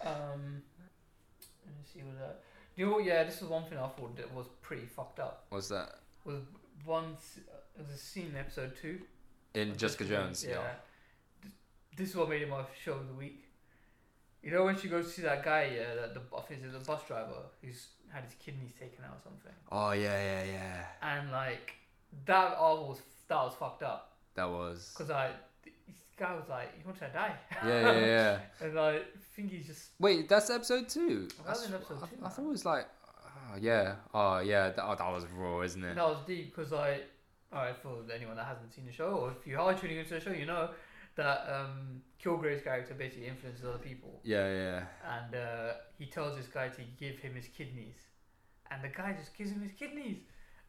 Speaker 2: let me see what that. You know, what, yeah, this is one thing I thought that was pretty fucked up.
Speaker 1: What's that?
Speaker 2: Was once it was a scene in episode two
Speaker 1: In Jessica Jones. Yeah.
Speaker 2: Th- This is what made it my show of the week. You know when she goes to see that guy, yeah, that the I think it's the bus driver who's had his kidneys taken out or something,
Speaker 1: Oh yeah, yeah, yeah.
Speaker 2: and like that, I was that was fucked up
Speaker 1: That was.
Speaker 2: because I this guy was like, "You want to die?"
Speaker 1: Yeah, yeah, yeah.
Speaker 2: and I think he's just
Speaker 1: Wait, that's episode two.
Speaker 2: That
Speaker 1: That's-
Speaker 2: was in episode
Speaker 1: I,
Speaker 2: two,
Speaker 1: I thought it
Speaker 2: man.
Speaker 1: was like, oh, yeah, oh yeah, that, oh, that was raw, isn't it?
Speaker 2: and that was deep because I, alright, for anyone that hasn't seen the show, or if you are tuning into the show, you know that um, Kilgrave's character basically influences other people.
Speaker 1: Yeah, yeah.
Speaker 2: and uh, he tells this guy to give him his kidneys, and the guy just gives him his kidneys.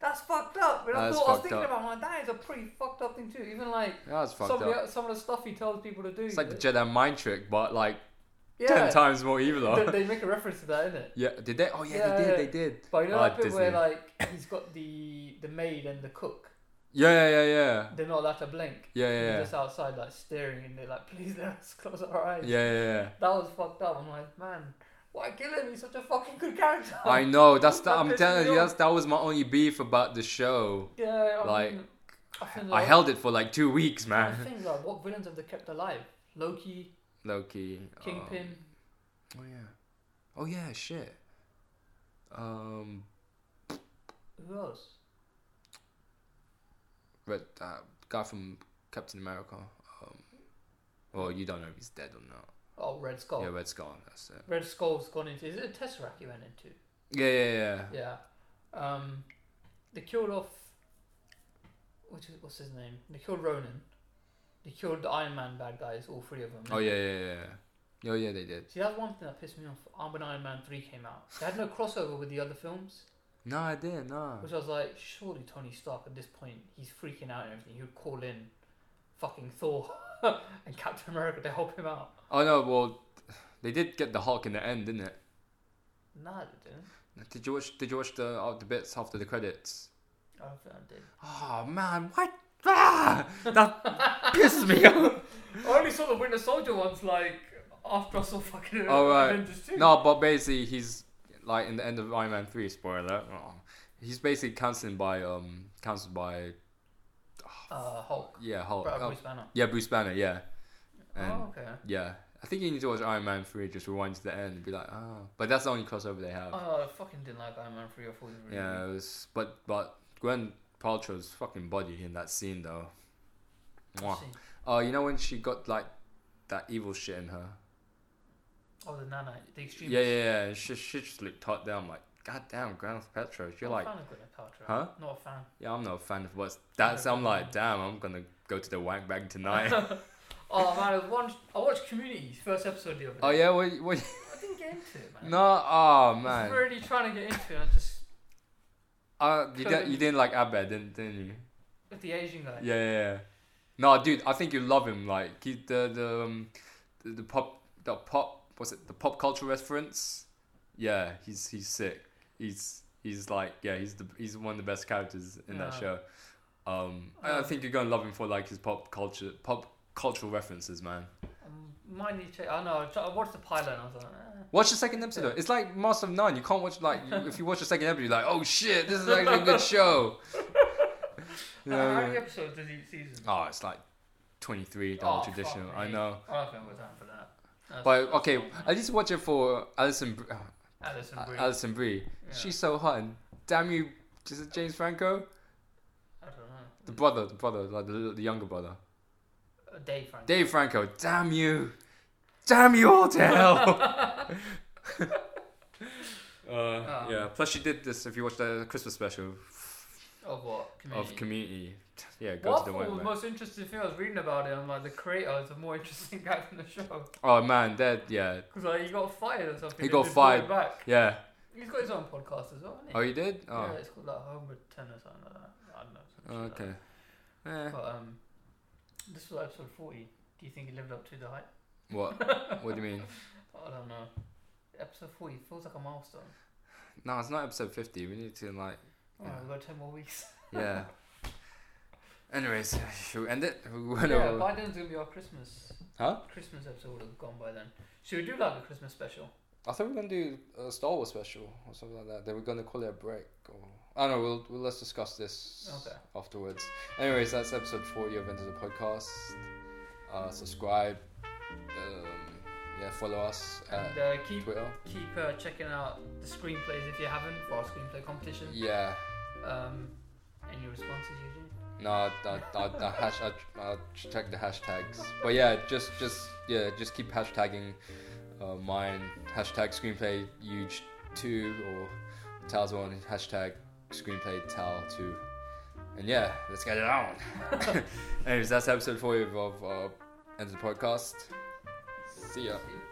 Speaker 2: That's fucked up. And I
Speaker 1: That's
Speaker 2: thought I was
Speaker 1: fucked up.
Speaker 2: thinking about, it, I'm like, that is a pretty fucked up thing too. Even like
Speaker 1: That was fucked
Speaker 2: some of,
Speaker 1: up.
Speaker 2: the, some of the stuff he tells people to do.
Speaker 1: It's like the Jedi mind trick, but like
Speaker 2: yeah,
Speaker 1: ten times more
Speaker 2: They,
Speaker 1: evil.
Speaker 2: they make a reference to that, innit?
Speaker 1: yeah, did they? Oh yeah,
Speaker 2: Yeah,
Speaker 1: they did.
Speaker 2: yeah.
Speaker 1: They did.
Speaker 2: But you know
Speaker 1: Oh,
Speaker 2: that bit where
Speaker 1: Disney.
Speaker 2: like he's got the the maid and the cook.
Speaker 1: Yeah, yeah, yeah, yeah.
Speaker 2: They're not allowed to blink.
Speaker 1: Yeah, yeah,
Speaker 2: They're
Speaker 1: yeah.
Speaker 2: just outside like staring, and they're like, "Please let us close our eyes."
Speaker 1: Yeah, yeah, yeah.
Speaker 2: That was fucked up. I'm like, man, why kill him? He's such a fucking good character.
Speaker 1: I know. That's the,
Speaker 2: That
Speaker 1: I'm
Speaker 2: pissed
Speaker 1: telling
Speaker 2: me
Speaker 1: you.
Speaker 2: off.
Speaker 1: That's, that was my only beef about the show.
Speaker 2: Yeah, I
Speaker 1: Like,
Speaker 2: mean, I, think
Speaker 1: I
Speaker 2: like-
Speaker 1: held it for like two weeks,
Speaker 2: I
Speaker 1: man.
Speaker 2: think like what villains have they kept alive? Loki,
Speaker 1: Loki.
Speaker 2: Kingpin.
Speaker 1: Um, oh yeah. Oh yeah. Shit. Um,
Speaker 2: Who else?
Speaker 1: But uh, guy from Captain America. Um, well, you don't know if he's dead or not.
Speaker 2: Oh, Red Skull.
Speaker 1: Yeah, Red Skull. That's it.
Speaker 2: Red Skull's gone into. Is it a Tesseract he went into?
Speaker 1: Yeah, yeah, yeah.
Speaker 2: Yeah. Um, they killed off. Which is, what's his name? They killed Ronan. They killed the Iron Man bad guys. All three of them.
Speaker 1: Oh yeah, yeah, yeah. yeah. Oh yeah, they did.
Speaker 2: See, that's one thing that pissed me off. um, When Iron Man three came out, they had no crossover with the other films,
Speaker 1: No, I did. No.
Speaker 2: which I was like, surely Tony Stark at this point he's freaking out and everything. He would call in, fucking Thor and Captain America to help him out.
Speaker 1: Oh no. Well, they did get the Hulk in the end, didn't it?
Speaker 2: Nah, they didn't.
Speaker 1: Did you watch? Did you watch the uh, the bits after the credits?
Speaker 2: I don't think I did.
Speaker 1: Oh man, what? Ah, that pisses me off.
Speaker 2: I only saw the Winter Soldier ones like after I saw fucking
Speaker 1: Oh, right.
Speaker 2: Avengers 2.
Speaker 1: No, but basically he's like in the end of Iron Man three. Spoiler. Oh, he's basically cancelled by um cancelled by
Speaker 2: Uh, Hulk.
Speaker 1: yeah Hulk.
Speaker 2: Brad
Speaker 1: Oh,
Speaker 2: Bruce Banner.
Speaker 1: yeah, Bruce Banner. Yeah, and
Speaker 2: Oh, okay.
Speaker 1: yeah, I think you need to watch Iron Man three. Just rewind to the end and be like, oh, but that's the only crossover they have.
Speaker 2: Oh, I fucking didn't like Iron Man 3 or 4. Really.
Speaker 1: yeah, it was, but but Gwen Paltrow's fucking body in that scene though. Mwah.
Speaker 2: See.
Speaker 1: Oh, you know when she got like that evil shit in her.
Speaker 2: Oh, the Nana. The extreme.
Speaker 1: Yeah, yeah, yeah. and She, she just looked hot down. I'm like, God damn, Gwyneth Paltrow. You're
Speaker 2: Not
Speaker 1: like,
Speaker 2: a fan of Gwyneth Paltrow.
Speaker 1: Huh?
Speaker 2: Not a fan.
Speaker 1: yeah, I'm not a fan of what's that. So I'm like, damn, I'm gonna go to the wank bag tonight.
Speaker 2: Oh man, I watched, I watched Community, first episode the other day.
Speaker 1: oh yeah, what? what
Speaker 2: I didn't get into it, man.
Speaker 1: no, oh
Speaker 2: I was
Speaker 1: man.
Speaker 2: really trying to get into it. I just
Speaker 1: Uh, you didn't you didn't like Abed, didn't didn't you?
Speaker 2: with the Asian guy.
Speaker 1: Yeah, yeah, yeah. No, dude, I think you love him. Like he, the the um, the, the pop the pop what's it the pop culture reference? Yeah, he's he's sick. he's he's like yeah he's the he's one of the best characters in that
Speaker 2: Yeah.
Speaker 1: show. Um, and I
Speaker 2: Um,
Speaker 1: think you're gonna love him for like his pop culture pop cultural references, man.
Speaker 2: Um, Mind you, check. I know. I tr- I watched the pilot and I was like, eh.
Speaker 1: Watch the second episode. It's like Master of None. You can't watch like you, if you watch the second episode, you're like, oh shit, this is actually a good show. You know what I
Speaker 2: how
Speaker 1: mean?
Speaker 2: many episodes does each season?
Speaker 1: Oh, it's like 23, the
Speaker 2: Oh,
Speaker 1: whole
Speaker 2: fuck
Speaker 1: traditional. I
Speaker 2: me.
Speaker 1: know.
Speaker 2: I don't think we're time for that. That's-
Speaker 1: But
Speaker 2: that's
Speaker 1: okay,
Speaker 2: not-
Speaker 1: at least watch it for Alison Br- uh,
Speaker 2: Alison Brie.
Speaker 1: Alison Brie.
Speaker 2: yeah.
Speaker 1: She's so hot. And damn you, is it James Franco?
Speaker 2: I don't know.
Speaker 1: The brother, the brother, like the, the younger brother.
Speaker 2: Uh, Dave Frank.
Speaker 1: Dave Franco, damn you. Damn you all to hell. uh,
Speaker 2: Um,
Speaker 1: yeah. Plus, she did this, if you watch the Christmas special
Speaker 2: Of what? Community.
Speaker 1: of Community. Yeah, go
Speaker 2: What I
Speaker 1: to the
Speaker 2: thought
Speaker 1: white
Speaker 2: was
Speaker 1: man.
Speaker 2: the most interesting thing I was reading about it, I'm like, the creator is a more interesting guy than the show.
Speaker 1: Oh man, that yeah,
Speaker 2: Because like, he got fired or something.
Speaker 1: He
Speaker 2: and
Speaker 1: got
Speaker 2: they brought him
Speaker 1: fired.
Speaker 2: Back.
Speaker 1: yeah.
Speaker 2: He's got his own podcast as well, hasn't he?
Speaker 1: Oh, you did? Oh,
Speaker 2: Yeah, it's called like Home with Ten or something like that. I don't know. some
Speaker 1: oh,
Speaker 2: shit like
Speaker 1: okay. Eh.
Speaker 2: that. But um, this was episode 40. Do you think he lived up to the hype?
Speaker 1: What? what do you mean?
Speaker 2: I don't know. Episode 40 feels like a milestone.
Speaker 1: No, it's not episode fifty. We need to like,
Speaker 2: Oh,
Speaker 1: Yeah.
Speaker 2: we've got 10 more weeks.
Speaker 1: yeah. Anyways, should we end it? We went
Speaker 2: Yeah,
Speaker 1: over-
Speaker 2: by then it's gonna be our Christmas.
Speaker 1: Huh?
Speaker 2: Christmas episode would have gone by then. Should we do like a Christmas special?
Speaker 1: I thought we were gonna do a Star Wars special or something like that. They were gonna call it a break, or I don't know. We'll, we'll let's discuss this
Speaker 2: Okay.
Speaker 1: afterwards. Anyways, that's episode forty of Into the Podcast. Uh, subscribe. Um, yeah, follow us
Speaker 2: And
Speaker 1: at
Speaker 2: uh, keep
Speaker 1: Twitter.
Speaker 2: keep uh, checking out the screenplays if you haven't for our screenplay competition.
Speaker 1: Yeah.
Speaker 2: Um, any responses, Eugene?
Speaker 1: No, I, I, I, I hash, I, I check the hashtags. But yeah, just, just, yeah, just keep hashtagging uh, mine. Hashtag screenplay huge two or Tal's one. Hashtag screenplay Tal two. And yeah, let's get it on. Anyways, that's episode four of uh, End of the Podcast. See ya.
Speaker 2: See you.